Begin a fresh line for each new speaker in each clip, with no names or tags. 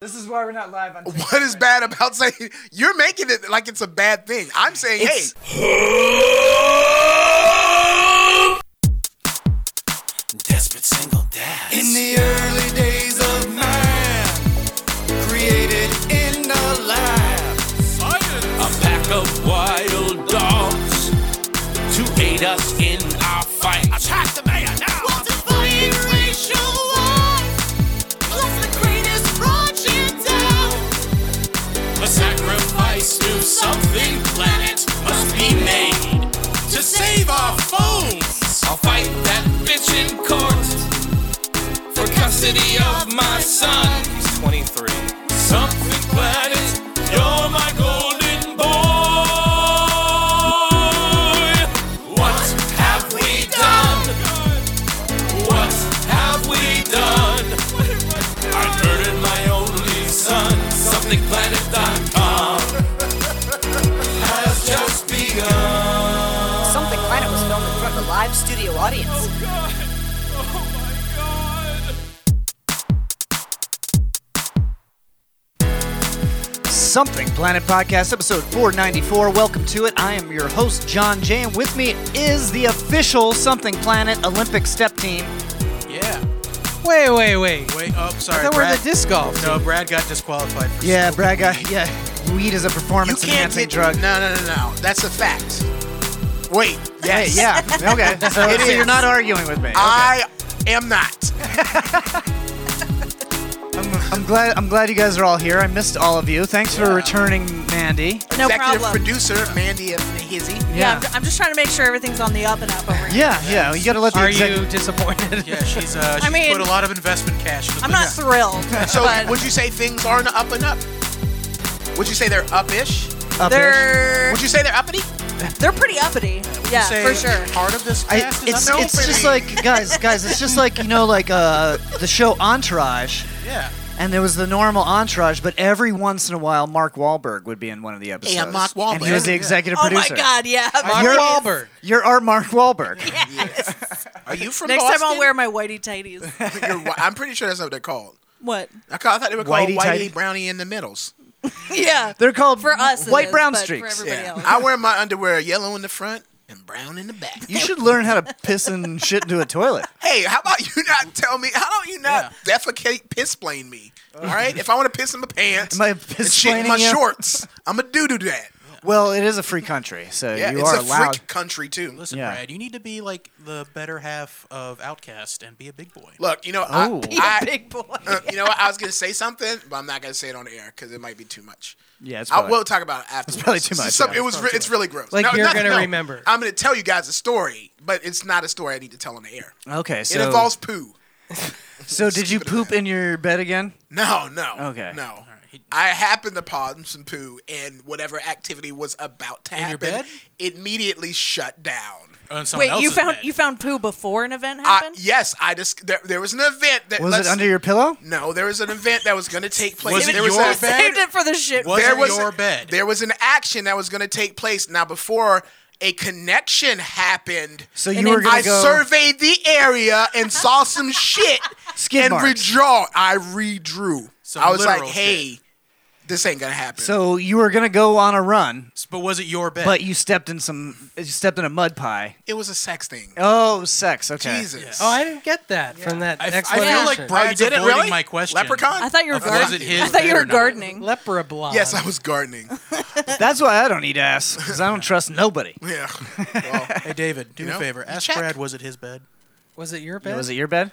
This is why we're not live on. TikTok
What is
right
bad about saying you're making it like it's a bad thing? I'm saying,
It's-
hey,
Desperate single dad.
In the early days of man, created in the lab.
a pack of wild dogs to aid us in our fight. Attack the mayor now!
While defying racial wars, bless the greatest project out.
A sacrifice to something planet must be made to save our phones. I'll fight that bitch in court for custody of my son. He's 23. Something planet, you're my golden boy. What have we done? What have we done? I murdered my only son. SomethingPlanet.com has just begun.
Something Planet was filmed in front of a live studio audience.
God!
Oh,
Oh my God!
Something Planet Podcast, episode 494. Welcome to it. I am your host, John Jay, and with me is the official Something Planet Olympic step team. oh,
Yeah.
Wait, wait, wait.
Wait up. Sorry,
thought we were
Brad.
the disc golf.
no, Brad got disqualified. For
Yeah, Braga, yeah. Weed is a performance enhancing drug.
No, no, no, no. That's a fact. Wait, yes,
Hey, yeah, okay. So,
It
so
is.
you're not arguing with me.
I am not.
I'm, I'm glad. I'm glad you guys are all here. I missed all of you. Thanks for returning, Mandy.
No
Executive
problem.
producer Mandy Hizzy.
Yeah, I'm, I'm just trying to make sure everything's on the up and up over here.
Yeah, yeah. You got to let the
Are
exec-
you disappointed?
Yeah, she's uh, she's
mean-
put a lot of investment cash. into
I'm not
this.
thrilled.
So,
but
would you say things are not up and up? Would you say they're up-ish?
up there.
they're
Would you say they're uppity?
they're pretty uppity. Yeah,
Say
for sure.
Part of this
I,
cast is
it's
up-
it's just like guys, guys. It's just like you know, like uh, the show Entourage.
yeah.
And there was the normal entourage, but every once in a while, Mark Wahlberg would be in one of the episodes.
Mark
And
Wahlberg.
he was the executive
Oh my
producer.
God, yeah.
Mark
You're-
Wahlberg.
You're our Mark Wahlberg.
Are you from
Next time I'll
Boston?
wear my whitey tighties.
You're whi- I'm pretty sure that's what they're called.
What?
I ca- I thought they were called
Whitey
Whitey,
tighty?
Brownie in the middles.
Yeah.
They're called
For us, it
White
is,
Brown
but for
Streaks.
everybody else.
I wear my underwear yellow in the front and brown in the back.
You should learn how to piss and shit into a toilet.
Hey, how about you not tell me? How about you not defecate, piss plane me? All right, if I want to piss in my pants,
Am I
and shit in
piss-plaining
my
you?
shorts, I'm gonna do do that.
Well, it is a free country, so
Yeah,
you
it's
are
a
allowed.
freak country too.
Listen,
Yeah.
Brad, you need to be like the better half of Outcast and be a big boy.
Look, you know,
Oh. Be
I, I,
Big boy.
uh, you know, what? I was gonna say something, but I'm not gonna say it on the air because it might be too much.
Yeah, it's
I
probably-
will talk about it after.
probably too much, yeah.
it was. Re- it's really gross.
Like, you're
not-
gonna remember.
I'm gonna tell you guys a story, but it's not a story I need to tell on the air.
Okay, so
it involves poo.
so did you poop in your bed again?
No, no.
Okay.
No. I happened upon some poo, and whatever activity was about to happen
your bed?
immediately shut down.
On someone
Wait, you
else's
found
bed.
you found poo before an event
I,
happened?
yes, I just there, there was an event that
Was
let's-
it under your pillow?
No, there was an event that was going to take place.
Was it
there
your
was a-
bed?
Saved it for the shit.
Was
there
it
was
your bed?
There was an action that was going to take place. Now, before a connection happened,
So you were gonna
I
go
surveyed the area and saw some shit
Skid
and
marks.
redraw. I redrew.
Some
I was like,
literal
hey, this ain't gonna happen.
So you were gonna go on a run,
but was it your bed?
but you stepped in some. You stepped in a mud pie.
It was a sex thing.
Oh, sex. Okay.
Jesus.
Oh, I didn't get that from that
I, I
explanation.
feel like Brad's
Oh, you did it
avoiding
really?
my question.
Leprechaun?
I thought you were
Was
gardening.
it his
I thought
bed
you
or
were
not?
gardening.
Lepra blog.
yes, I was gardening.
That's why I don't eat ass because I don't trust nobody.
Yeah. Well,
Hey, David, do me
know,
a favor. Ask
check.
Brad, was it his bed?
Was it your bed?
Was it your bed?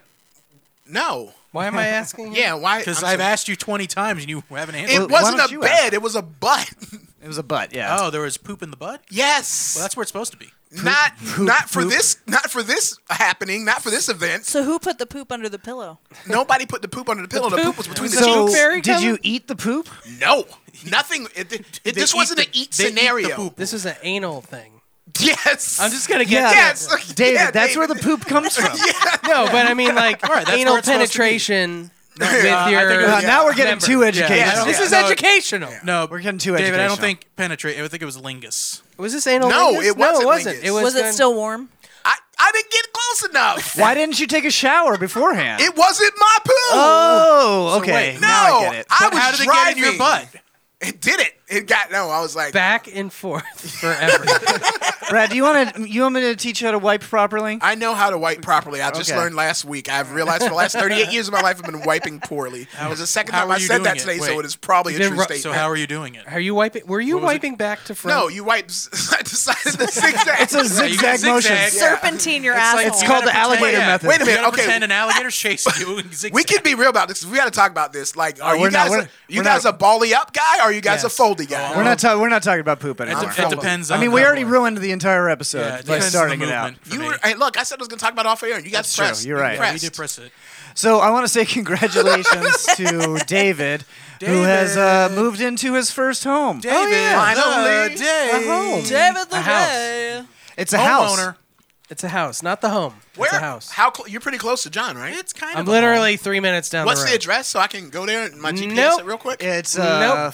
no.
Why am I asking? you?
Yeah. Why?
Because
I'm
I've
so-
asked you 20 times and you haven't
It
answered.
Well, why
wasn't
don't
a
you
bed.
ask?
It was a butt.
It was a butt. Yeah.
oh, there was poop in the bud?
yes.
Well, that's where it's supposed to be.
not not for this not for this happening. Not for this event.
So who put the poop under the pillow?
Nobody put the poop under the pillow. The, poop was between the
So
cheeks.
fairy
did
coming?
you eat the poop?
No. Nothing. It, it- it- this
eat
wasn't
the-
an eat
they eat the
scenario.
poop.
This is an anal thing.
Yes.
I'm just gonna get
Yes.
that.
David,
Yeah,
that's where the
David.
poop comes from.
No, but I mean like
that's
anal
where it's supposed to be.
penetration with
I
your.
think it
Uh,
was-
Now we're getting
Remember.
too educated.
Yeah, I don't-
this is
No, it-
educational.
No,
We're getting too
David, I don't
educational.
think penetrate. I think it was lingus.
Was this anal?
No,
lingus?
it
no,
wasn't
it wasn't.
lingus.
It was.
Was it
done-
still warm?
I, I I didn't get close enough.
Why didn't you take a shower beforehand?
It wasn't my poo.
oh, okay.
wait,
now
no,
I get it.
I-
But
was
how did it get in your
driving.
butt?
It did it. It got no. I was like,
Back and forth forever.
Brad, do you want to? You want me to teach you how to wipe properly?
I know how to wipe properly. I just
Okay.
learned last week. I've realized for the last 38 years of my life, I've been wiping poorly. It was the second
how
time
were
I
you
said
doing
that
it?
today, so
Wait.
it is probably a
didn't
true
ru-
statement.
So how are you doing it?
Are you wiping? Were you
What was it?
wiping back to front?
no, you wipe. I decided to zigzag.
It's a zigzag
zigzag.
motion.
It's
Serpentine your
like-
asshole.
It's called the alligator
Yeah.
method.
Wait a
You
minute.
gotta
Okay.
pretend an alligator chasing you. in
we
zigzag.
can be real about this. We got to talk about this. Like, are
we're
you
not-
guys?
we're-
you
we're
guys
not-
a baldy up guy? Or are you guys
Yes.
a foldy guy?
We're not talking. We're not talking about poop anymore.
It depends.
I
on
mean, we
the-
already ruined the entire episode
Yeah, it
by
depends on
starting
the
it out.
movement for
You
me.
were, hey, look, I said I was going to talk about it off air. and You guys
true.
pressed.
You're right.
You
Yeah, we
pressed.
depress it.
So I want to say congratulations to David, who has uh, moved into his first home. Oh,
David,
Finally.
the day.
A home.
David
A house.
LeRae.
It's a house.
Homeowner.
It's a house, not the home.
Where?
It's a house.
How? Cl- you're pretty close to John, right?
It's kind
I'm
of. a
literally three minutes down
What's
the
the,
road.
address so I can go there and my GPS
Nope.
it real quick?
It's
Nope.
uh,
No.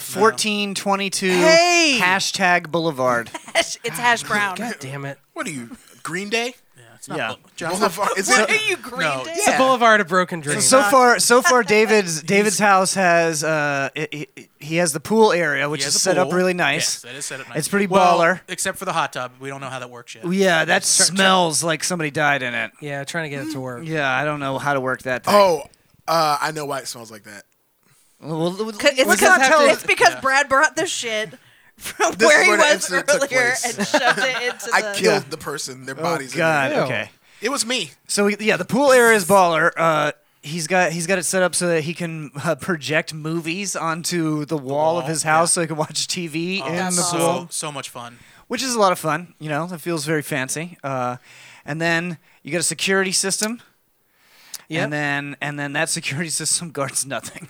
1422
Hey!
hashtag Boulevard.
Hash- It's hash brown.
God damn it!
What are you? Green Day?
yeah.
Boulevard? Is
Why
it?
are you green?
No.
Day?
It's a boulevard of broken dreams.
So far, so far, David's David's house has uh, he, he- he has the pool area, which
He has
is
a
set up
pool.
really
Yes,
nice.
that is set up nice.
It's pretty
well,
baller. Oh,
Except for the hot tub. We don't know how that works yet.
Yeah, that smells like somebody died in it.
yeah, trying to get it to work.
Yeah, I don't know how to work that. Thing.
Oh, uh, I know why it smells like that.
Well, well,
C- It's
let's
because,
not tell-
it's because Brad brought the shit from
This
where
is
he
where the
was
incident took
earlier
place.
and shoved it into the.
I killed the person. Their
Oh
bodies. in there.
God!
Ew.
Okay.
It was me.
So we- yeah, the pool area is baller. Uh, he's got he's got it set up so that he can uh, project movies onto the wall of his house, so he can watch TV in the
so,
pool,
so much fun.
which is a lot of fun. You know, it feels very fancy. Uh, and then you got a security system.
Yep.
And then and then that security system guards nothing.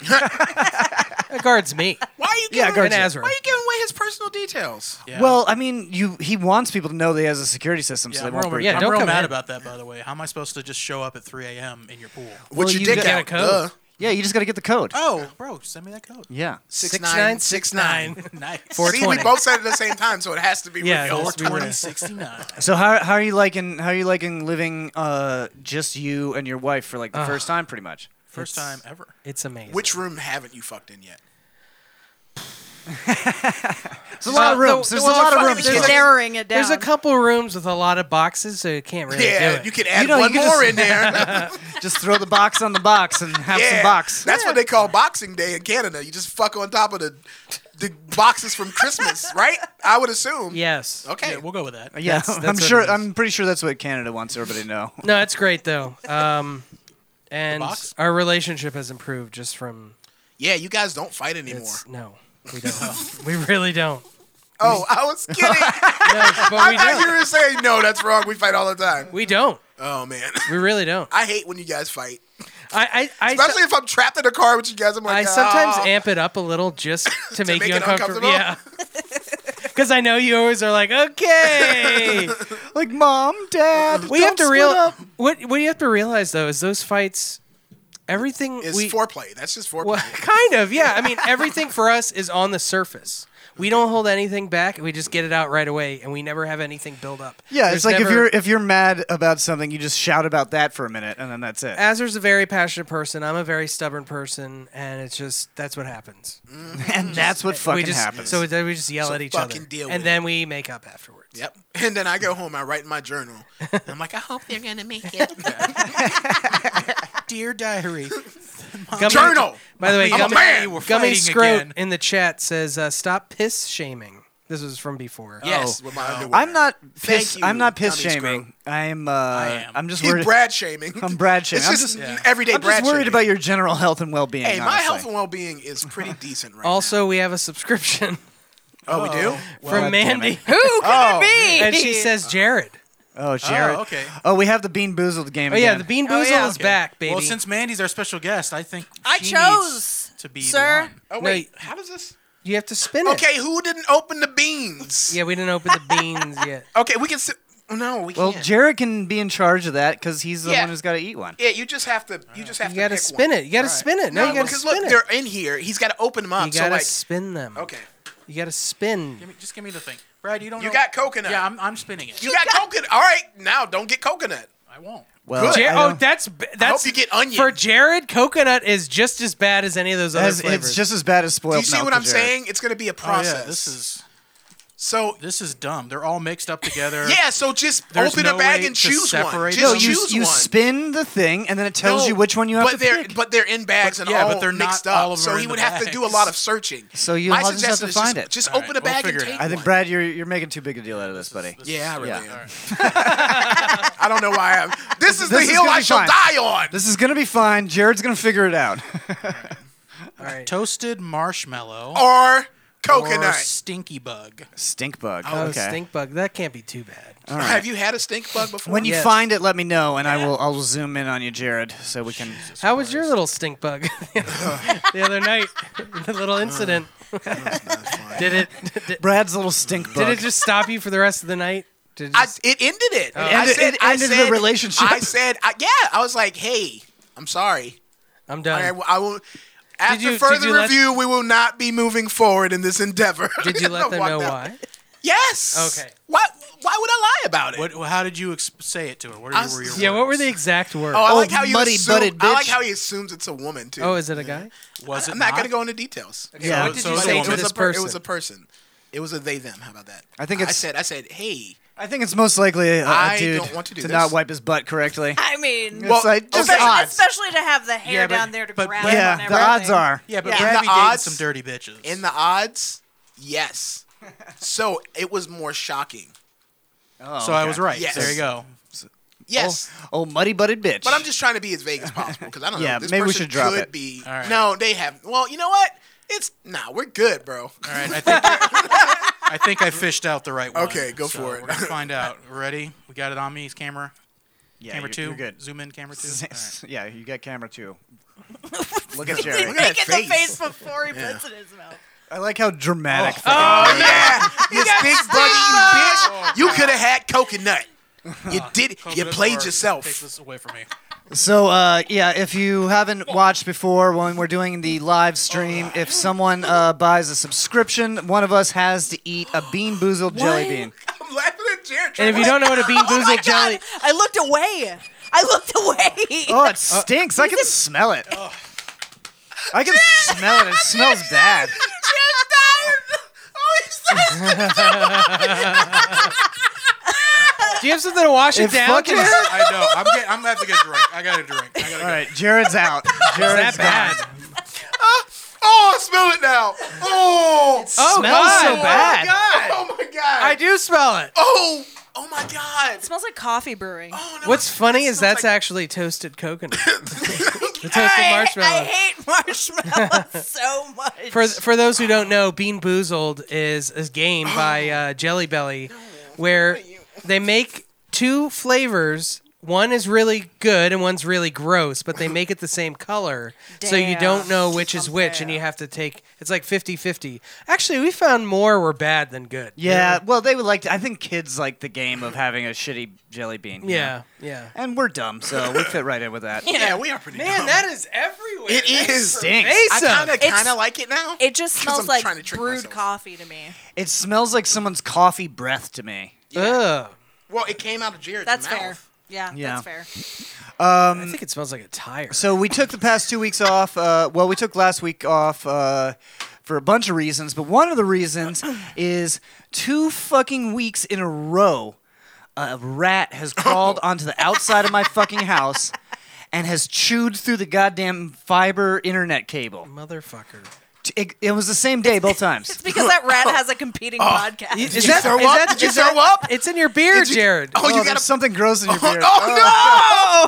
It guards me.
Why are you
Yeah,
giving?
Guards
and
you.
Azra.
why are you giving away his personal details?
Yeah.
Well, I mean, you he wants people to know that he has a security system, so
yeah,
they
I'm
won't
real,
break.
yeah,
it.
I'm
don't
real
come
mad
in.
about that, by the way. How am I supposed to just show up at 3 a.m. in your pool?
What
Well,
you
you
did
got
out?
a code.
Duh.
Yeah, you just got to get the code.
Oh, bro, send me that code.
Yeah.
Six
Six
nine
nine
six
six
nine.
nice.
See, we
420.
both said it at the same time, so it has to be
Yeah,
real.
it has to be real.
2069.
So how how are you liking how are you liking living uh just you and your wife for like the first time pretty much?
First time ever.
It's amazing.
Which room haven't you fucked in yet?
There's a lot of
Well, the-
rooms. There's
the-
a lot of
fucking
rooms.
kitchen.
Just narrowing it down.
There's a couple rooms with a lot of boxes, so you can't really do
Yeah,
it.
you can add
You know, you
one
could
more
just-
in there.
Just throw the box on the box and have
yeah,
some box.
That's what they call Boxing Day in Canada. You just fuck on top of the the boxes from Christmas, right? I would assume.
yes.
Okay.
Yeah, we'll go with that.
Yeah,
That's- that's
I'm
what it
sure
is.
I'm pretty sure that's what Canada wants everybody to know.
No, it's great though. Um, and
box?
our relationship has improved just from.
Yeah, you guys don't fight anymore.
It's, no, we don't. we really don't.
Oh, I was kidding. I
No, but we
thought
don't.
you were saying no. That's wrong. We fight all the time.
We don't.
Oh man,
We really don't.
I hate when you guys fight.
I I, I,
Especially if I'm trapped in a car with you guys. I'm like,
I sometimes
"Oh."
amp it up a little just to, make,
make
you
it
uncomfortable.
uncomfortable?
Yeah. Because I know you always are like, okay.
Like mom, dad,
we have to real. What what you have to realize though is those fights, everything
It's
we
foreplay. That's just foreplay.
well, kind of yeah. I mean everything for us is on the surface. We don't hold anything back. We just get it out right away, and we never have anything build up.
Yeah,
There's
it's like if
never-
you're if you're mad about something, you just shout about that for a minute and then that's it.
Azer's a very passionate person. I'm a very stubborn person, and it's just that's what happens.
and that's what fucking
we just
happens.
so then we just yell
So
at each
fucking
other,
deal with
and
it.
then we make up afterwards.
Yep. And then I go home, I write in my journal. I'm like, I
"Ah,
hope
They're gonna make it.
Dear diary.
Gummy-
Journal!
By the
I'm
way,
a
Gummy,
E
man!
We're
Gummy
fighting
Scroat
again.
in the chat says, uh, "Stop piss shaming." This was from before.
yes with my underwear.
Oh. I'm not piss,
you,
I'm not piss
Johnny Screw.
shaming. I'm uh
am.
I'm just
He's
worried
Brad shaming.
I'm Brad shaming.
It's
I'm
just
just-
n- everyday
I'm
Brad
just worried
shaming.
about your general health and well-being.
Hey, my
honestly.
health and well being is pretty decent right
Also, we have a subscription
now. Oh, we do?
from
God damn
Mandy,
Who could it be?
and she says, "Jared."
Oh, Jared.
Oh, okay.
Oh, we have the Bean Boozled game.
Oh yeah, the Bean Boozle
yeah.
is back, baby.
Well, since Mandy's our special guest, I think
I
she
chose,
needs to be
sir.
The one.
Oh,
No,
wait.
you-
How does this?
you have to spin it.
Okay, who didn't open the beans?
Yeah, we didn't open the beans yet.
Okay, we can. Si- no, we
Well,
can't.
Jared can be in charge of that because he's the
Yeah.
one who's got to eat one.
yeah, you just have to. You just have
You
to.
gotta
pick
spin
one.
it. You gotta spin it. No, you gotta
because
spin
look,
it.
they're in here. He's got to open them up.
You
so
gotta
like,
spin them.
okay,
You gotta spin.
Give me, just give me the thing. Brad, you don't
you
know.
got coconut.
Yeah, I'm, I'm spinning it.
you got coconut. All right, now don't get coconut.
I won't.
Well,
Jer-
I
oh,
don't-
that's b- that's
hope you get onion.
for Jared. Coconut is just as bad as any of those other
that's-
flavors.
it's just as bad as spoiled
Do you see
milk
what
for
I'm
Jared.
saying? It's going to be a
Oh,
process.
yeah, this is
so
this is dumb. They're all mixed up together.
yeah. So just
There's
open
no
a bag
way
and
to
choose one.
separate
Just
them.
No, you,
choose
you
one.
spin the thing and then it tells you which one you have
but
to
they're,
pick.
But they're in bags and
yeah,
all
but they're not
mixed up.
all of them
so
are
he
in
would
the
have to
bags.
do a lot of searching.
So you'll
My
just have
suggestion
to
is
find
just,
it.
Just
All
open
right,
a
we'll
bag and
figure it
take.
out.
I think
one.
Brad, you're you're making too big a deal out of this, buddy.
Yeah, I really
Yeah.
am. I don't know why I'm. This is
This is
the hill
gonna
I
be
shall
fine.
die on.
This is gonna be fine. Jared's gonna figure it out.
All right.
Toasted marshmallow
Or
or
Oh, coconut.
stinky bug.
Stink bug.
Oh,
okay.
stink bug. That can't be too bad.
Have you had a stink bug before?
When you
Yes.
find it, let me know, and I will I will zoom in on you, Jared, so we can.
How was your little stink bug the other night? the little incident. did it did,
Brad's little stink bug.
did it just stop you for the rest of the night? Did it
I,
just- Oh.
it ended it. I
ended-
said,
it
I
ended the
said-
relationship.
I said, I, yeah. I was like, hey, I'm sorry.
I'm done.
I, I will. After
you- Oh. did
further
you let-
review, we will not be moving forward in this endeavor.
did you let them
Walked
know
out.
why?
Yes.
Okay.
Why? Why would I lie about it?
What? How did you exp- say it to her? What
I was-
were your
Yeah, what were
words?
the exact words?
Oh, I
Oh,
like how you
muddy
assume,
butted
I like
bitch.
how he assumes it's a woman too.
is it a guy?
Was it
I'm not, gonna go into details.
yeah,
What did
so
you
it's a
say
it
to
woman.
was
this
a per-
person?
It was a person. It was a they them. How about that?
I think
I
it's-
said. I said, hey.
I think it's most likely a, a
I
dude
don't want to do
to
this.
not wipe his butt correctly.
I mean,
Well, like, just
especially,
odds.
especially to have the hair
Yeah, but-
down there to
but
grab.
Brad-
on
yeah, the
everything.
odds are.
Yeah, but
Yeah.
Brad
In the
be
odds-
dating some dirty bitches.
In the odds, yes. So it was more shocking.
so I was right.
Yes.
There you go.
Yes.
Oh, muddy butted bitch.
But I'm just trying to be as vague as possible because I don't
Yeah,
know. This
maybe we
person
should drop
could
it.
be.
right.
No, they have. Well, you know what? It's nah. We're good, bro.
All right. I think I think I fished out the right one.
Okay, go
So
for it.
We're gonna find out. Ready? We got it on me. Camera.
yeah,
camera
you're,
two.
You're good.
Zoom in. Camera two. All right.
Yeah, you got camera two. Look at
He's
Jared.
at
making
that
the
face.
face before he puts it in his mouth.
I like how dramatic.
Oh yeah, you big buddy, you bitch. You could have had coconut. You did. You
Coconut
played
bar Takes
yourself.
this away from me.
So uh, yeah, if you haven't watched before when we're doing the live stream, if someone uh, buys a subscription, one of us has to eat a Bean Boozled jelly bean.
I'm laughing at Jared.
And if you don't know what a bean boozled
Oh my
jelly,
God, I looked away. I looked away.
Oh, it stinks! I can smell it.
Oh.
I can smell it. It smells bad.
do you have something to wash it,
It
down?
fucking
Jared?
is
I know. I'm, get, I'm gonna have to get a drink. I gotta drink. I gotta
All right, Jared's out. Jared's
that bad.
oh, I smell it now. Oh,
Oh,
Smells
God.
so bad.
oh my god.
I do smell it.
Oh, oh my god.
It smells like coffee brewing.
Oh, no,
What's
it
funny is
smells
that's
like-
actually toasted coconut. the
I,
toasted marshmallow.
I hate marshmallows so much.
for for those who don't know, Bean Boozled is a game by uh, Jelly Belly, where they make two flavors. One is really good and one's really gross, but they make it the same color, so you don't
Damn.
know which is which, and you have to take. It's like 50-50. Actually, we found more were bad than good.
Yeah, well, they would like. To, I think kids like the game of having a shitty jelly bean. you
yeah,
know?
yeah.
and we're dumb, so we fit right in with that.
Yeah, we are pretty.
Man, that is everywhere.
It is.
Stinks.
I kind of
It's-
kind of like it now.
it just
'Cause
smells
I'm
like
trying to trick
brewed
myself.
coffee to me.
It smells like someone's coffee breath to me.
Ugh.
Well, it came out of Jared's
That's
mouth.
fair. Yeah,
Yeah.
that's fair.
I think it smells like a tire.
So we took the past two weeks off. Uh, well, we took last week off uh, for a bunch of reasons, but one of the reasons is two fucking weeks in a row, a rat has crawled onto the outside of my fucking house and has chewed through the goddamn fiber internet cable.
Motherfucker.
It, it was the same day both
It's
times.
because that rat has a competing podcast.
Is
you throw up? Did you throw up?
It's in your beard, Jared.
Oh, you
there's
got a.
something gross in your
Oh,
beard.
no!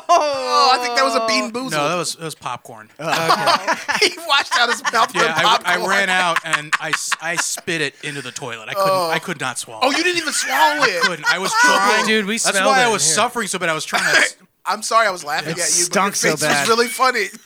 Oh, I think that was a bean boozled.
No, that was that was popcorn.
he washed out his mouth with
yeah, I,
Uh, popcorn.
I ran out and I, s- I spit it into the toilet. I couldn't. I could not swallow.
Oh, you didn't even swallow it.
couldn't. I was trying.
Dude, we
That's
smelled
why I
it
was
here.
suffering so bad. I was trying to. s-
I'm sorry I was laughing
It
at you.
stunk
but
so
your face
bad.
was really funny.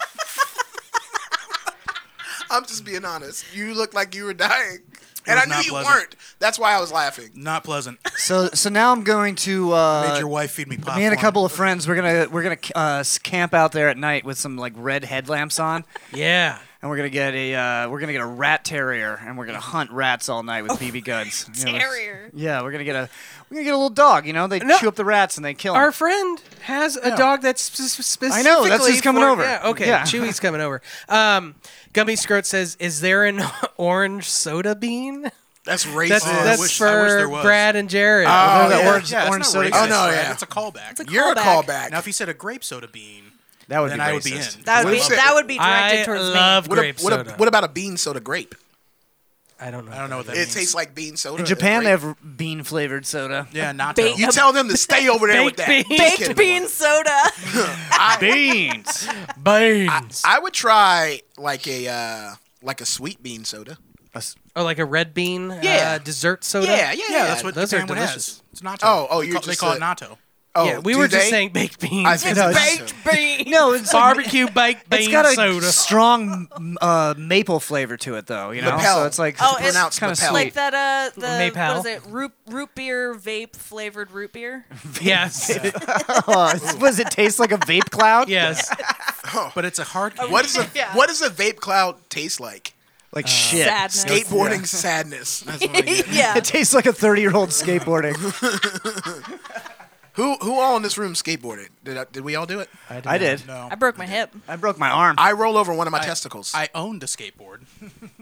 I'm just being honest. You looked like you were dying. And
was
I knew
not
you
pleasant.
weren't. That's why I was laughing.
Not pleasant.
So so now I'm going to uh,
Made your wife feed me popcorn.
Me and a couple of friends, we're gonna we're gonna uh, s- camp out there at night with some like red headlamps on,
Yeah.
and we're gonna get a uh, we're gonna get a rat terrier, and we're gonna hunt rats all night with BB guns. You know, it's-
Terrier.
yeah, we're gonna get a we're gonna get a little dog. You know, they
No.
chew up the rats and they kill them.
Our friend has a dog that's sp- sp- specifically.
I know, that's who's coming
for-
over.
Yeah, okay,
Yeah.
Chewy's coming over. Um, Gummy Scroat says, "Is there an orange soda bean?"
That's oh, racist.
That's
I
that's
wish-
for
I wish there was.
Brad and Jared.
Oh,
that
yeah.
orange-
Yeah,
orange
it's not
soda.
racist,
Oh, no,
Brad.
yeah.
It's a callback.
You're a
callback.
callback.
now, if you said a grape soda bean,
that would
then
be
I would be
racist.
in.
That would
What
be
is it?
that would be directed
I
towards
love
me.
what,
grape
a, what,
soda.
a, what about a bean soda grape?
I don't know.
I don't know what that
It
means.
tastes like bean soda.
In
Grape.
Japan, they have bean flavored soda.
yeah, natto.
Bait-
You tell them to stay over there with that.
Baked beans.
Just
Baked
kidding.
bean soda.
Beans.
Beans.
I would try like a uh, like a sweet bean soda.
Oh, like a red bean.
Yeah.
Uh, dessert soda.
Yeah, yeah,
yeah, that's what
those
Japan
are
one
delicious.
has. It's natto.
Oh, oh,
They
you
call- they
just
call it
said-
natto.
Oh,
yeah, we
do
were just
they?
saying baked beans.
I think
No,
it's
it's-
baked.
bean.
No, it's like-
barbecue baked bean
It's got a
soda.
strong m- uh, maple flavor to it, though. You know,
Lapel.
so it's like
Oh,
it's pronounced
kinda
lapel.
like that uh the
Maypal.
what is it root root beer vape flavored root beer
yes.
Oh, what does it taste like? A vape cloud?
yes.
Oh.
But it's a hard.
What is a
Yeah.
what does a vape cloud taste like?
Like shit.
sadness
Skateboarding sadness. That's what I get.
yeah
It tastes like a thirty-year-old skateboarding.
who who all in this room skateboarded? Did I, did we all do it?
I did.
No.
I broke my hip
I broke my arm.
I roll over one of my testicles.
I owned a skateboard.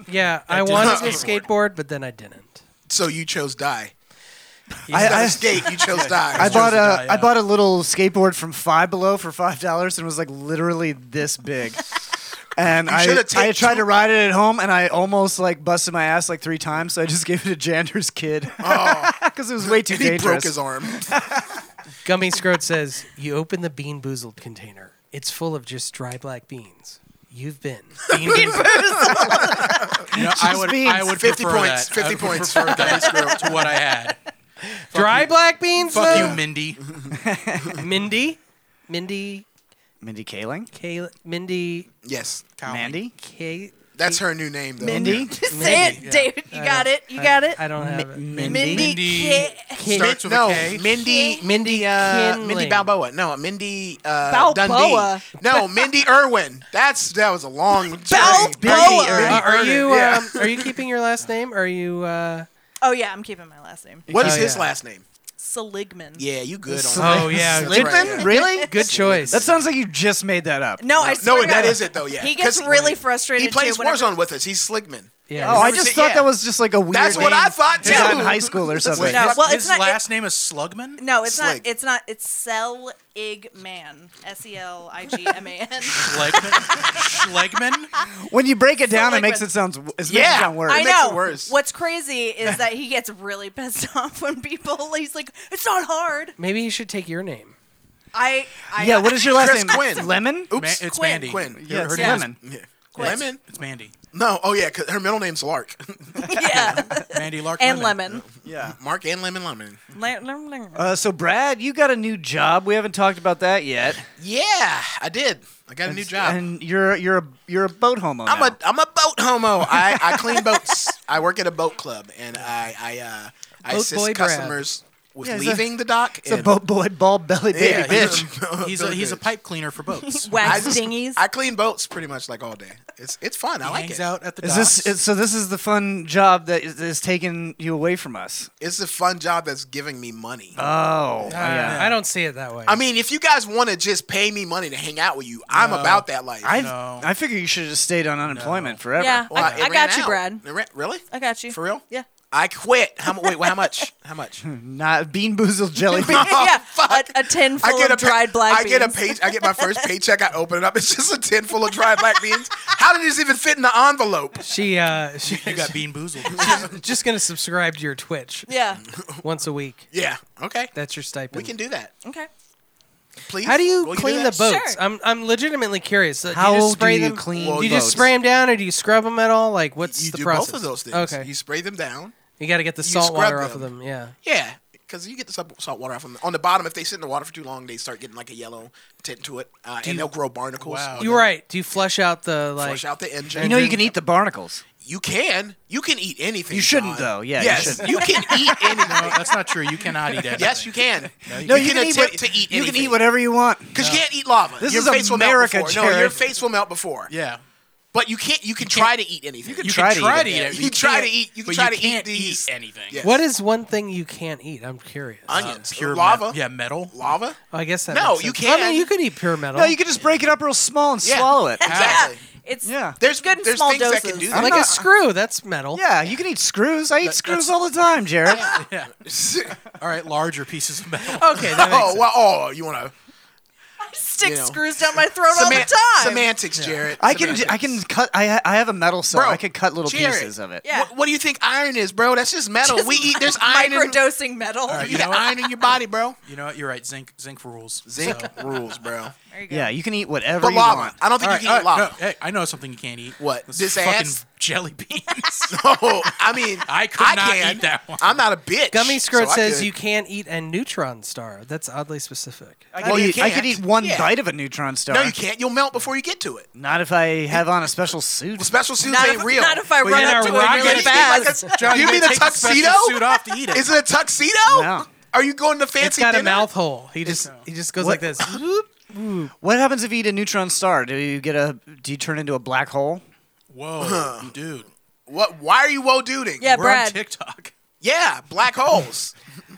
Yeah, I
did
wanted
not
to skateboard, but then I didn't.
so you chose die.
I,
Instead
I-
of skate, you chose die.
I bought a I
die, yeah.
bought a little skateboard from Five Below for five dollars and it was like literally this big. And I,
shoulda ta-
I tried to ride it at home and I almost like busted my ass like three times. So I just gave it to Jander's kid because it was way too
Oh. and he
dangerous.
broke his arm.
Gummy Scroat says, You open the bean boozled container. It's full of just dry black beans. You've been bean boozled.
No, I would.
beans.
I would
50
prefer
points,
that.
50
I would
points.
prefer that to what I had.
dry black beans?
Fuck you,
though?
Mindy.
Mindy. Mindy.
Mindy Kaling,
Kay- Mindy.
yes,
Mandy,
Kay-
that's her new name though.
Mindy,
say it David you got it you got it
I don't have it.
Mindy.
Mindy K-
starts with
No,
a K.
Mindy, Mindy, uh,
Kinling.
Mindy Balboa. No, Mindy uh,
Balboa.
Dundee. No, Mindy Irwin. That's that was a long journey.
Balboa.
Mindy Irwin.
uh, Are, are you
Yeah.
um, are you keeping your last name? Are you uh,
oh yeah I'm keeping my last name
What is
Oh,
his
yeah.
last name?
Seligman
Yeah, you good on that.
Oh yeah,
That's right, yeah.
really?
good choice.
That sounds like you just made that up.
no I
No,
swear
that
to God.
is it though. Yeah,
he gets
'Cause
really frustrated
He plays
too, whenever-
Warzone with us. He's Slickman.
yeah.
Oh, I
Never
just
seen-
thought
yeah.
that was just like a weird.
That's what
name
I thought too.
I got in high school or something.
No, well, it's
His
not-
last name is Slugman.
no it's not
Slig.
it's not it's Sel Ig Man S E L I G M A N
Schlegman. Schlegman.
When you break it down,
like
it makes
when-
it sound it makes
Yeah.
it sound worse.
I
makes
know.
it worse.
What's crazy is that he gets really pissed off when people. He's like, "It's not hard."
Maybe you should take your name.
I, I
Yeah, what is your last
Chris
name?
Quinn.
Lemon?
Ma-
Oops.
it's
Quinn.
Mandy.
Quinn.
Her-
Yeah, it's
her name is-
lemon.
Yeah.
Quit.
Lemon.
It's Mandy.
No. Oh yeah, 'cause her middle name's Lark.
yeah,
Mandy Lark.
and lemon.
Yeah.
Mark and Lemon Lemon.
Lam- lam- lam.
Uh, so Brad, you got a new job. We haven't talked about that yet.
Yeah, I did. I got a new job.
And you're you're a you're a boat homo.
I'm
now.
a I'm a boat homo. I, I clean boats. I work at a boat club, and I I uh, I
Boat boy
assist
Brad.
customers with
Yeah, he's a-
leaving the dock.
it's a boat boy, bald belly baby
Yeah,
bitch.
He's a he's a pipe cleaner for boats.
I
Wax
just-
dingies.
I clean boats pretty much like all day. It's it's fun. I
He
like
hangs
it.
out at the
Is
docks.
this is- so? This is the fun job that is, is taking you away from us.
It's a fun job that's giving me money.
Oh,
Uh, I don't see it that way.
I mean, if you guys want to just pay me money to hang out with you, I'm about that life.
I
no.
I figure you should have stayed on unemployment forever.
yeah,
Well,
I,
it
I
ran
got you,
out.
Brad.
It ran- really?
I got you
For real?
Yeah,
I quit. How mu- wait? How much? How much?
Not bean boozled jelly. bean.
yeah. A, a tin full of
pa-
dried black
Oh, I
beans.
get a page. I get my first paycheck. I open it up. It's just a tin full of dried black beans. How did this even fit in the envelope?
she uh, she
you got bean boozled.
just gonna subscribe to your Twitch
Yeah.
once a week.
Yeah. Okay.
That's your stipend.
We can do that.
Okay.
Please.
How do you
Will
clean
do
the
that?
boats?
Sure.
I'm I'm legitimately curious. Do
How
you just
do
spray
you
them?
clean
Do you
boats?
just spray them down, or do you scrub them at all? Like, what's
You
the
do
process?
both of those things.
Okay,
You spray them down.
you got to get the salt
scrub
water off of
them.
them. Yeah.
Yeah. Because you get the sub- salt water off them. On the bottom, if they sit in the water for too long, they start getting like a yellow tint to it, uh, and they'll grow barnacles.
Wow.
on
You're
them.
right. Do you flush out the like?
Flush out the engine.
You know you can eat the barnacles.
You can. You can eat anything.
You shouldn't,
John.
though. Yeah, you
Yes.
shouldn't.
You, can eat anything.
No, that's not true. You cannot eat anything.
Yes, you can. No, you,
can eat
attempt
what-
to eat.
You can
anything.
eat whatever you want.
Because you can't eat lava.
This
your
is
face
America,
will melt before. No, your
Jared.
face will melt before.
Yeah.
But you can't. You can try to eat anything. You
You
try to
can
eat
try
it,
to eat
yeah.
it.
You try to
can't-
eat- you can
but
try to eat
can't
these-
eat anything.
Yeah.
What is one thing you can't eat? I'm curious. Oh,
onions,
Pure me-
Uh, lava.
yeah, metal.
lava.
I guess that.
No,
makes
you
sense. Well, I
can.
mean, you could eat pure metal.
No, you could just break it up real small and
Yeah.
swallow it.
Exactly.
It's
Yeah.
There's
good in
there's
small
things
doses.
that can do
I'm
that.
like
not-
a screw. That's metal.
Yeah, you can eat screws. I eat screws all the time, Jared.
All right, larger pieces of metal.
Okay. That makes
oh well. Oh, you want to
Stick
you know.
screws down my throat all the
Semant-
time.
semantics, Jared.
I can
Semantics.
I can cut. I ha- I have a metal saw.
Bro,
I could cut little
Jared.
pieces of it.
Yeah.
What, what do you think iron is, bro? That's just metal.
Just
we eat. There's iron. In,
microdosing metal.
right,
you
you
got
know what?
iron in your body, bro.
You know what? You're right. Zinc, zinc rules.
Zinc rules, bro.
There you go.
Yeah, you can eat whatever
But
you
lava.
want.
I don't think
Alright,
you can eat
alright,
lava.
no, hey, I know something you can't eat.
What?
This
This
fucking
ass?
jelly beans.
Oh, I mean,
I could not
can.
eat that one.
I'm not a bitch.
Gummy Skirt
so I
says
could.
you can't eat a neutron star. That's oddly specific.
I could,
Well, you
eat, I could
can't.
eat one
Yeah.
bite of a neutron star.
No, you can't. You'll melt before you get to it.
Not if I have on a special suit.
Special suits
Not
ain't
if,
real.
not if I run
in
up
our
to it
rocket
really
ship,
fast.
John,
You
may
mean a
take the special
tuxedo?
Suit off to eat it.
Is it a tuxedo?
No.
Are you going to fancy
It's got a
dinner?
mouth hole. He just he just goes like this.
What happens if you eat a neutron star? Do you get a? Do you turn into a black hole?
Whoa, dude.
What? Why are you woe duding?
Yeah,
We're on
Brad.
TikTok.
Yeah, black holes.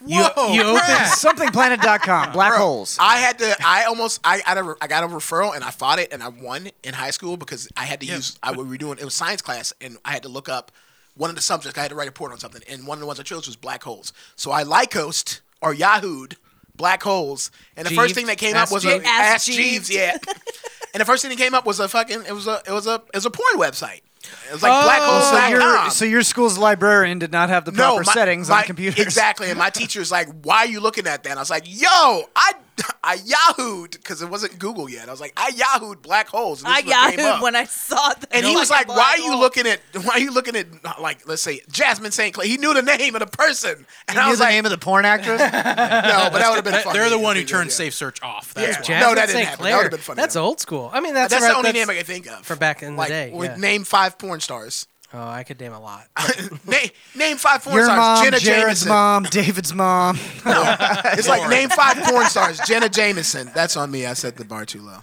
You, you open
Somethingplanet.com. Black holes.
I had to. I almost. I got a. I got a referral, and I fought it, and I won in high school because I had to use. I we were doing it was science class, and I had to look up one of the subjects. I had to write a report on something, and one of the ones I chose was black holes. So I lycosed or Yahooed black holes, and the first
Jeeved.
thing that came up
Ask
was
Jeeved.
a ask
Ask
Jeeves,
Jeeved.
yeah. and the first thing that came up was a fucking. It was a. It was a. It was a porn website. It was like black holes.
so, your, so your school's librarian did not have the proper
my-
settings
my-
on computers.
Exactly. And my teacher's like, why are you looking at that? And I was like, yo, I, I Yahooed, because it was't Google yet. I was like, I Yahooed black holes. And
I
this is what came
yahooed
up.
when I saw that.
and he was like, "Why are you looking at? Why are you looking at? uh, Like, let's say Jasmine St. Clair. He knew the name of the person, and I
Knew
was
the
like,
name of the porn actress.
"No, but that would have been
That-
funny."
they're the
if
one
he
who
did,
turned
yeah.
safe search off. That's why.
Yeah. No,
Jasmine
that didn't
St.
happen. That
Clair.
would've been funny,
That's
though.
old school. I mean, that's,
That's
right,
the only
that's-
name I can think of.
from back in the
like,
day,
well,
yeah.
Name five porn stars.
Oh, I could name a lot.
name, name five porn
Your
stars.
mom,
Jenna
Jared's
Jameson.
mom, David's mom.
It's like name five porn stars. Jenna Jameson. That's on me. I set the bar too low.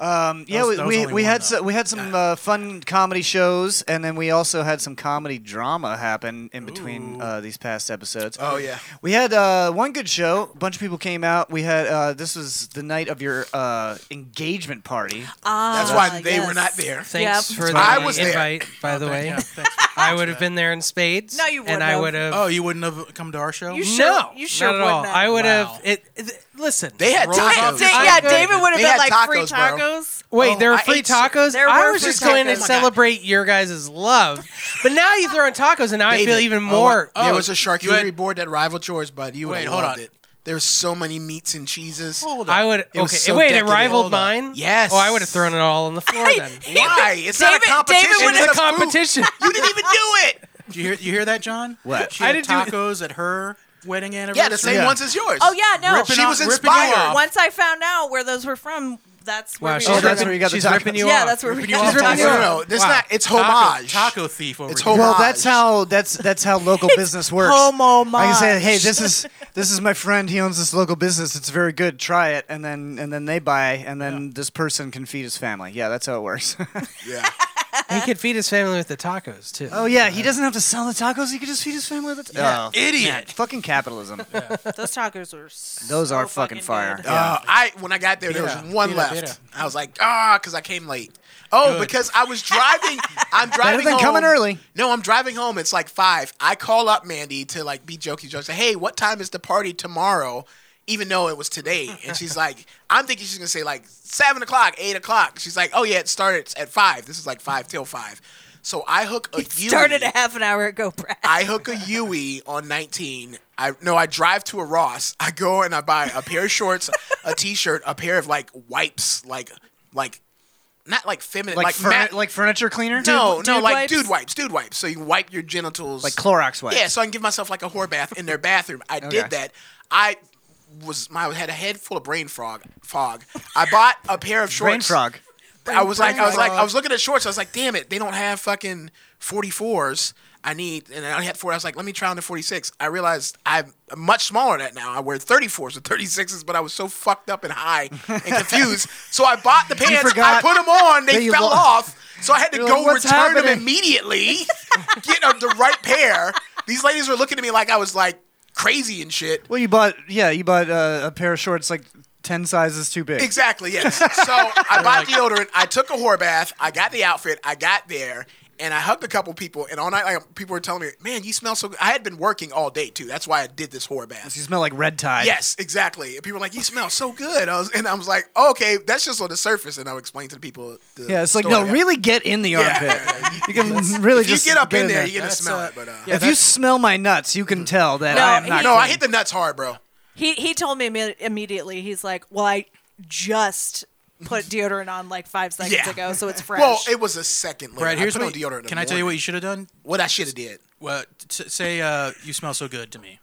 yeah,
was-
we,
that was
we,
only
we
one,
had
though.
so, we had some uh, fun comedy shows, and then we also had some comedy drama happen in between uh, these past episodes.
Oh, yeah.
we had uh, one good show. A bunch of people came out. We had uh, this was the night of your uh, engagement party.
"Ah,
That's why they were not there.
Thanks for the
I was there. Oh,
invite, by the way.
Yeah, thanks.
I would have been there in spades.
No, you
And
wouldn't
I
have.
would have.
Oh, you wouldn't have come to our show?
Oh,
You sure?
no,
you sure
not at all.
wouldn't have.
I would
Wow.
have. It, it- listen,
They had
rolls
tacos.
off the
Da-
tongue.
yeah,
Good.
David would have
They
been
had
like free
tacos, bro.
tacos.
Wait, there
Oh,
were
I
free
ate-
tacos.
there
I
were
was
free
just going to
tacos. Oh my God.
celebrate your guys' love, but now you throw in tacos, and now I feel
David,
even more.
Oh, there
Oh,
was a
you
charcuterie
had-
board that rivaled yours, bud. You would
Wait,
have
hold
loved
on.
it. There's so many meats and cheeses.
Hold
I
on.
would.
It was
okay,
so
wait,
decadent.
it rivaled
Hold on.
mine.
Yes.
Oh, I would have thrown it all on the floor then.
Why? It's not a
David- David
competition.
would
it's
It's a
food.
competition.
You didn't even do it.
Did you hear, you hear that, John?
What?
She
I
had
didn't do-
tacos at her wedding anniversary.
Yeah, the same
Yeah.
ones as yours.
Oh yeah, no.
Ripping
She
off-
was
ripping
inspired.
you off.
Once I found out where those were from, that's where
Wow,
we
she's
Oh,
were.
that's where you got the
she's
tacos.
ripping you
yeah,
off.
that's where we
Ripping you
got
off
the
on
No,
tacos.
the
no, no. That's
Wow.
not. It's
Taco,
homage.
taco thief over
It's
here.
Well,
homage.
that's how that's that's how local business works.
homage.
I can say, hey, this is this is my friend. He owns this local business. It's very good. Try it, and then and then they buy, and then this person can feed his family. Yeah, that's how it works.
Yeah.
he could feed his family with the tacos too.
oh yeah, he doesn't have to sell the tacos. He could just feed his family with it. Yeah.
Idiot.
fucking capitalism.
Those tacos are. So
Those are fucking fire.
good.
Uh, I when I got there, there
Beat
was
up,
one
beat up,
left.
beat
I was like, ah, because I came late. Oh,
Good.
because I was driving. I'm driving
than
home.
coming early.
No, I'm driving home. It's like five. I call up Mandy to like be jokey, jokey. Say, hey, what time is the party tomorrow? Even though it was today, and she's like, I'm thinking she's gonna say like seven o'clock, eight o'clock. She's like, oh yeah, it started at five. This is like five till five. So I hook a. Yui.
Started a half an hour ago, Brad.
I hook a Yui on 19. I no, I drive to a Ross. I go and I buy a pair of shorts, a t-shirt, a pair of like wipes, like like not like feminine,
Like
like,
furni-
mat-
like furniture
no,
cleaner.
dude-
no,
dude
like
wipes?
dude wipes, dude wipes. So you can wipe your genitals.
like Clorox wipes.
Yeah, so I can give myself like a whore bath in their bathroom. I
Okay.
did that. I was my had a head full of brain frog fog. I bought a pair of shorts.
Brain frog.
I was like, I was like, I was looking at shorts. I was like, damn it, they don't have fucking 44s. I need, and I only had four. I was like, let me try on the 46. I realized I'm much smaller than that now. I wear 34s or 36s, but I was so fucked up and high and confused. so I bought the pants. I
forgot
put them on.
that
They
you
fell
lo-
off. So I had to
You're
go
like, "What's
return them
happening?"
immediately. get uh, the right pair. These ladies were looking at me like I was like crazy and shit.
Well, you bought yeah, you bought uh, a pair of shorts like ten sizes too big.
Exactly, yes. So I bought deodorant. I took a whore bath. I got the outfit. I got there. And I hugged a couple people, and all night like, people were telling me, "Man, you smell so good." I had been working all day too. That's why I did this whore
You
bath.
smell like red tide.
Yes, exactly. And people were like, "You smell so good," I was, and I was like, oh, "Okay, that's just on the surface." And I would explain to the people. The
Yeah, it's like
story.
no, really get in the
Yeah.
armpit. You can really
If you
just
get up in there, you're gonna
That's,
smell
uh,
it. But uh,
if you smell my nuts, you can tell that
No,
I am
he-
not.
no, I
clean.
hit the nuts hard, bro.
He he told me imme- immediately. He's like, "Well, I just put deodorant on like five seconds
Yeah.
ago, so it's fresh."
Well, it was a second later.
Brad, here's
I put
what.
on deodorant. in the
Can I tell you what
morning.
you should have done?
What I should have did?
Well, t- say uh, you smell so good to me.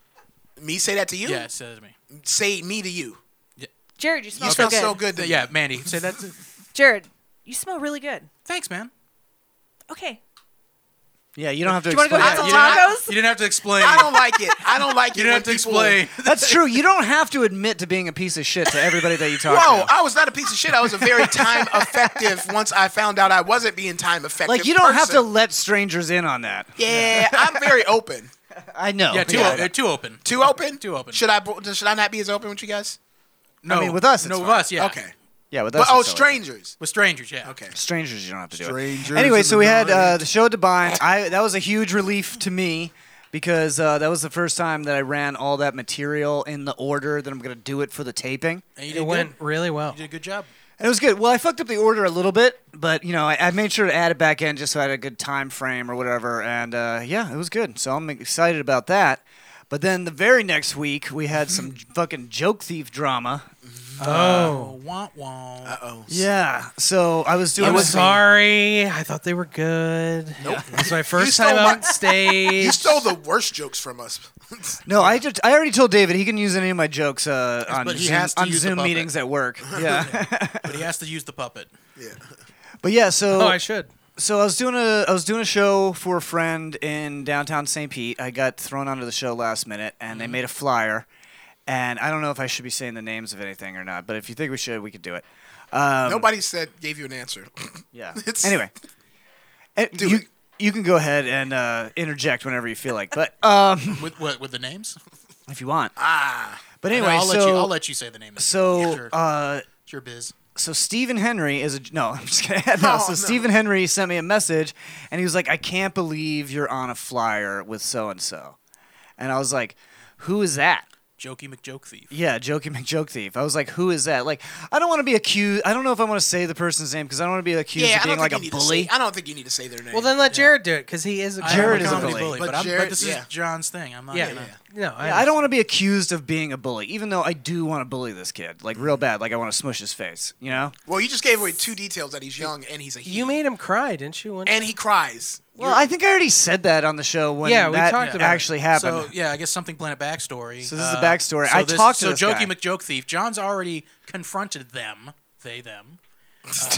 Me say that to you?
Yeah, say that to me.
Say me to you.
Jared, you smell
You smell
so good.
so good. To
Yeah, Mandy, say that. To-
Jared, you smell really good.
Thanks, man.
Okay,
Yeah, you don't have to.
do you want
Oh,
to go
explain
get
Yeah,
some
you don't-
tacos?
You didn't have to explain.
I don't like it. I don't like it.
you didn't
when
have to
people-
explain.
that. That's true. You don't have to admit to being a piece of shit to everybody that you talk
Whoa,
to.
I was not a piece of shit. I was a very time effective once I found out I wasn't being time effective.
Like you don't have to
person.
let strangers in on that.
Yeah, I'm very open.
I know.
Yeah, too, o- uh, too open.
Too open?
Too open.
Should I bo- should I not be as open with you guys?
No,
mean, with us, it's
No, with
fine.
us, yeah.
Okay.
Yeah, with
But
us
oh,
it's all right.
strangers.
With strangers, yeah.
Okay.
Strangers, you don't have to do
Strangers
it. Anyway,
in
so
the
we had uh,
night.
the show at Divine. I that was a huge relief to me because uh, that was the first time that I ran all that material in the order that I'm going to do it for the taping.
And you did
It went
Good.
really well.
You did a good job.
And it was good. Well, I fucked up the order a little bit, but you know, I, I made sure to add it back in just so I had a good time frame or whatever. And uh, yeah, it was good. So I'm excited about that. But then the very next week, we had some fucking joke thief drama.
Oh, wah, wah.
Yeah. So I was doing.
I'm
this-
sorry. I thought they were good. Nope. It was my first
stole
time
my-
on stage.
You stole the worst jokes from us.
No, I just I already told David he can use any of my jokes uh, on
but he
Zoom,
has to
on
use the
Zoom
puppet.
meetings at work. Yeah,
But he has to use the puppet.
yeah.
but yeah, so
oh, I should.
so I was doing a I was doing a show for a friend in downtown St. Pete. I got thrown onto the show last minute, and
Mm-hmm.
they made a flyer. And I don't know if I should be saying the names of anything or not, but if you think we should, we could do it. Um,
Nobody said gave you an answer.
Yeah.
It's-
anyway, Eh,
Do
you
it.
you can go ahead and uh, interject whenever you feel like, but um,
With what? With the names?
if you want. Ah. But
No,
anyway,
I'll
so
let you. I'll let you say the name. Of
so
sure.
uh,
it's your biz.
so Stephen Henry is a no. I'm just kidding. Oh, No, so
no.
Stephen Henry sent me a message, and he was like, "I can't believe you're on a flyer with so and so," and I was like, "Who is that?"
Jokey McJoke thief.
Yeah, Jokey McJoke Thief. I was like, "Who is that?" Like, I don't want to be accused. I don't know if I want to say the person's name because I don't want to be accused
Yeah,
of
I don't
being
think
like
you
a
need
bully.
To say, I don't think you need to say their name.
Well, then let Jared do it because he is a
Jared
I'm
is a
comedy
bully.
But,
But
I'm,
Jared-
but this
yeah.
is John's thing. I'm not.
Yeah.
Gonna,
No, I,
I don't want to be accused of being a bully, even though I do want to bully this kid, like real bad. Like I want to smush his face, you know?
well, you just gave away two details that he's young and he's a he.
You made him cry, didn't you? Once?
and he cries.
Well, I think I already said that on the show when
Yeah, we
that
talked about it.
actually happened.
So yeah, I guess something planet backstory.
So this is the backstory. I
this-
talked to
so
this
Jokey
guy.
McJoke thief. John's already confronted them. They them.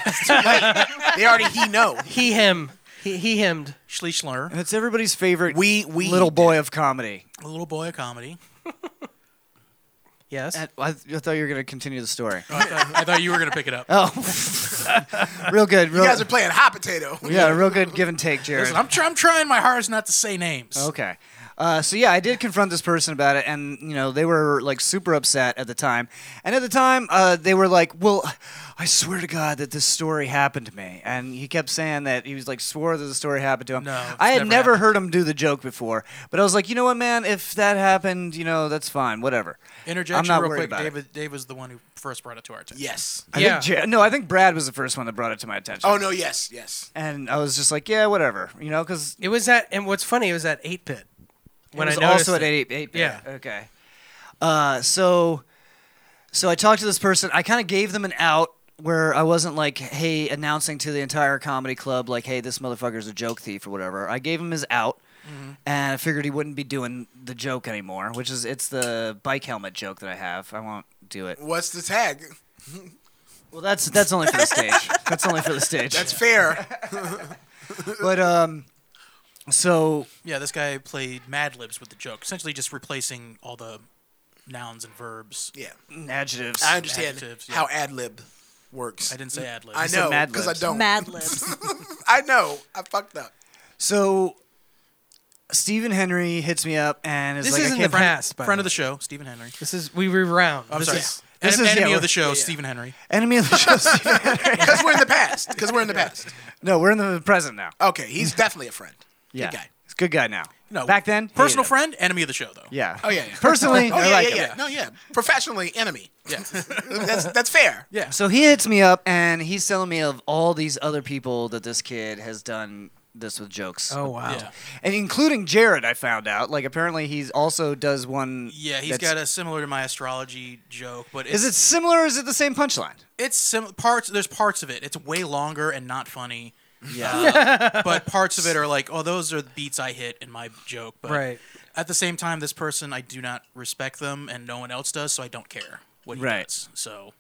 They already he know.
he him. He, he himmed.
Schleichler,
That's everybody's favorite
We- we
little
did.
boy of comedy.
a little boy of comedy.
Yes.
And I, I thought you were going to continue the story.
I thought, I thought you were gonna pick it up.
Oh. real good. Real,
You guys are playing hot potato.
yeah, real good give and take, Jared.
Listen, I'm, try- I'm trying my hardest not to say names.
Okay. Uh, so yeah, I did confront this person about it, and you know they were like super upset at the time. And at the time, uh, they were like, "Well, I swear to God that this story happened to me." And he kept saying that he was like swore that the story happened to him.
No, it's
I had
never
never
happened.
heard him do the joke before, but I was like, "You know what, man? If that happened, you know that's fine, whatever."
Interjection
I'm not
real
worried
quick.
about it.
David, Dave was the one who first brought it to our attention.
Yes.
I
Yeah.
think Ja- no, I think Brad was the first one that brought it to my attention.
Oh no. Yes. Yes.
And I was just like, "Yeah, whatever," you know, because
It was at, and what's funny, it was at 8 Pit. When
it was
I noticed
also at
it.
eight, eight bit.
Yeah.
Okay. Uh, so, so I talked to this person. I kind of gave them an out where I wasn't like, hey, announcing to the entire comedy club, like, hey, this motherfucker's a joke thief or whatever. I gave him his out.
Mm-hmm.
And I figured he wouldn't be doing the joke anymore, which is it's the bike helmet joke that I have. I won't do it.
What's the tag?
Well, that's that's only for the stage. That's only for the stage.
That's fair.
but um, so
Yeah, this guy played Mad Libs with the joke, essentially just replacing all the nouns and verbs.
Yeah,
adjectives.
I understand
Adjectives, yeah.
how ad lib works.
I didn't say ad libs.
I know
Mad
because I
Libs.
don't.
Mad Libs.
I know. I fucked up.
So Stephen Henry hits me up and is
This
like,
isn't
I can't
the
find-
past, by
Friend of
the
the show, Stephen Henry.
This is we reround.
I'm
this
sorry.
Is,
this
This
is-
enemy
yeah,
of
we're-
the show, Stephen Henry.
enemy of the show. Stephen-
Because we're in the past. Because we're in the past.
no, we're in the present now.
Okay, he's definitely a friend.
yeah,
Good guy.
He's a good guy now.
No,
back then,
personal
hated him.
friend, enemy of the show though.
Yeah.
Oh yeah. yeah.
Personally,
Oh
I
yeah,
like
yeah,
him.
yeah. No, yeah. Professionally, enemy. Yeah. that's that's fair.
Yeah.
So he hits me up and he's telling me of all these other people that this kid has done this with jokes.
oh wow.
Yeah.
And including Jared, I found out. Like apparently he's also does one.
Yeah,
he
he's got a similar to my astrology joke, but it's,
Is it similar? or Is it the same punchline?
it's sim- parts. There's parts of it. It's way longer and not funny, Uh,
Yeah.
but parts of it are like, oh, those are the beats I hit in my joke. But
Right.
at the same time, this person I do not respect them, and no one else does, so I don't care what he
Right.
does. So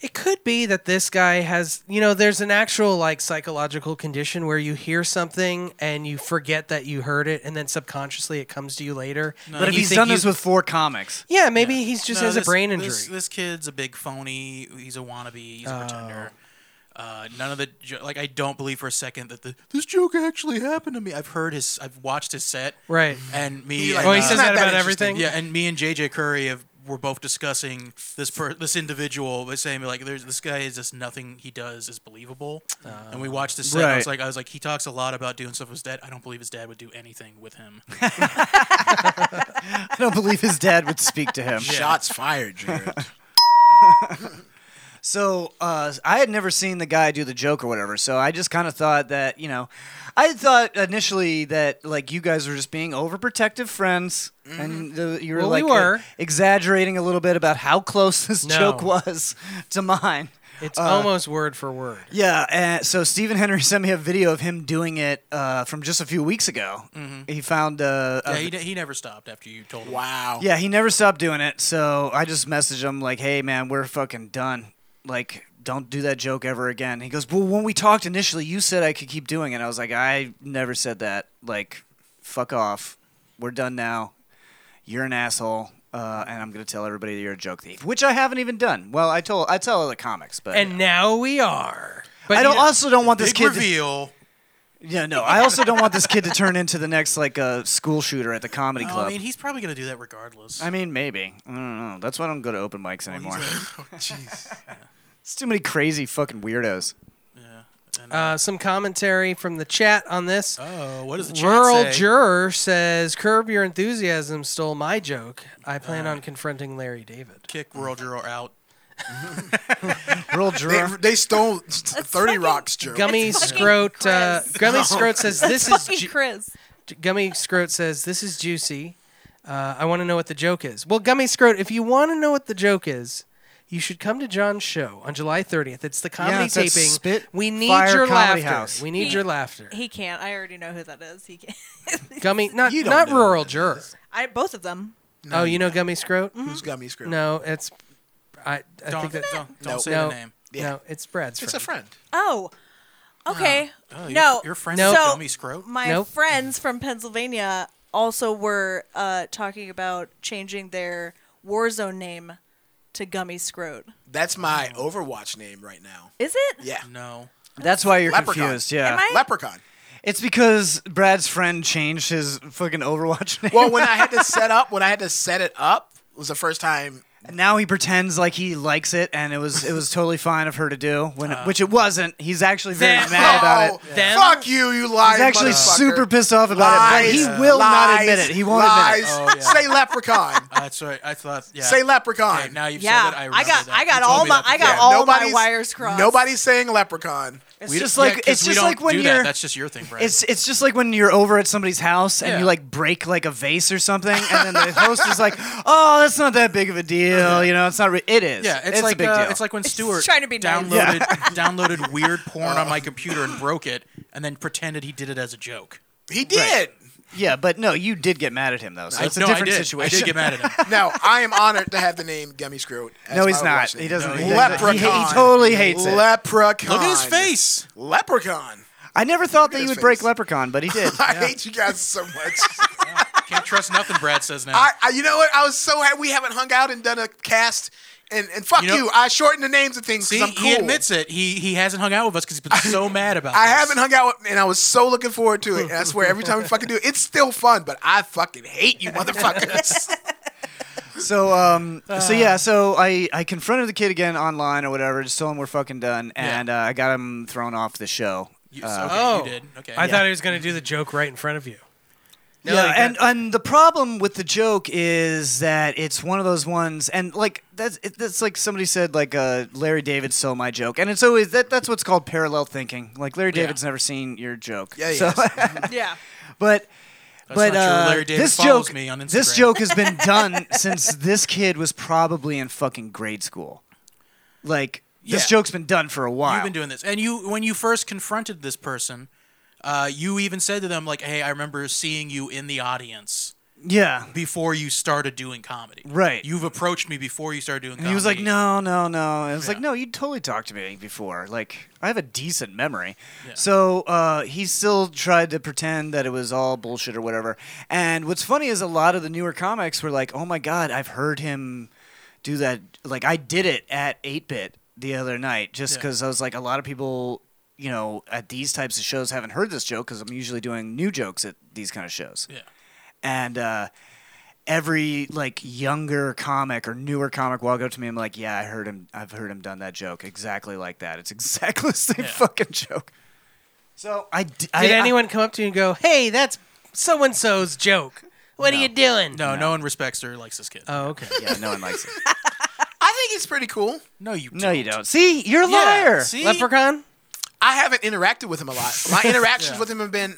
It could be that this guy has, you know, there's an actual like psychological condition where you hear something and you forget that you heard it, and then subconsciously it comes to Uh, you later.
but if he's done this with four comics,
yeah, maybe he's just
No,
has
this-
a brain injury.
This, this kid's a big phony. He's a wannabe. He's a pretender.
Oh.
Uh, none of the jo- like. I don't believe for a second that the, this joke actually happened to me. I've heard his. I've watched his set.
Right.
And me.
He, like,
and, uh,
oh, he
It's
says
not
that
that
about
interesting.
everything.
Yeah, and me and JJ Curry have were both discussing this per, this individual, but saying like, "There's this guy is just nothing he does is believable." and we watched this. Set, and I was
Right.
like, I was like, he talks a lot about doing stuff with his dad. I don't believe his dad would do anything with him.
I don't believe his dad would speak to him.
Shots fired, Jared.
So uh, I had never seen the guy do the joke or whatever. So I just kind of thought that you know, I thought initially that like you guys were just being overprotective friends, and the, you were
Mm-hmm. Well, we
like uh,
were.
exaggerating a little bit about how close this
No.
joke was to mine.
it's almost word for word.
Yeah, and so Stephen Henry sent me a video of him doing it uh, from just a few weeks ago.
Mm-hmm.
He found uh, a
yeah, he, ne- he never stopped after you told him.
Wow.
yeah, he never stopped doing it. So I just messaged him like, "Hey, man, we're fucking done. Like, don't do that joke ever again." He goes, "Well, when we talked initially, you said I could keep doing it." I was like, "I never said that. Like, fuck off. We're done now. You're an asshole." Uh, and I'm gonna tell everybody that you're a joke thief, which I haven't even done. Well, I told I tell other comics, but
And now we are. But
I don't,
yeah,
also don't want this
Big
kid. To,
reveal.
yeah, no, I also don't want this kid to turn into the next like uh, school shooter at the comedy
No,
club.
Oh, I mean, he's probably gonna do that regardless.
I mean, maybe. I don't know. That's why I don't go to open
Oh,
mics anymore. it's too many crazy fucking weirdos.
uh, some commentary from the chat on this.
oh, what does the chat
Rural
say?
juror says, "Curb your enthusiasm stole my joke. I plan on confronting Larry David."
Kick rural juror out.
Real
They,
jerk.
they stole Thirty Rock's jerk.
Gummy
fucking
Scroat. Uh,
Chris.
Gummy Scroat says, "This is
Fucking
ju-
Chris.
Gummy Scroat says this is juicy. Uh, I want to know what the joke is." Well, Gummy Scroat, if you want to know what the joke is. You should come to John's show on July 30th. It's the comedy
it's that
taping.
spit
we need
fire
your
comedy
laughter.
house.
We need
He-
your laughter.
He can't. I already know who that is. He can't.
Gummy, not
You don't
not
know what
rural
it
juror.
I both of them.
oh, you know Gummy Scroat?
Mm-hmm.
Who's Gummy Screw?
No, it's I. I
Don't
think that,
don't, don't
Nope.
say
no,
the name.
Yeah.
no, it's Brad's friend.
It's a friend.
Oh. Okay.
Oh, your-
no.
your friend
Nope.
is
So-
Gummy Scroat.
my
Nope.
friends from Pennsylvania also were uh, talking about changing their war zone name to Gummy Scroat.
That's my Overwatch name right now.
Is it?
Yeah.
No.
That's why you're
Leprechaun.
confused. Yeah.
Am I-
Leprechaun.
It's because Brad's friend changed his fucking Overwatch name.
Well, when I had to set up, when I had to set it up, was the first time.
now he pretends like he likes it, and it was it was totally fine of her to do, when which it wasn't. He's actually very
That-
mad about it.
Oh,
Them?
Fuck you, you lying
He's actually
motherfucker.
super pissed off about it, but he
Lies,
will not
lies,
admit it. He won't
lies.
admit it.
Oh, yeah.
Say Leprechaun.
That's right. I thought. Yeah.
Say Leprechaun.
Okay, now you've
Yeah,
said it. I,
I got-
remember that.
I got
You told
all
me
my-
that
I got
before.
all- my wires crossed.
Nobody's saying Leprechaun.
It's
We-
just
yeah,
like
'cause
it's
we
just
don't
like when
do
you're
That. That's just your thing, Brad.
It's it's just like when you're over at somebody's house and you
Yeah.
like break like a vase or something, and then the host is like, "Oh, that's not that big of a deal," you know. It's not. Re- it is.
yeah, it's,
a
like
big
uh,
deal.
it's like when Stuart
trying to be nice.
downloaded downloaded
Oh.
weird porn on my computer and broke it, and then pretended he did it as a joke.
He did.
Yeah, but no, you did get mad at him though, so it's a
no,
different
I did.
situation.
I did get mad at him.
Now, I am honored to have the name Gummy Screwed. as
no, he's
my
not.
watch name.
He doesn't.
No,
he
he
doesn't.
Leprechaun.
He, ha- he totally hates it.
Leprechaun.
Look at his face.
Leprechaun.
I never thought that
at
you would
his
break
face.
Leprechaun, but he did.
I hate you guys so much.
Can't trust nothing Brad says now.
I, I, you know what? I was so happy we haven't hung out and done a cast. And, and fuck you,
You know-
I shortened the names of things
See,
because I'm cool.
he admits it. He he hasn't hung out with us because he's been so mad about.
I
this.
haven't hung out, with, and I was so looking forward to it. And I swear, every time we fucking do it, it's still fun. But I fucking hate you, motherfuckers.
So um
Uh.
so yeah, so I I confronted the kid again online or whatever, just told him we're fucking done, and uh, I got him thrown off the show.
You,
Uh,
okay,
Oh,
you did. Okay.
I thought he was going to do the joke right in front of you. No,
yeah,
like
and,
that-
and the problem with the joke is that it's one of those ones, and like that's it, that's like somebody said like uh, Larry David stole my joke, and it's always that that's what's called parallel thinking. Like Larry David's never seen your joke.
Yeah, he
So-
Yeah.
but but
not true.
uh,
Larry David
this
follows
joke
me on
this
Instagram.
joke has been done since this kid was probably in fucking grade school. Like this
Yeah.
joke's been done for a while.
You've been doing this, and you when you first confronted this person, uh, you even said to them like, "Hey, I remember seeing you in the audience
yeah.
before you started doing comedy.
Right.
You've approached me before you started doing comedy."
And he was like, "No, no, no." And I was like, "No, you totally talked to me before. Like, I have a decent memory." So uh, he still tried to pretend that it was all bullshit or whatever. And what's funny is a lot of the newer comics were like, "Oh my god, I've heard him do that. Like, I did it at Eight Bit the other night, just
Yeah.
because I was like, a lot of people." You know, at these types of shows, haven't heard this joke because I'm usually doing new jokes at these kind of shows
Yeah.
and uh, every like younger comic or newer comic will go to me and be like, "Yeah, I heard him. I've heard him done that joke exactly like that. It's exactly the same
Yeah.
fucking joke." So I d- I-
Did
I-
anyone come up to you and go, "Hey, that's so and so's joke. What are you doing?"
No, no, one respects or likes this kid.
Uh,
Oh, okay.
yeah, no one likes it.
I think it's pretty cool.
no, you.
No, you don't. See, you're a
Yeah,
liar.
see?
Leprechaun.
I haven't interacted with him a lot. My interactions with him have been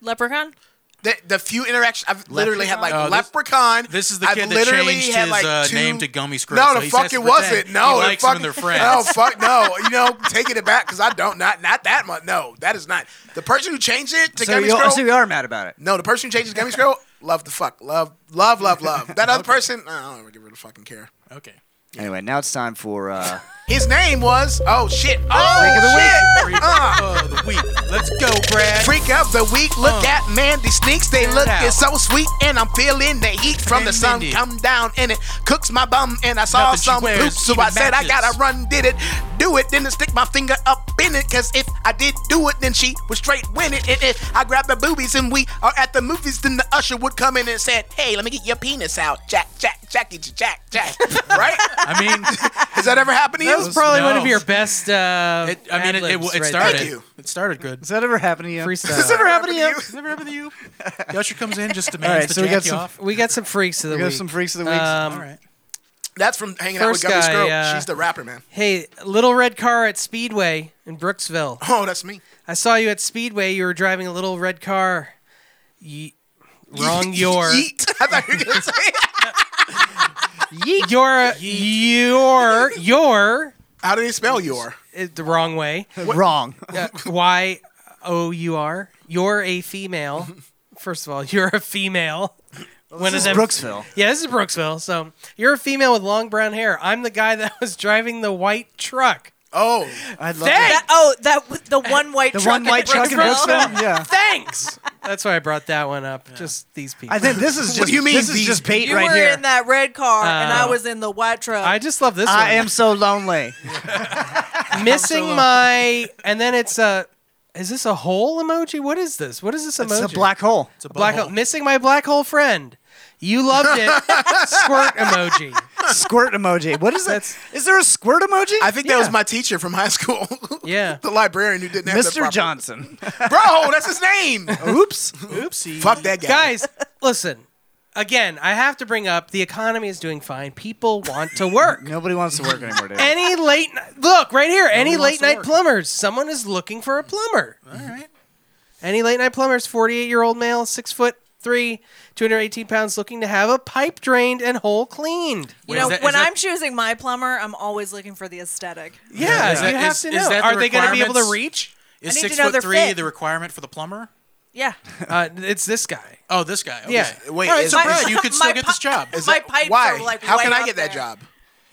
Leprechaun?
the, the few interactions I've literally had like
Leprechaun? Oh, this-
leprechaun.
This is the
I've
kid that
literally
changed
had
his
like
uh,
two-
name to Gummy Scrooge.
No,
so
the
he
fuck
has to
it wasn't.
pretend
No,
he
the
likes
fuck,
him and they're
No,
friends.
fuck no. You know, taking it back because I don't not not that much. No, that is not the person who changed it to
So,
Gummy
you,
Scroll.
so you are mad about it.
no, the person who changed it to Gummy Scroll. Love the fuck. Love love love love. That other person. uh, I don't really give a fucking care.
okay.
Anyway, now it's time for uh,
His name was oh shit oh
Freak of the
shit
Freak of the week. Let's go, Brad.
freak of the week. Look
Uh.
at man these sneaks they
Check it
look
out.
it's so sweet and I'm feeling the heat from the
And
sun
Mindy.
come down and it cooks my bum and I saw
Nothing she
some
wears
blue so
even
I said I
matches.
gotta run did it do it then I stick my finger up in it cause if I did do it then she would straight win it and if I grabbed the boobies and we are at the movies then the usher would come in and said hey let me get your penis out Jack Jack Jack get your Jack Jack right
I mean,
has that ever happened to you
That was probably one of
No.
your best. Uh,
it, I mean, it, it,
ad-libs
it
right
started.
Thank you.
It started good.
Does that ever happen to you?
there.
Does that
freestyle.
ever happen to you?
Has ever happened to you? The usher comes in just
All
demands
right,
the
so we got
jack you
some-
off.
We got some freaks of the
We got
week.
some freaks of the weeks.
Um,
All right.
that's from hanging
First
out with Gummy
guy,
Scrope
uh,
she's the rapper man
Hey, little red car at Speedway in Brooksville.
oh that's me
I saw you at Speedway. You were driving a little red car. Ye- wrong your
Yeet. I thought you were gonna say
your your your
How do they spell your?
uh, the wrong way.
Wrong.
Uh, Y O U R. You're a female. First of all, you're a female. One of them-
Brooksville.
Yeah, this is Brooksville. So you're a female with long brown hair. I'm the guy that was driving the white truck.
Oh,
I'd love
Thanks.
That, oh, that w- the one white
to. The
truck
one white truck in Brooksville. Yeah.
Thanks. That's why I brought that one up. Just these people.
I
I,
think this is just
do you mean,
this is
these
just bait
You
right
were
here. Oh.
in that red car, and I
Uh,
was in the white truck.
just love this one.
I am so lonely.
missing my and then it's a is this a hole emoji what is this what is this emoji
It's a black hole.
It's a
black hole missing my black hole friend you loved it squirt emoji
squirt emoji. What is that?
That's-
Is there a squirt emoji?
I think that was
Yeah.
my teacher from high school.
Yeah.
the librarian who didn't have the
Mr.
proper-
Johnson.
Bro, that's his name.
Oops.
Oopsie.
Fuck that guy.
guys listen again i have to bring up the economy is doing fine people want to work
Nobody wants to work anymore, dude.
any late night look right here any
wants
late
to
night
work.
plumbers someone is looking for a plumber
All right.
Any late night plumbers, 48 year old male, 6 foot 3, 218 pounds, looking to have a pipe drained and hole cleaned.
you
Wait,
know,
is that-
when
is that-
I'm choosing my plumber, I'm always looking for the aesthetic.
Yeah,
Is that-
you have
is-
to
is
know.
that the
Are they going to be able to
requirements?
reach?
Is
need
six
to know
foot
their
three
fit.
the requirement for the plumber?
Yeah.
Uh, it's this guy.
Oh, this guy. Okay.
Yeah.
Wait,
All right,
is-
so
My-
Brad, you could still
my
get this job
Is
My
it-
pipes
why?
are, like,
How can
way
I
up
get that
there.
job?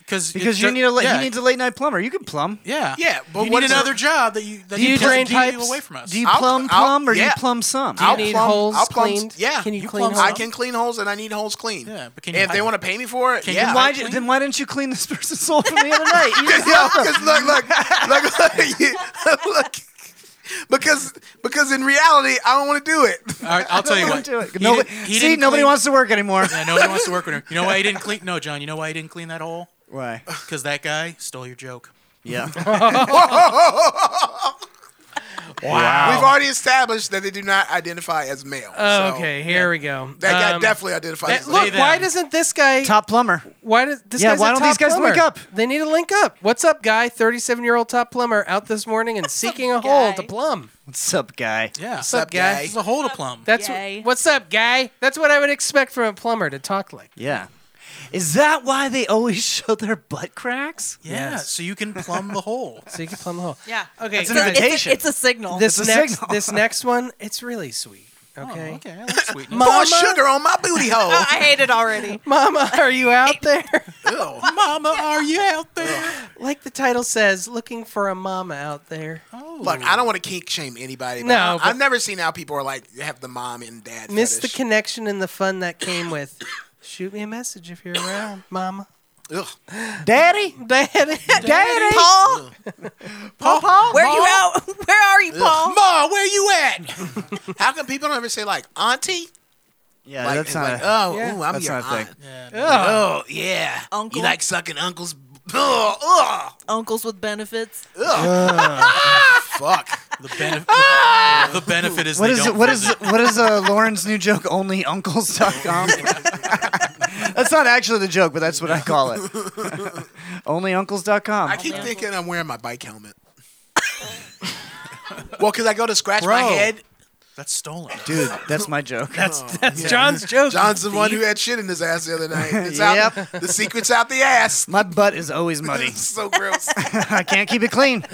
because
because you need a la-
yeah,
he needs a late night plumber. You can plum.
yeah
Yeah, but
you
what
need
is
another
it-
job that you that
Do you
pulls
drain
keep you
pipes?
away from us.
Do you
I'll-
plum
I'll-
plum or do you
yeah.
plum some?
you
I'll
need
plumb-
holes
I'll plumb-
cleaned?
Yeah,
Can you,
You
clean
plumb
holes?
I can clean holes and I need holes clean.
Yeah, but can
And
you
if they
pipe-
want to pay me for it,
Can you
yeah.
Then why, did- then why didn't you clean this person's hole from the other night? You just
yeah, because look, look, look, look, you- look, because because in reality, I don't want to do it.
All right, I'll tell you
don't
what.
do it.
He
Nobody,
didn't- he
see,
didn't
nobody
clean-
wants to work anymore.
Yeah, nobody wants to work with him. You know why he didn't clean? No, John. You know why he didn't clean that hole?
Why?
Because that guy stole your joke.
Yeah.
We've already established that they do not identify as male.
Oh,
so
okay, here we go.
that guy
Um,
definitely identifies.
that-
as
look,
male.
why
them.
doesn't this guy?
Top plumber.
why does this?
Yeah,
guy's
why
a
don't
top
these guys
plumber.
link up?
They need to link up. What's up, guy? Thirty-seven-year-old top plumber out this morning and seeking a hole
guy?
to plum.
What's up, guy?
Yeah.
What's up, guy?
It's a hole to plumb.
That's
Yay.
what's up, guy. That's what I would expect from a plumber to talk like.
Yeah. Is that why they always show their butt cracks?
yeah. So you can plumb the hole.
So you can plumb the hole.
Yeah.
Okay.
That's an
guys,
invitation.
It's a, it's a signal.
this
It's a
next
signal.
this next one, it's really sweet. Okay.
Oh, okay. I like sweetness.
Pour
Mama,
sugar on my booty hole.
I hate it already.
mama, are you out there?
Ew.
Mama, are you out there?
like the title says, looking for a mama out there.
Look, I don't want to kink shame anybody. but
Oh. No,
I-
but-
I've never seen how people are like have the mom and dad.
Miss the
fetish.
connection and the fun that came with. Shoot me a message if you're around, mama.
Ugh.
Daddy?
Daddy.
Daddy?
Paul,
Papa?
where you out? Where are you, Paul?
Ma, where you at? how come people don't ever say like auntie?
Yeah,
Like,
that's
it's
not
like,
a-
oh,
yeah.
ooh, I'm
that's
your
not a thing.
aunt.
Ugh.
Oh yeah,
Uncle?
You like sucking uncle's? Ugh, ugh,
Uncles with benefits.
fuck.
The, benef- the, the benefit Ah! is
What
they
is
don't
what is
visit.
what is uh, Lauren's new joke? Only uncles.com. that's not actually the joke, but that's what I call it. Only uncles.com.
I keep thinking I'm wearing my bike helmet. well, because I go to scratch my
Bro.
head.
That's stolen.
Dude, that's my joke.
That's that's John's joke.
John's the one who had shit in his ass the other night. It's
Yep.
out, the secret's out the ass.
my butt is always muddy.
so gross.
I can't keep it clean.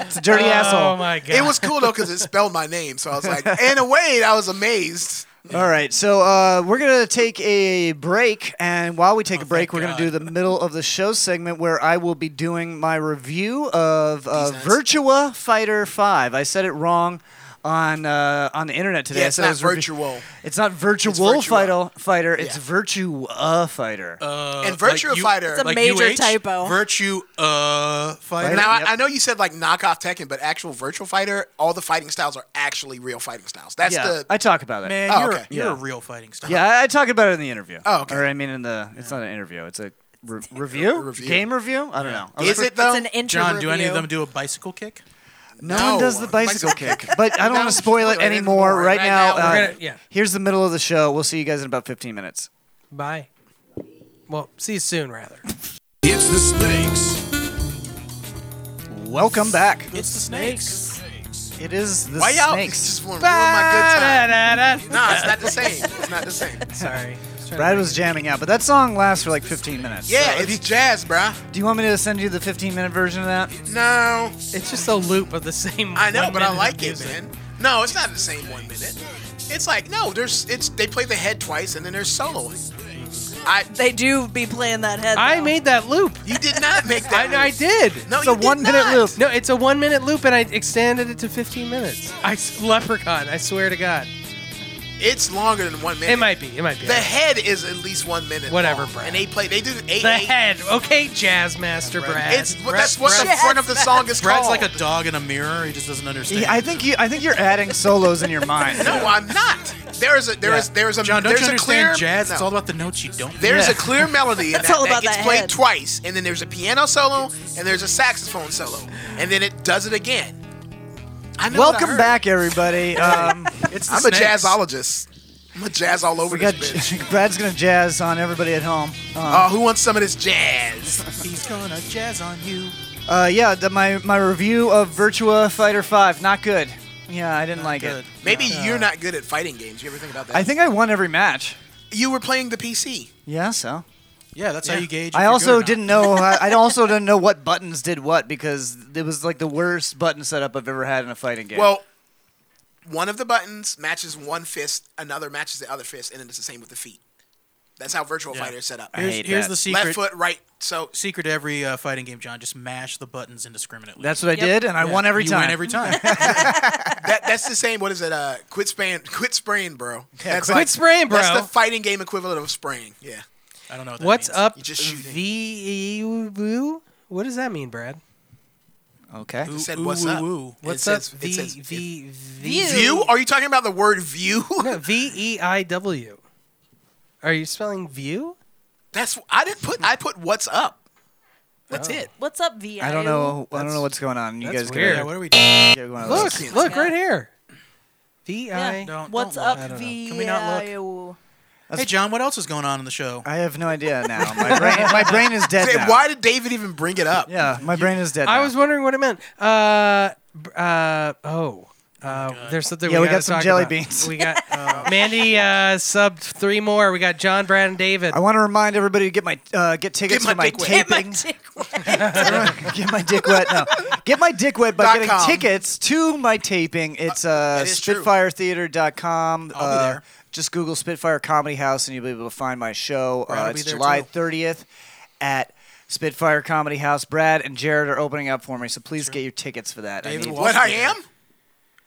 It's a dirty
Oh
asshole.
my god.
it was cool though because it spelled my name, so I was like, in a way, I was amazed.
All right, so uh, we're gonna take a break, and while we take
Oh,
a break, we're gonna
God.
do the middle of the show segment where I will be doing my review of uh, Virtua Fighter Five. I said it wrong on uh, on the internet today.
Yeah,
I
it's
said it
not
was revi-
virtual.
It's not Virtua,
Virtua.
Fighter. Fighter. It's
Yeah.
Virtua Fighter.
Uh,
and Virtua
like you-
Fighter.
It's a major
UH,
typo.
Virtue uh fighter.
now
Yep.
I, I know you said like knockoff Tekken, but actual Virtual Fighter, all the fighting styles are actually real fighting styles. That's
yeah,
the
I talk about it.
Man,
Oh,
you're
okay.
you're a
Yeah.
real fighting star.
Yeah, I, I talk about it in the interview.
Oh, okay.
Or I mean, in the it's not an interview. It's a re- review?
Review.
game review. I don't know. I
is
was
it though?
It's an intro
John, do any of
review.
them do a bicycle kick?
No, one does the
No.
bicycle kick, but I don't want
No,
to spoil it
spoil it
anymore.
anymore.
Right,
Right
now,
now, we're
uh,
gonna- yeah.
here's the middle of the show. We'll see you guys in about 15 minutes.
Bye. Well, see you soon, rather.
It's the snakes.
Welcome back.
It's the snakes.
It is the
Why y'all
snakes.
just want to ruin my
Da-da-da.
good time? Nah, it's not the same. It's not the same.
Sorry.
Brad was jamming out, but that song lasts for like 15 minutes.
Yeah, it's jazz, bruh.
Do you want me to send you the 15 minute version of that?
No,
It's just a loop of the same.
I know,
one
but I
minute
like
of
it,
music.
man. No, it's not the same one minute. It's like no, there's it's they play the head twice and then there's soloing. I
They do be playing that head.
I
though.
made that loop.
you did not make that.
I, I
move.
did.
No,
it's
you
a
did
one minute
not.
loop.
No, it's a one minute loop, and I extended it to 15 minutes. I s- leprechaun. I swear to God,
It's longer than one minute.
it might be. It might be.
The head is at least one minute.
Whatever,
long,
Brad.
And they play. They do eight.
The
eight-
head. Okay, jazz master Brad.
It's that's what the
Brad-
front of the song is
Brad's
called.
like a dog in a mirror. He just doesn't understand.
Yeah, I think you. I think you're adding solos in your mind.
no, I'm not. There is a there
Yeah.
is there is a
John, don't
there's
you
a
understand
clear
jazz? It's
no.
all about the notes you don't.
There's
Yeah.
a clear melody and that,
all
that
about
gets
that
played
head.
twice, and then there's a piano solo, and there's a saxophone solo, and then it does it again. I know what I
Welcome
heard.
back, everybody. Um,
It's the
I'm
snakes.
a jazzologist. I'm a jazz all over
we got
this bitch.
Brad's gonna jazz on everybody at home. Um,
Oh, who wants some of this jazz?
He's gonna jazz on you.
Uh, yeah, the, my my review of Virtua Fighter Five, not good. Yeah, I didn't like
Good.
it.
Maybe you're not good at fighting games. You ever think about that?
I think I won every match.
you were playing the PC.
Yeah, so
Yeah, that's how you gauge. if
I
you're good or
also
not.
didn't know. I I also didn't know what buttons did what because it was like the worst button setup I've ever had in a fighting game.
Well, one of the buttons matches one fist, another matches the other fist, and then it's the same with the feet. That's how Virtual
Yeah.
Fighter is set up.
I
Here's,
hate
here's
that.
the secret.
Left foot, right. So
Secret to every uh, fighting game, John. Just mash the buttons indiscriminately.
That's what I
Yep.
did, and I
Yeah,
won every
you
time.
Win every time.
that that's the same. What is it? Uh, quit spraying. Quit spraying, bro. That's
quit spraying, bro.
That's the fighting game equivalent of spraying. Yeah.
I don't know what that
What's
means.
up,
You just shooting.
V? E What does that mean, Brad?
okay.
Ooh,
said,
ooh,
"What's
ooh,
up?"
ooh.
What's
it
up,
says- it
V
says-
V V?
View.
View? Are you talking about the word view?
No, V E I W. Are you spelling
Oh,
view?
That's I didn't put. I put what's up. That's it.
What's up, VI?
I don't know. I don't know what's going on. You
that's
guys
weird.
Yeah,
gotta
what are we doing?
get one of those.
Look,
Yes.
look
Yeah.
right here. V
Yeah.
I.
Don't-
What's
don't look. I
up,
don't
VI?
know. Can we not Hey, John, what else is going on in the show?
I have no idea now. My brain, my brain is dead
Say,
now.
Why did David even bring it up?
Yeah, my brain is dead.
I
now.
was wondering what it meant. Uh, b- uh, oh. Uh, there's something
Yeah,
we,
we got
gotta
some
talk
jelly
about.
beans.
We got
Oh.
Mandy uh, subbed three more. We got John, Brad, and David.
I want to remind everybody to get my uh, get tickets
my
to my
dick wet. Get
taping. get my dick wet. No, get my dick wet by
Dot
getting
com.
tickets to my taping. It's uh,
that is true.
SpitfireTheater.com.
I'll be
uh,
there.
Just Google Spitfire Comedy House and you'll be able to find my show.
will
Uh,
be
it's
there,
July
too.
30th at Spitfire Comedy House. Brad and Jared are opening up for me, so please get your tickets for that. I
David
need-
Wall-
What I am?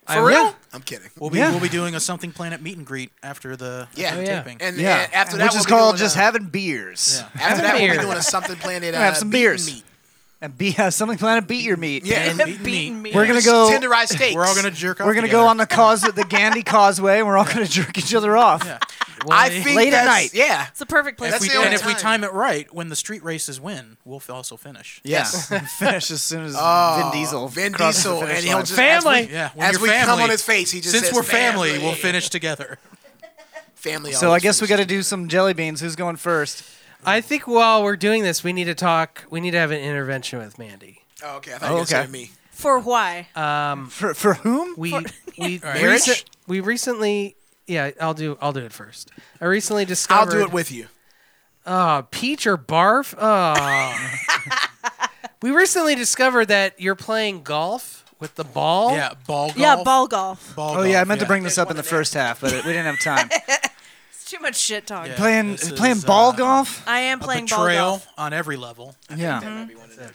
I
For
will.
real? I'm kidding.
We'll be
Yeah.
we'll be doing a something planet meet and greet after the
Yeah.
after
Oh,
yeah.
taping.
And,
yeah,
and after
which
that, we'll
is
be
called
doing
just
a-
having beers
uh, Yeah.
After that, we'll
beer.
be doing a something planet. Uh,
have some
beat
beers.
meat.
and be uh, something plan to beat your meat.
Yeah.
And meet and
Beating
meet.
me.
We're gonna go.
tenderized steaks.
We're all gonna jerk off.
We're gonna go
together.
on the cause the Gandhi Causeway, and we're all gonna jerk each other off.
Yeah.
I think
Late at
that's-
night.
Yeah.
It's the perfect place
That's
to
We-
the
do
only
and
it.
if we
time.
time it right, when the street races win, we'll f- also finish.
Yes. Oh,
And finish as soon as Vin Diesel.
Vin
crosses the
Diesel,
finish
and he'll
line.
just
Family.
As we,
Yeah, when
as
you're
we come
family-
on his face, he just
Since
says,
we're family,
family,
we'll finish together.
Family.
So I
always
guess we got
finishes.
to do some jelly beans. Who's going first?
I think while we're doing this, we need to talk. We need to have an intervention with Mandy.
Oh, okay. I thought you
Oh,
were saying
okay.
me.
For why?
Uh,
For for whom?
We we
Marriage?
recent- we recently. Yeah, I'll do. I'll do it first. I recently
I'll
discovered.
do it with you.
Uh, peach or barf? Oh. we recently discovered that you're playing golf with the ball.
Yeah, ball golf.
Yeah, ball golf.
Ball
Oh yeah, I
golf,
meant to bring this up in the first half, but we didn't have time.
It's too much shit talk.
Yeah.
playing
This
playing
is,
ball
uh,
golf.
I am playing ball
betrayal
golf.
on every level.
Yeah,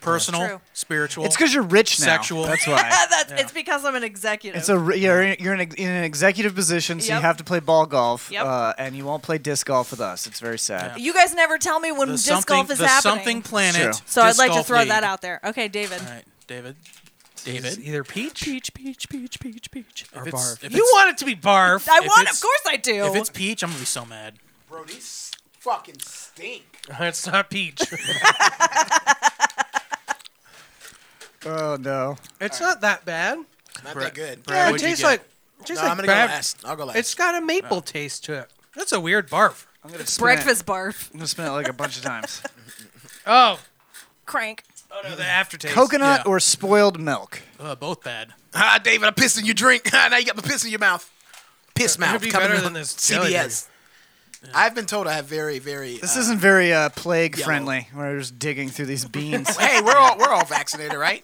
Personal,
True.
spiritual.
it's because you're rich now.
Sexual.
That's why.
That's, It's because I'm an executive.
It's a re- you're in, you're in, a, in an executive position, so
Yep.
you have to play ball golf,
Yep.
uh, and you won't play disc golf with us. It's very sad.
you guys never tell me when
the
disc
something,
golf is
the
happening.
something planet.
True.
so I'd
disc
like to
golf
throw
league.
that out there. Okay, David.
All right, David.
It's
David.
either peach
Peach, peach, peach, peach, peach.
or
If it's-
barf.
if
You
it's-
want it to be barf.
I
If
want,
it's-
of course I do.
If it's peach, I'm gonna be so mad.
Bro, these fucking stink.
it's not peach.
Oh no.
it's not that bad.
Not
Brad-
that good.
Brad,
it
what'd you
tastes
get?
like. It tastes
No, I'm
like
gonna
bad-
go last. I'll go last.
It's got a maple taste to it. That's a weird barf.
I'm gonna spin it.
Breakfast barf.
I'm gonna spin it like a bunch of times.
Oh,
Crank.
oh no, the aftertaste.
Coconut
Yeah.
or spoiled milk?
Uh, both bad.
ah, David, I pissed in your drink. Ah, now you got the piss in your mouth. Piss
It'd
mouth.
be
coming
better
out
than this jelly
CBS. I've been told I have very, very.
This
uh,
isn't very uh, plague
yellow.
friendly. We're just digging through these beans.
Hey, we're all we're all vaccinated, right?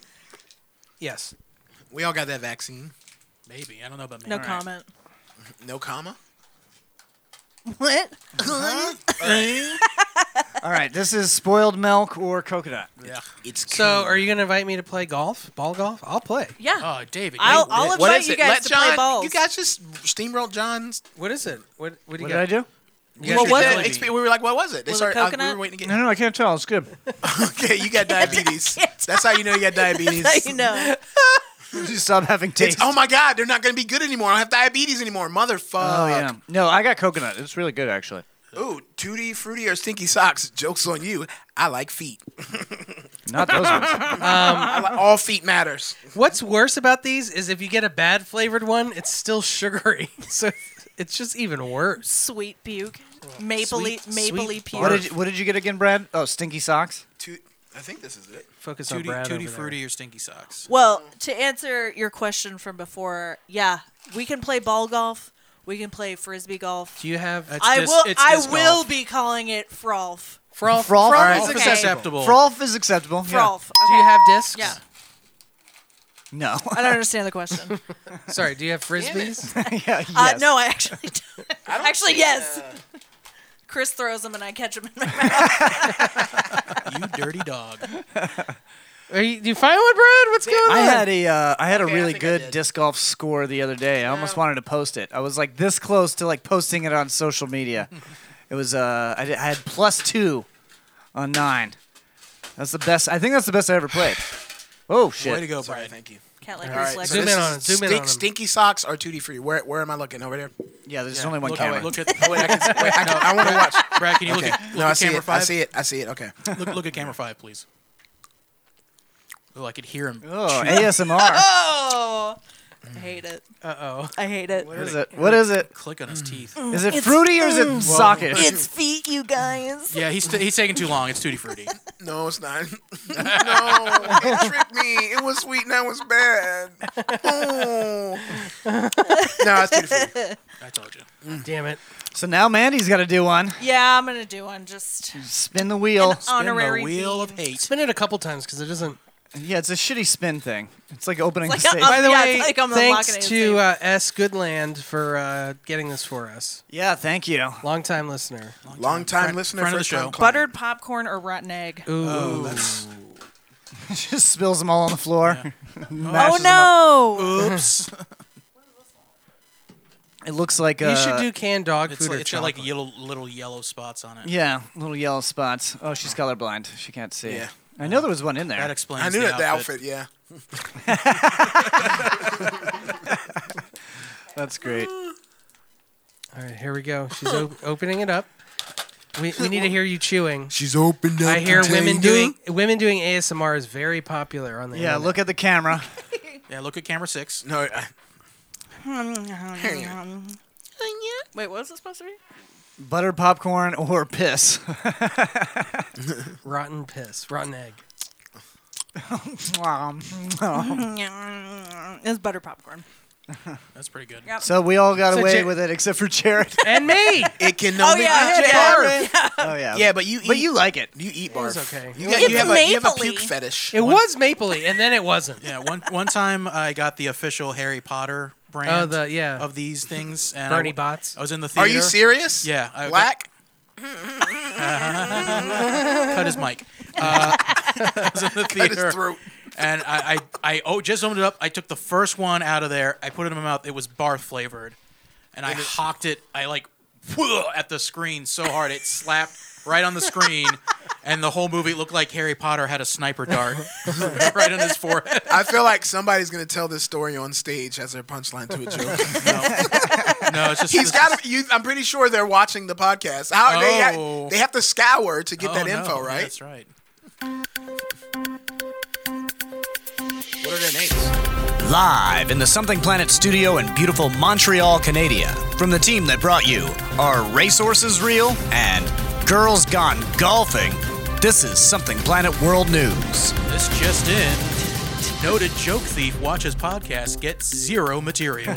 Yes.
We all got that vaccine.
Maybe I don't know about me.
No comment.
No comma.
What?
All right, this is spoiled milk or coconut.
Yeah.
It's
So, are you gonna invite me to play golf? Ball golf? I'll play.
Yeah.
Oh, David.
I'll,
you-
I'll
What
invite
is
you
it?
guys
Let
to
John,
play balls.
You guys just steamrolled John's.
What is it? What? What do you
What
got?
did I do?
You
Well,
got
what-
your
jelly
jelly
exp-
bean.
we were like, what was it? They
Was it
started. I- we
coconut?
were waiting to
No,
get.
no, I can't tell. It's good.
okay, you got diabetes. That's how you know you got diabetes.
you know.
Just stop having
It's,
taste.
oh my God, they're not going to be good anymore. I don't have diabetes anymore. Motherfuck.
Oh, yeah. No, I got coconut. It's really good actually.
Ooh, tutti frutti or stinky socks. Jokes on you. I like feet.
Not those ones.
I like, all feet matters.
What's worse about these is if you get a bad flavored one, it's still sugary. So it's just even worse.
Sweet puke. Mapley,
Sweet-
mapley
sweet
puke.
What did you, what did you get again, Brad? Oh, stinky socks.
Tu- I think this is it.
Focus on
Tutti,
Brad
tutti
over there.
frutti or stinky socks.
Well, to answer your question from before, yeah, we can play ball golf. We can play frisbee golf.
Do you have
That's-
I
It's
will.
disc- it's
I
disc
will
golf.
be calling it frolf.
Frolf?
Frolf? Frolf
All right.
is
Golf
okay.
is acceptable.
Frolf is acceptable. yeah.
Frolf.
Do you
okay.
have discs?
Yeah.
No.
I don't understand the question.
Sorry, do you have frisbees?
yeah, yes.
Uh, no, I actually don't. actually, yes. Chris throws them and I catch them in my mouth.
You dirty dog.
Are you, do you find one, Brad? What's going on?
I had a uh, I had
Okay,
a
I
really
think I
good
did.
disc golf score the other day. I almost wanted to post it. I was like this close to like posting it on social media. it was uh I, did- I had plus two on nine. That's the best. I think that's the best I ever played. Oh shit!
Way to go,
Sorry,
Brian.
thank you.
Can't let
All
Chris
right,
like
so
Zoom
this
in
is
on it, zoom in
stink-
on 'em.
Stinky socks are tutti free. Where where am I looking over there?
Yeah, there's only one
look,
camera.
Look at, oh, wait, I can,
Wait, I, can- I want to watch.
Brad, can you look at, look
No,
at
I see
camera
it.
five?
I see it. I see it. Okay.
Look, look at camera five, please. Oh, I could hear him.
Oh, ASMR.
Oh, I hate it.
Uh oh.
I hate it.
what is it? What is it?
click on his teeth.
Is it fruity or is it socket?
It's feet, you guys.
Yeah, he's, he's taking too long. It's tutti frutti.
No, it's not. no, it tricked me. It was sweet. Now it's bad. Oh. no, it's tutti free.
I told you.
Damn it.
So now Mandy's got to do one.
Yeah, I'm gonna do one. Just
Mm. Spin the wheel.
honorary
Spin the wheel
bean.
of hate.
Spin it a couple times because it doesn't.
Yeah, it's a shitty spin thing. It's like opening
It's
a
like
safe.
a-
By the
Oh, Yeah,
way,
it's like I'm
thanks
unlocking it,
to
see.
uh, S. Goodland for uh, getting this for us.
yeah, thank you.
Long time listener.
Long time listener,
friend of the
first
show.
time client.
buttered popcorn or rotten egg.
Ooh.
Just spills them all on the floor.
Oh
Mashes them up.
no!
Oops.
It looks like
you
uh,
should do canned dog
it's
food
like,
or
it's got like
chocolate.
yellow, little yellow spots on it.
Yeah, little yellow spots. Oh, she's colorblind. She can't see.
Yeah.
I know there was one in there.
That explains
I knew
the
that the
outfit.
outfit. Yeah.
That's great.
All right, here we go. She's op- opening it up. We, we need to hear you chewing.
She's opened up.
I hear women doing women doing ASMR is very popular on the
Yeah, look at the camera.
Yeah, look at camera six.
No, I,
Wait, what was it supposed to be?
Butter popcorn or piss.
rotten piss, rotten egg.
Mm, It's butter popcorn.
That's pretty good.
Yep.
so we all got
So
away
Jer-
with it except for Jared.
And me.
it can
Oh,
only
yeah,
be
yeah.
Jared.
oh yeah.
Yeah, but you eat,
But you like it.
you eat barf.
It's okay.
You, got, you,
It's
have a, you have a
maple-y.
puke fetish.
It was mapley, and then it wasn't.
Yeah, one one time I got the official Harry Potter brand
Oh, the yeah.
of these things. And
Bernie
I,
bots.
I was in the
Are
theater.
you serious?
Yeah, I-
Black.
Cut his mic. Uh, I was in the
Cut
theater.
his throat.
and I, I, I oh, just opened it up. I took the first one out of there. I put it in my mouth. It was barf flavored, and I hawked it. I like at the screen so hard it slapped right on the screen, and the whole movie looked like Harry Potter had a sniper dart right on his forehead.
I feel like somebody's gonna tell this story on stage as their punchline to a joke.
No, it's just
He's got. to You, I'm pretty sure they're watching the podcast. How they
Oh.
ha- they have to scour to get
Oh,
that
no.
info,
Yeah,
right?
that's right.
What are their names?
Live in the Something Planet studio in beautiful Montreal, Canada, from the team that brought you Are Racehorses Real? and Girls Gone Golfing, this is Something Planet World News.
This just in. Noted joke thief watches podcast gets zero material.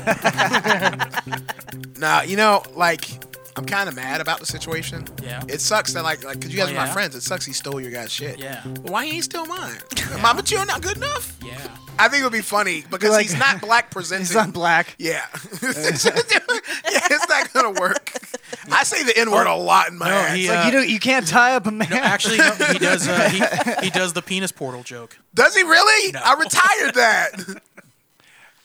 Nah, you know, like I'm kind of mad about the situation.
Yeah.
It sucks that like like cause you guys
Oh,
are
yeah?
my friends. It sucks he stole your guys' shit.
Yeah.
But why he ain't steal mine? My material not good enough.
Yeah.
I think it would be funny because
Like-
he's not black presenting.
He's not black.
Yeah. yeah, it's not gonna work. I say the N word a lot in my
No,
ads.
he,
It's like you
uh,
do you can't tie up a man.
Actually, no, he does. Uh, he, he does the penis portal joke.
Does he really?
No.
I retired that.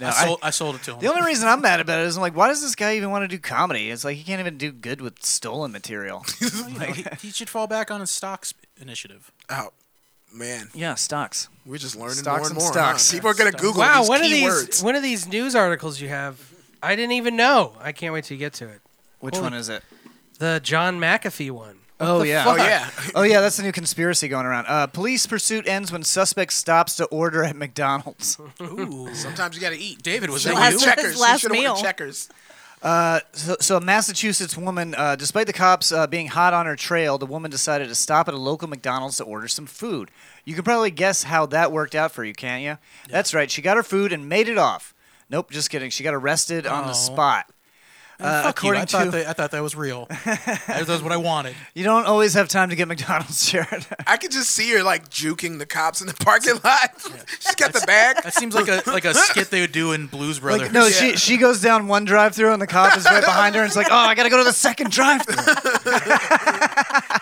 No,
I
I-
sold, I, sold it to him.
the only reason I'm mad about it is I'm like, why does this guy even want to do comedy? It's like he can't even do good with stolen material.
No, he, he should fall back on his stocks initiative.
oh man,
yeah, stocks.
we're just learning
Stocks
more and
and
more.
stocks.
Huh? People are gonna Google
wow,
these
one of
key
these
words.
one of these news articles you have, I didn't even know. I can't wait till you get to it.
Which
Holy-
one is it?
The John McAfee one.
Oh yeah.
oh yeah.
Oh yeah, that's the new conspiracy going around. Uh, police pursuit ends when suspect stops to order at McDonald's.
Sometimes you gotta eat.
David, was
She
that
Last-
wanted
you?
his check-
checkers.
last
she should have
meal.
ordered checkers.
So, so a Massachusetts woman, uh, despite the cops uh, being hot on her trail, the woman decided to stop at a local McDonald's to order some food. You can probably guess how that worked out for you, can't you? That's right. She got her food and made it off. Nope, just kidding. She got arrested on the
Oh.
spot.
Fuck
Uh,
you.
according
I thought
to
that, I thought that was real. that was what I wanted.
you don't always have time to get McDonald's, Jared.
I could just see her like juking the cops in the parking lot. She's got the bag.
That seems like a like a skit they would do in Blues Brothers.
Like, no, she she goes down one drive through and the cop is right behind her and it's like, oh, I gotta go to the second drive through.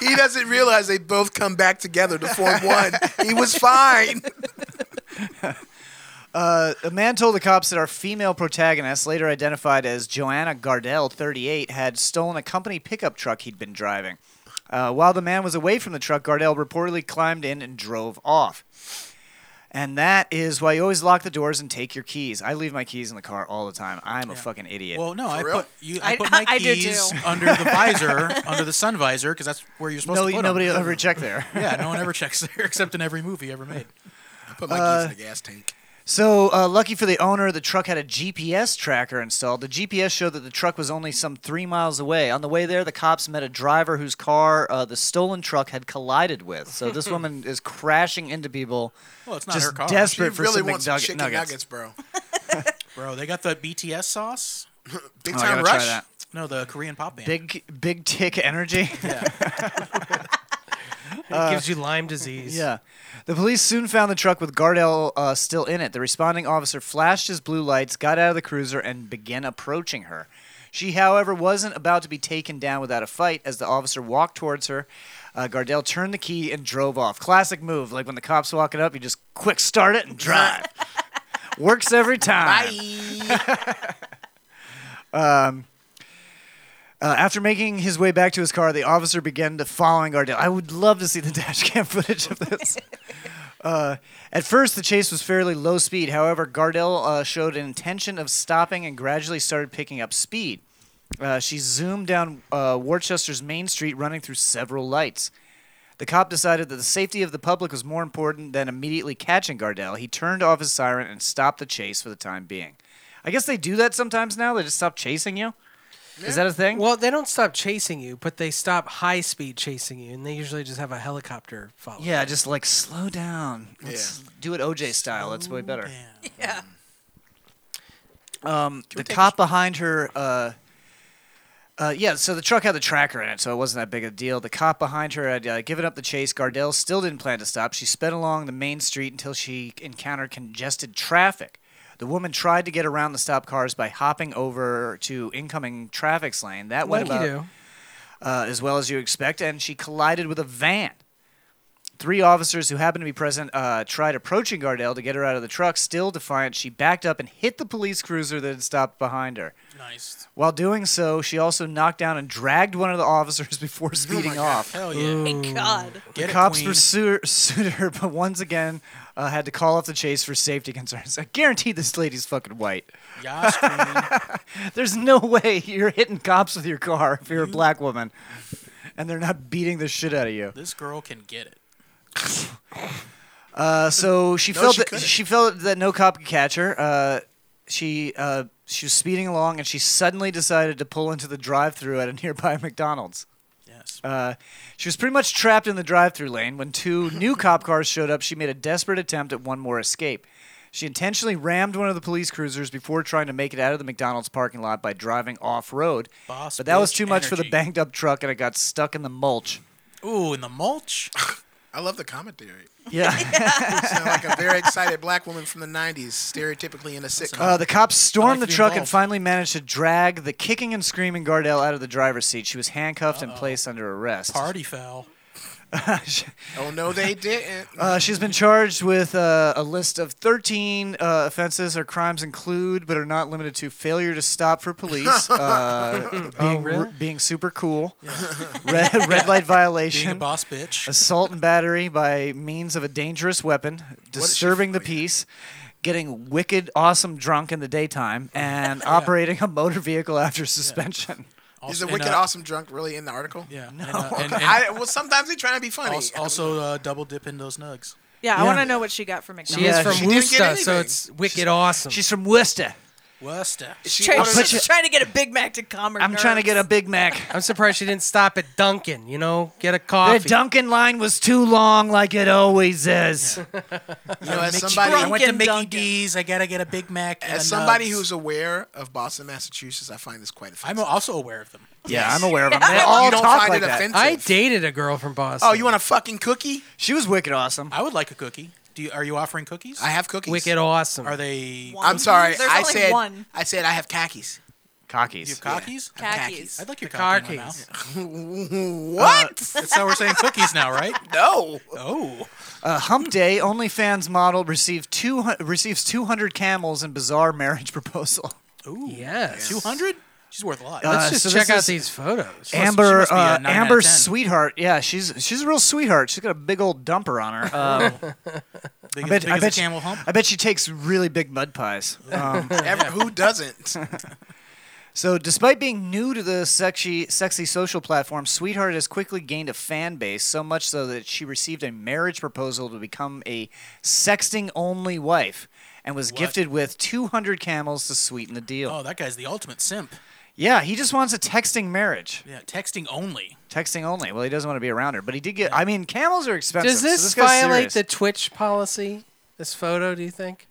He doesn't realize they both come back together to form one. He was fine.
A man told the cops that our female protagonist, later identified as Joanna Gardell, 38, had stolen a company pickup truck he'd been driving. Uh, while the man was away from the truck, Gardell reportedly climbed in and drove off. And that is why you always lock the doors and take your keys. I leave my keys in the car all the time. I'm a fucking idiot.
Well, no, I
real?
put you. I,
I-
put my
I do
keys
too.
under the visor, under the sun visor, because that's where you're supposed
no,
to put
nobody
them.
will ever check there.
Yeah, no one ever checks there except in every movie ever made.
Put my keys in the gas tank.
So, uh, lucky for the owner, the truck had a GPS tracker installed. The GPS showed that the truck was only some three miles away. On the way there, the cops met a driver whose car uh, the stolen truck had collided with. So, this woman is crashing into people.
Well, it's not
just
her car.
desperate
She
for
really
some
wants some
McNugget-
chicken
nuggets.
nuggets, bro.
Bro, they got the BTS sauce.
Big
Oh, I
time
gotta try
rush.
that.
No, the Korean pop band.
Big, big tick energy.
it gives you Lyme disease.
Yeah. The police soon found the truck with Gardell uh, still in it. The responding officer flashed his blue lights, got out of the cruiser, and began approaching her. She, however, wasn't about to be taken down without a fight as the officer walked towards her. Uh, Gardell turned the key and drove off. Classic move. Like when the cop's walking up, you just quick start it and drive. Works every time. Uh, after making his way back to his car, the officer began to following Gardell. I would love to see the dash cam footage of this. Uh, at first, the chase was fairly low speed. However, Gardell uh, showed an intention of stopping and gradually started picking up speed. Uh, she zoomed down uh, Worcester's main street, running through several lights. The cop decided that the safety of the public was more important than immediately catching Gardell. He turned off his siren and stopped the chase for the time being. I guess they do that sometimes now. They just stop chasing you. Is that a thing?
Well, they don't stop chasing you, but they stop high speed chasing you, and they usually just have a helicopter follow.
Yeah, just like slow down. Let's do it OJ style. That's way better.
Yeah.
Um, the cop behind her. Uh, uh, yeah, so the truck had the tracker in it, so it wasn't that big a deal. The cop behind her had uh, given up the chase. Gardell still didn't plan to stop. She sped along the main street until she encountered congested traffic. The woman tried to get around the stopped cars by hopping over to incoming traffic's lane. That went
Like you
about
do.
uh, as well as you expect, and she collided with a van. Three officers who happened to be present uh, tried approaching Gardell to get her out of the truck. Still defiant, she backed up and hit the police cruiser that had stopped behind her.
Nice.
While doing so, she also knocked down and dragged one of the officers before speeding off.
Oh Hell yeah.
Thank God.
Get
the
it,
cops
queen.
pursued pursued her, but once again uh, had to call off the chase for safety concerns. I guarantee this lady's fucking white.
Yas, queen.
There's no way you're hitting cops with your car if you're a black woman and they're not beating the shit out of you.
This girl can get it.
Uh, so she felt
she
that
couldn't.
she felt that no cop could catch her. Uh, she uh, she was speeding along, and she suddenly decided to pull into the drive-through at a nearby McDonald's.
Yes.
Uh, she was pretty much trapped in the drive-through lane when two new cop cars showed up. She made a desperate attempt at one more escape. She intentionally rammed one of the police cruisers before trying to make it out of the McDonald's parking lot by driving off-road.
Boss
but that was
bitch
too much for the
energy.
banged-up truck, and it got stuck in the mulch.
Ooh, in the mulch.
I love the commentary.
Yeah.
Sound like a very excited black woman from the '90s, stereotypically in a sitcom.
Uh, the cops
like
stormed the
to be
truck and
involved.
finally managed to drag the kicking and screaming Gardell out of the driver's seat. She was handcuffed and placed under arrest.
Party foul.
oh no, they didn't.
Uh, she's been charged with uh, a list of 13 uh, offenses or crimes include, but are not limited to failure to stop for police,
Oh,
uh, being,
really?
being super cool, red, red light violation,
Being a boss bitch.
assault and battery by means of a dangerous weapon, disturbing the peace, getting wicked awesome drunk in the daytime, and operating a motor vehicle after suspension.
Is
Also-
the
and,
wicked
uh,
awesome drunk really in the article?
Yeah. No. And, uh, and, and
I, well, sometimes they trying to be funny.
also, also uh, double dip in those nugs.
Yeah,
Yeah.
I want to know what she got from McDonald's.
She
Yeah,
is from
she
didn't get
Woosta, so
anything.
it's wicked awesome.
She's from Worcester.
Worcester.
She
Try-
ordered-
put
she's
you-
trying to get a Big Mac to calm her
I'm trying to get a
nerves.
Big Mac.
I'm surprised she didn't stop at Dunkin', you know? Get a coffee.
The Dunkin' line was too long, like it always is.
you know, as
I
somebody,
went to
Drunken
Mickey
Duncan.
D's. I gotta get a Big Mac. and
as
a
somebody
Nugs.
who's aware of Boston, Massachusetts, I find this quite
I'm
offensive.
also aware of them.
Yeah, I'm aware of them. They
You
all
don't
talk
find
like
it
that.
offensive?
I dated a girl from Boston.
Oh, you want a fucking cookie?
She was wicked awesome.
I would like a cookie. Do you, are you offering cookies?
I have cookies.
Wicked awesome.
are they
I'm sorry.
There's
I
only
said
one.
I said I have khakis.
you have
Cockies.
cockies?
I have
Khakis.
I'd like your
The
cocky in my
cockies.
mouth.
What?
That's how we're saying cookies now, right?
Uh, no.
Oh,
Uh, hump Day OnlyFans model received two hun- receives 200 camels in bizarre marriage proposal.
Yes.
two hundred. She's worth a lot.
Uh,
That's-
Let's just
so this
check out
is-
these photos.
she
Amber,
must be a
uh,
nine out of
Amber's
10.
sweetheart. Yeah, she's she's a real sweetheart. She's got a big old dumper on her. Uh,
big,
I
as-
bet,
big
I
as
bet
a
she,
camel hump.
I bet she takes really big mud pies. Um,
Ever, who doesn't?
So, despite being new to the sexy, sexy social platform, Sweetheart has quickly gained a fan base, so much so that she received a marriage proposal to become a sexting only wife and was gifted with 200 camels to sweeten the deal.
Oh, that guy's the ultimate simp.
Yeah, he just wants a texting marriage.
Yeah, texting only.
Texting only. Well, he doesn't want to be around her, but he did get. I mean, camels are expensive.
Does
so
this,
this guy's
violate
serious.
the Twitch policy? This photo, do you think?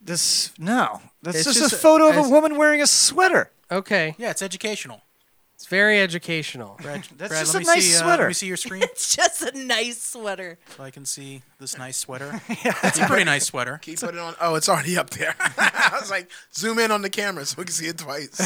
This. No. That's
It's
just,
just
a
a-
photo of a
it's-
woman wearing a sweater.
Okay.
Yeah, it's educational.
It's very educational.
Brad, That's
just
let
a
me
nice
see, uh,
sweater.
let me see your screen
It's just a nice sweater.
so I can see this nice sweater. It's a pretty nice sweater.
Can you put it on? Oh, it's already up there. I was like, zoom in on the camera so we can see it twice.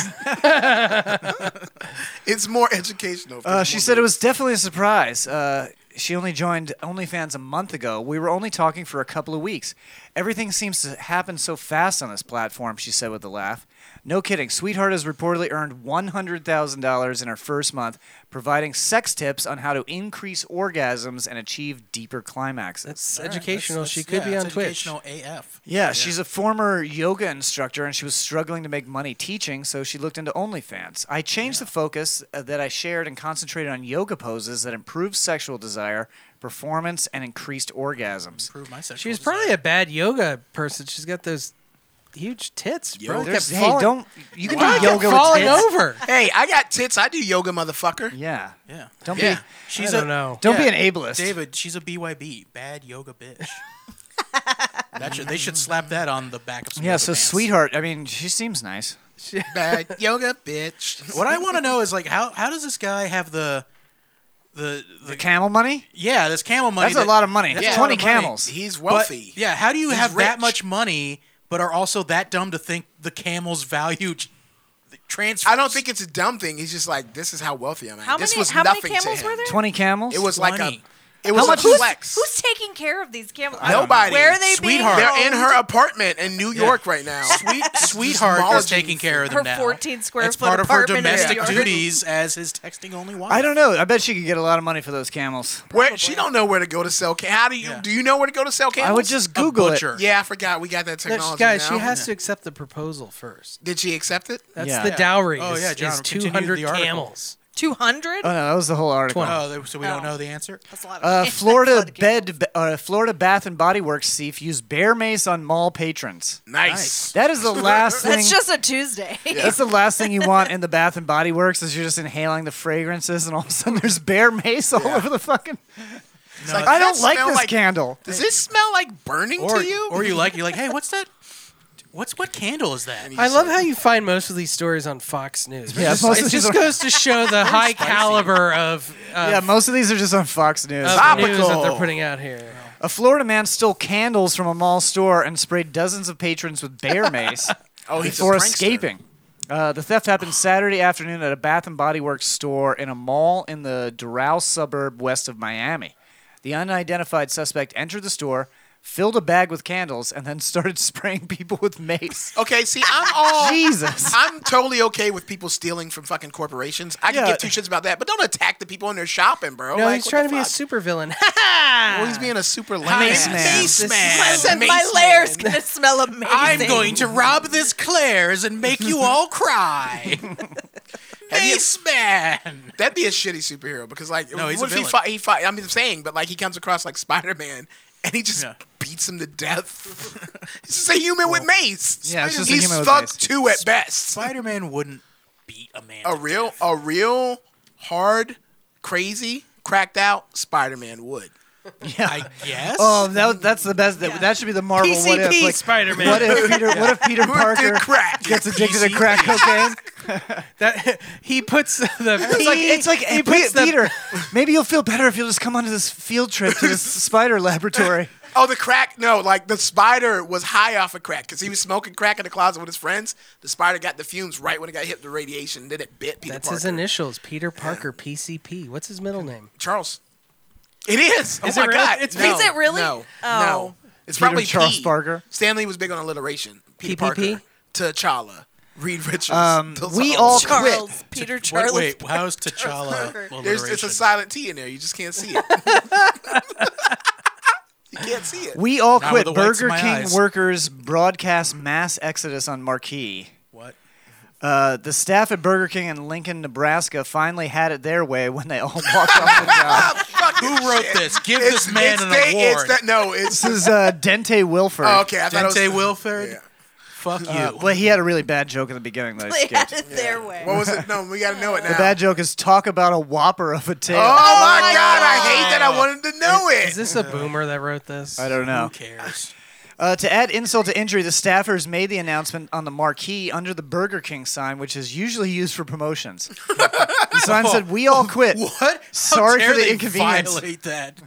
it's more educational. for
Uh,
the
she
woman.
said it was definitely a surprise. Uh, she only joined OnlyFans a month ago. We were only talking for a couple of weeks. Everything seems to happen so fast on this platform, she said with a laugh. No kidding. Sweetheart has reportedly earned $100,000 in her first month, providing sex tips on how to increase orgasms and achieve deeper climaxes.
It's educational.
That's-
she
that's-
could
yeah,
be
it's
on Twitch.
Educational AF.
yeah, she's a former yoga instructor and she was struggling to make money teaching, so she looked into OnlyFans. I changed the focus uh, that I shared and concentrated on yoga poses that improved sexual desire, performance, and increased orgasms.
Prove my sexual
She was
desire.
probably a bad yoga person. She's got those huge tits,
Yoga?
bro.
There's-
Kept
hey,
falling-
don't you
They
can
kept
do yoga with
falling
tits.
over.
Hey, I got tits. I do yoga, motherfucker.
Yeah,
Yeah.
don't
Yeah.
be
She's
I
a
don't know.
don't
Yeah.
be an ableist.
David, she's a BYB, bad yoga bitch. that should, they should slap that on the back of some
yeah,
yoga
so
pants.
sweetheart. I mean, she seems nice.
Bad yoga, bitch.
What I want to know is like how how does this guy have the the the,
Camel money?
yeah this camel money?
That's a
that-
lot of money.
that's a lot
Twenty
of money.
camels.
He's
But,
wealthy.
yeah, how do you
He's
have that
rich.
much money but are also that dumb to think the camel's value j- transfers?
I don't think it's a dumb thing. He's just like, this is how wealthy I'm. At.
How
this
many-
was
how many
nothing
camels
to him.
were there?
Twenty camels.
It was like a.
Twenty.
It was
much
a
is-
flex.
Who's taking care of these camels?
Nobody.
Where are they
Sweetheart.
being?
They're in
owned?
her apartment in New York right now.
Sweet, sweetheart is
Smology.
taking care of them
Her
now.
14 square
it's
foot
part of her
apartment in New
domestic
York.
duties as his texting only wife.
I don't know. I bet she could get a lot of money for those camels.
Where she don't know where to go to sell. Cam- How do you
Yeah.
do? You know where to go to sell camels?
I would just Google it.
butcher.
Yeah, I forgot we got that
No, she-
technology.
guys, she
now.
has to accept the proposal first.
Did she accept it?
That's
Yeah.
the
Yeah.
dowry.
Oh,
is-
yeah, John,
is
continue
two
the
hundred
article.
camels.
200?
Oh no, that was the whole article.
Twenty.
Oh, they- so we don't
No.
know the answer.
That's a lot of
Uh,
that's a
Florida
lot of camels.
bed, uh, Florida Bath and Body Works thief used bear mace on mall patrons.
Nice.
That is the last thing.
That's just a Tuesday.
that's the last thing you want in the Bath and Body Works is you're just inhaling the fragrances, and all of a sudden there's bear mace all over the fucking.
It's
No,
like,
I
does
don't
that
like
smell
this candle.
Does this smell like burning
or
to you?
or you like you're like, hey, what's that? What's what candle is that?
I love how you find most of these stories on Fox News.
Yeah,
it
most of
just, it
these
just
are-
goes to show the high caliber of, of,
Yeah, most of these are just on Fox News.
of news that they're
Topical.
putting out here.
A Florida man stole candles from a mall store and sprayed dozens of patrons with bear mace
Oh, he's a
before
prankster.
escaping. Uh, the theft happened Saturday afternoon at a Bath and Body Works store in a mall in the Doral suburb west of Miami. The unidentified suspect entered the store, filled a bag with candles, and then started spraying people with mace.
Okay, see, I'm all.
Jesus.
I'm totally okay with people stealing from fucking corporations. I can
Yeah.
give two shits about that, but don't attack the people in their shopping, bro.
No,
Like,
he's
what
trying
the
to be a
fuck?
supervillain.
Well,
Ah.
he's being a super
Mace
lame
man.
Mace
This-
my,
man.
my lair's going to smell amazing.
I'm going to rob this Claire's and make you all cry. Baseman.
That'd be a shitty superhero because, like,
No, he's
what
a
if he
villain.
fight? He fight. I mean, I'm saying, but like, he comes across like Spider Man, and he just
Yeah.
beats him to death. This is a human with mace.
Yeah, it's just a
he's
human with
stuck
mace.
two at best.
Spider Man wouldn't beat a man.
A real, a real hard, crazy, cracked out Spider Man would.
I guess.
Oh, that, was- that's the best. That, that should be the Marvel what if.
PCP
Like,
Spider-Man.
What if Peter, what if Peter Parker
Did crack.
gets addicted to crack cocaine?
That he puts the
It's like, it's like hey, Pe-
the-
Peter, maybe you'll feel better if you'll just come onto this field trip to this spider laboratory.
Oh, the crack. No, like the spider was high off of crack because he was smoking crack in the closet with his friends. The spider got the fumes right when it got hit with the radiation. Then it bit Peter
That's
Parker.
his initials, Peter Parker, PCP. What's his middle name?
Charles. It is. Oh
Is it
my
really?
god.
It's-
no,
Is it really?
No.
Oh.
No. It's
Peter
probably
Charles
P.
Parker.
Stanley was big on alliteration. Peter
PPP?
Parker. T'Challa. Reed Richards.
Um,
Those
we
are
all
the-
quit.
Charles, Peter Charles.
Wait, wait, how is T'Challa?
Parker.
There's it's a
alliteration?
silent T in there. You just can't see it. you can't see it.
We all
Not
quit
with the whites of
Burger
my
King
eyes.
workers broadcast mass exodus on Marquee.
What?
Uh, the staff at Burger King in Lincoln, Nebraska finally had it their way when they all walked off the job.
Who wrote this? Give this man
Ah, it's
an
they-
award.
It's that, no, it's
This is uh, Dente Wilford.
oh, okay. I thought
Dante
it was,
Wilford.
Yeah.
Fuck you.
Uh, but he had a really bad joke in the beginning that I
They had
skipped.
it their way.
What was it? No, we gotta know it now.
The bad joke is talk about a whopper of a tail.
Oh, my god, I hate that I wanted to know it.
Is this a boomer that wrote this?
I don't know.
Who cares?
Uh, to add insult to injury, the staffers made the announcement on the marquee under the Burger King sign, which is usually used for promotions. the sign said, "We all quit."
What?
Sorry
How
for
dare
the
they
inconvenience.
Violate that.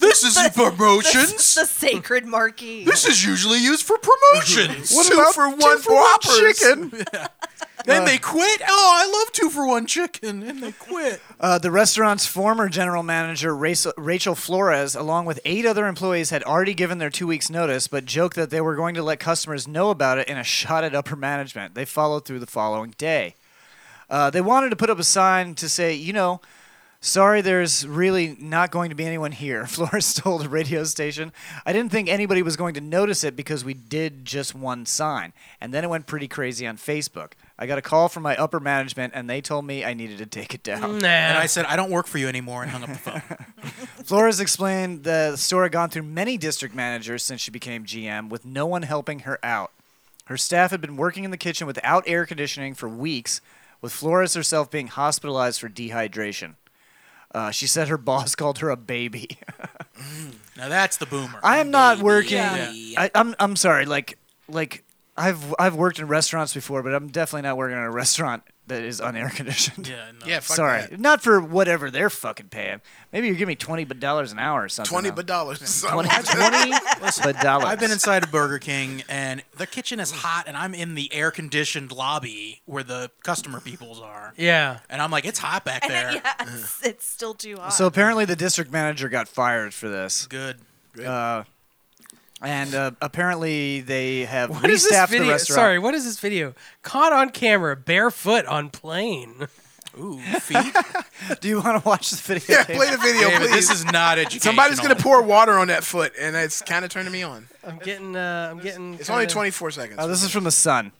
This isn't promotions.
The sacred marquee.
This is usually used for promotions.
What
two
about
for
two
one
for one
Whoppers?
chicken?
Then
Uh.
they quit. Oh, I love two for one chicken, and they quit.
Uh, the restaurant's former general manager Rachel, Rachel Flores, along with eight other employees, had already given their two weeks' notice, but joked that they were going to let customers know about it in a shot at upper management. They followed through the following day. Uh, they wanted to put up a sign to say, you know, sorry, there's really not going to be anyone here. Flores told a radio station, "I didn't think anybody was going to notice it because we did just one sign." And then it went pretty crazy on Facebook. I got a call from my upper management, and they told me I needed to take it down.
Nah.
And I said, I don't work for you anymore, and hung up the phone.
Flores explained the store had gone through many district managers since she became GM, with no one helping her out. Her staff had been working in the kitchen without air conditioning for weeks, with Flores herself being hospitalized for dehydration. Uh, she said her boss called her a baby.
Now that's the boomer.
I am not working.
Yeah.
I, I'm I'm sorry. Like like I've I've worked in restaurants before, but I'm definitely not working in a restaurant that is unair conditioned.
yeah, no.
Yeah, fuck
Sorry,
that.
not for whatever they're fucking paying. Maybe you give me twenty dollars an hour or something.
Twenty
I'm-
but dollars.
twenty but dollars.
I've been inside a Burger King, and the kitchen is hot, and I'm in the air conditioned lobby where the customer peoples are.
yeah.
And I'm like, it's hot back
And
there.
it- yeah, it's, it's still too hot.
So apparently, the district manager got fired for this,
Good.
and uh, apparently they have
What is this
restaffed
video?
the restaurant.
Sorry, what is this video? Caught on camera, barefoot on plane.
Ooh, feet.
Do you want to watch the video?
yeah,
Dave?
play the video,
David,
please.
this is not educational.
Somebody's gonna pour water on that foot, and it's kind of turning me on.
I'm getting. Uh, I'm getting.
It's only
kinda-
twenty-four seconds.
Uh, this is from the Sun.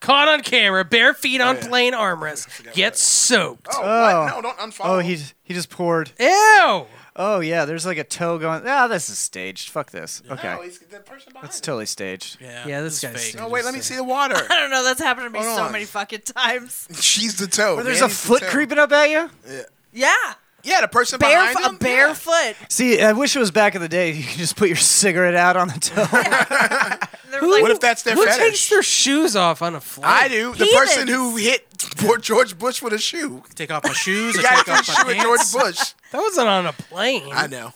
Caught on camera, bare feet on
Oh, yeah.
plane armrest. Get soaked.
oh,
Oh.
What? no, don't unfollow.
Oh, he he just poured.
Ew.
Oh yeah, there's like a toe going. Ah, this is staged. Fuck this. Okay,
No, he's the person behind.
it's
That's
totally staged.
Yeah,
Yeah, this
is
guy's
fake.
no, wait, let me see the water.
I don't know. That's happened to me
Hold
so
on.
many fucking times.
She's the toe.
There's
Manny's
a
the
foot
toe.
creeping up at you.
Yeah,
Yeah, the person
bare
behind him.
a barefoot.
See, I wish it was back in the day. You could just put your cigarette out on the toe.
They're like,
What if that's their
Who
fetish?
takes their shoes off on a flight?
I do. The
Heathens.
person who hit poor George Bush with a shoe.
Take off my shoes.
The
I
guy
take
who
off my
shoe at George
pants.
Bush.
That wasn't on a plane.
I know.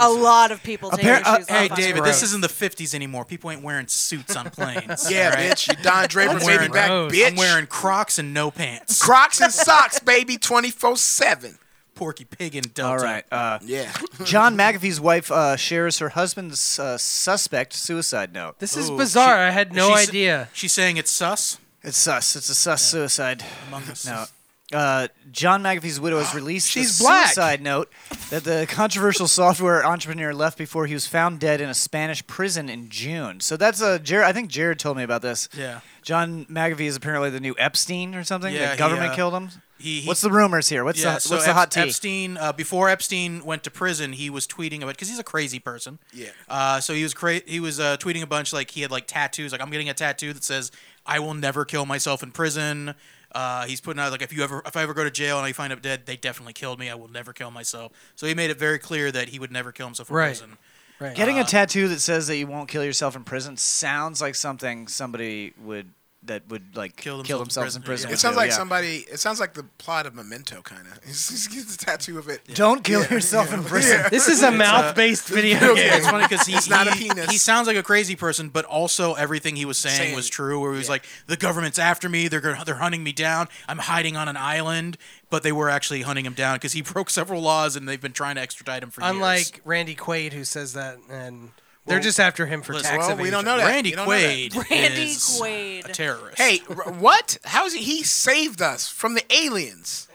a lot of people take
Appar-
their shoes
uh,
off.
Hey,
on
David,
tour.
this isn't the 50s anymore. People ain't wearing suits on planes.
Yeah,
all right?
bitch. You Don Draper made me
wearing
back,
those.
bitch.
Oh, I'm wearing Crocs and no pants.
Crocs and socks, baby, twenty four seven.
Porky Pig and Delta.
All right. Uh,
Yeah.
John McAfee's wife uh, shares her husband's uh, suspect suicide note.
This is
Ooh,
bizarre.
she-
I had no
she's-
idea.
She's saying it's sus.
It's sus. It's a sus suicide.
Among Us.
No. uh, John McAfee's widow has released
She's
the
black.
suicide note that the controversial software entrepreneur left before he was found dead in a Spanish prison in June. So that's a Jared. I think Jared told me about this.
Yeah.
John McAfee is apparently the new Epstein or something.
Yeah,
the
he,
government
uh,
killed him.
he- he-
what's the rumors here? What's
yeah,
the
so
what's the hot
Ep-
tea?
Epstein uh, before Epstein went to prison, he was tweeting about because he's a crazy person.
Yeah.
Uh, so he was cra- he was uh, tweeting a bunch like he had like tattoos like I'm getting a tattoo that says I will never kill myself in prison. Uh, he's putting out like if you ever if I ever go to jail and I find out dead, they definitely killed me. I will never kill myself. So he made it very clear that he would never kill himself in
Right.
prison.
Right.
uh,
Getting a tattoo that says that you won't kill yourself in prison sounds like something somebody would that would like
Kill themselves in
themselves in
prison,
prison.
yeah.
It
would
sounds
do,
like
yeah.
somebody. It sounds like the plot of Memento, kind of. He's gets a tattoo of it.
Don't kill yourself in prison.
This is a mouth-based video game.
Yeah, it's funny because he's
not a
he,
penis.
He sounds like a crazy person, but also everything he was saying,
Saying-
was true. Where he was like, "The government's after me. They're gonna, they're hunting me down. I'm hiding on an island." But they were actually hunting him down because he broke several laws, and they've been trying to extradite him for years.
Unlike Randy Quaid, who says that, and they're just after him for
listen,
tax
Well, we
evasion.
don't know that.
Randy
You don't know that.
Quaid,
Randy
is
Quaid.
a terrorist.
Hey, r- what? How is he? He saved us from the aliens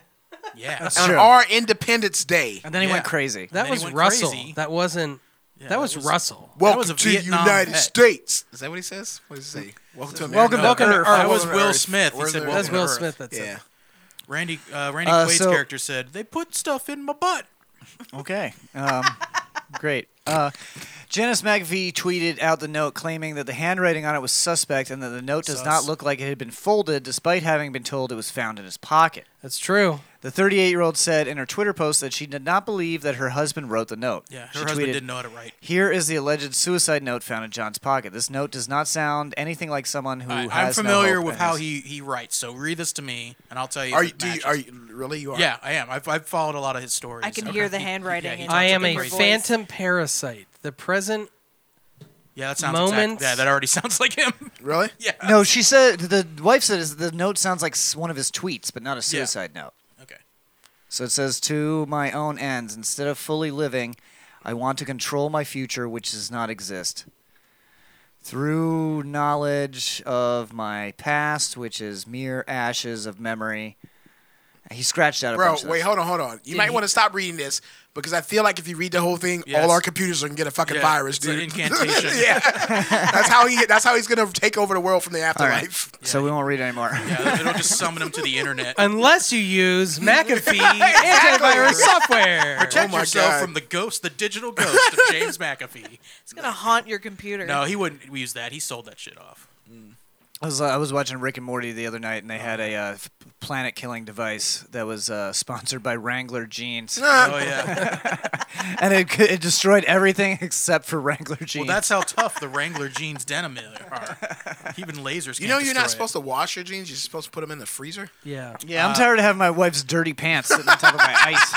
yeah,
on
True.
our Independence Day.
And then he went
Yeah.
crazy.
And
That
then
was
he went
Russell.
crazy.
That wasn't. that was,
was-
Russell.
was a
Welcome to the
Vietnam
United
vet.
States. Is that what he says? What does he say? Welcome to America.
Welcome
no,
to Earth.
that was
Welcome to
Will
Earth.
Smith. He
Where's
said,
the-
"Welcome
That's
to
Will
Earth."
Smith. That's
Yeah.
Randy uh, Randy
Uh,
Quaid's
so-
character said, "They put stuff in my butt."
Okay. Um, great. Uh, Janice McVie tweeted out the note claiming that the handwriting on it was suspect and that the note does not look like it had been folded despite having been told it was found in his pocket.
That's true.
The 38 year old said in her Twitter post that she did not believe that her husband wrote the note.
Yeah, her
She
husband
tweeted,
didn't know how to write.
Here is the alleged suicide note found in John's pocket. This note does not sound anything like someone who
I, I'm
has no
familiar
hope
with
and
how
is-
he, he writes, so read this to me, and I'll tell you.
Are
if
you?
it
Do you,
matches.
are you really? You are.
Yeah, I am. I've, I've followed a lot of his stories.
I can
Okay.
hear the handwriting.
Yeah, he
in
talks
I am a
your voice.
phantom parasite. The present.
Yeah, that sounds
moments.
exact, yeah, that already sounds like him.
Really?
yeah.
No, she said, the wife said is- the note sounds like s- one of his tweets, but not a suicide note.
Okay.
So it says, to my own ends, instead of fully living, I want to control my future, which does not exist. Through knowledge of my past, which is mere ashes of memory. He scratched out a
Bro,
bunch of
wait,
those.
hold on, hold on. You might want to stop reading this because I feel like if you read the whole thing,
Yes.
all our computers are gonna get a fucking
Yeah,
virus,
it's an
dude.
incantation.
yeah, that's how he. That's how he's gonna take over the world from the
All right.
afterlife.
So we won't read anymore.
Yeah, it'll just summon him to the internet.
Unless you use McAfee antivirus software.
Protect
Oh my
yourself
God.
from the ghost, the digital ghost of James McAfee.
It's gonna haunt your computer.
No, he wouldn't use that. He sold that shit off.
I was uh, I was watching Rick and Morty the other night, and they had a uh, planet killing device that was uh, sponsored by Wrangler jeans,
Oh yeah.
and it, c- it destroyed everything except for Wrangler
Well,
jeans.
that's how tough the Wrangler jeans denim is- are. Even lasers.
You know, you're not supposed to wash your jeans. You're supposed to put them in the freezer.
Yeah.
yeah. I'm tired of having my wife's dirty pants sitting on top of my ice.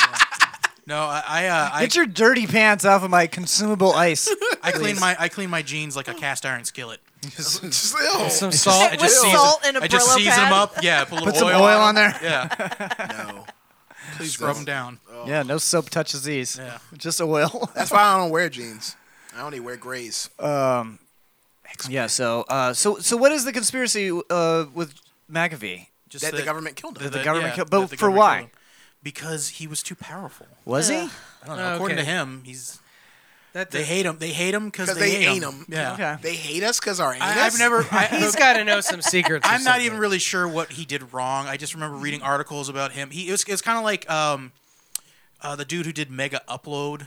No, I I, uh, I,
Get your dirty pants off of my consumable ice.
I clean my I clean my jeans like a cast iron skillet.
Just, oh, ew.
Some salt.
I
With
just season,
salt and a
I just
Brillo
season
pad?
them up. Yeah, put a little
Put some oil
on 'em.
on there.
Yeah,
no.
please scrub them down.
Yeah, no soap touches these.
Yeah.
Just oil.
That's why I don't wear jeans. I only wear grays.
yeah. So, uh, so, so, what is the conspiracy uh, with McAfee?
Just
that the,
that-
government killed him.
the government killed-
that
but
the
for
government
why?
killed him. Because he was too powerful.
Was he?
I don't know. According to
Okay.
him, he's
That,
they hate him. They hate him because
'Cause
they,
they
hate
ate him.
Yeah.
Okay.
They hate us because our anus.
I, I've never. I,
He's got to know some secrets. or
I'm not even
something.
really sure what he did wrong. I just remember reading articles about him. He it was, it's kind of like um, uh, the dude who did Mega Upload.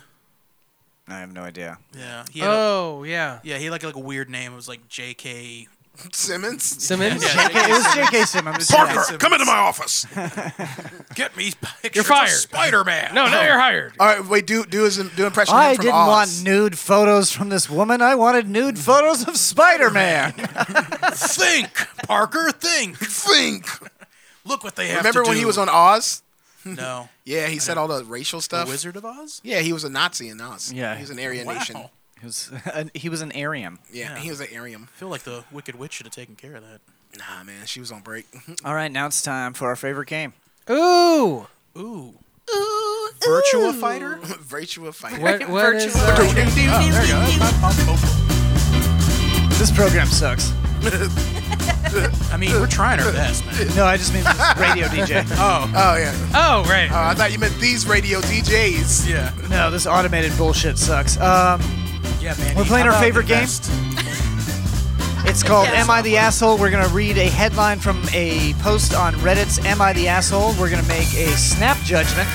I have no idea.
Yeah. He had a-
Oh yeah.
yeah. He had like like a weird name. It was like J.K.
Simmons.
Simmons.
Yeah,
It was J.K. Simmons.
J.K. Simmons.
come into my office.
Get me pictures
fired.
Spider Man.
No, now you're hired.
All right, wait. Do do his do impression. of him
I
from
didn't
Oz.
want nude photos from this woman. I wanted nude photos of Spider Man.
think, Parker. Think.
think.
Look what they have.
Remember
to
when
do.
he was on Oz?
No.
Yeah, he said all the racial
The
stuff.
Wizard of Oz.
Yeah, he was a Nazi in Oz.
Yeah.
he was an Aryan nation.
Wow.
he, was, he was an Arium.
Yeah,
Yeah.
he was an Arium.
I feel like the Wicked Witch should have taken care of that.
Nah, man, she was on break.
All right, now it's time for our favorite game.
Ooh.
Ooh. Virtua Fighter?
Virtua fighter.
What? What is?
There you go.
This program sucks.
I mean, we're trying our best, man.
No, I just mean radio DJ.
Oh,
Oh yeah.
Oh, right.
Uh, I thought you meant these radio DJs.
yeah.
No, this automated bullshit sucks. Um,
Yeah, man.
We're playing
how
our
about
favorite
the
game?
best?
It's called Am I the Asshole? We're going to read a headline from a post on Reddit's Am I the Asshole? We're going to make a snap judgment.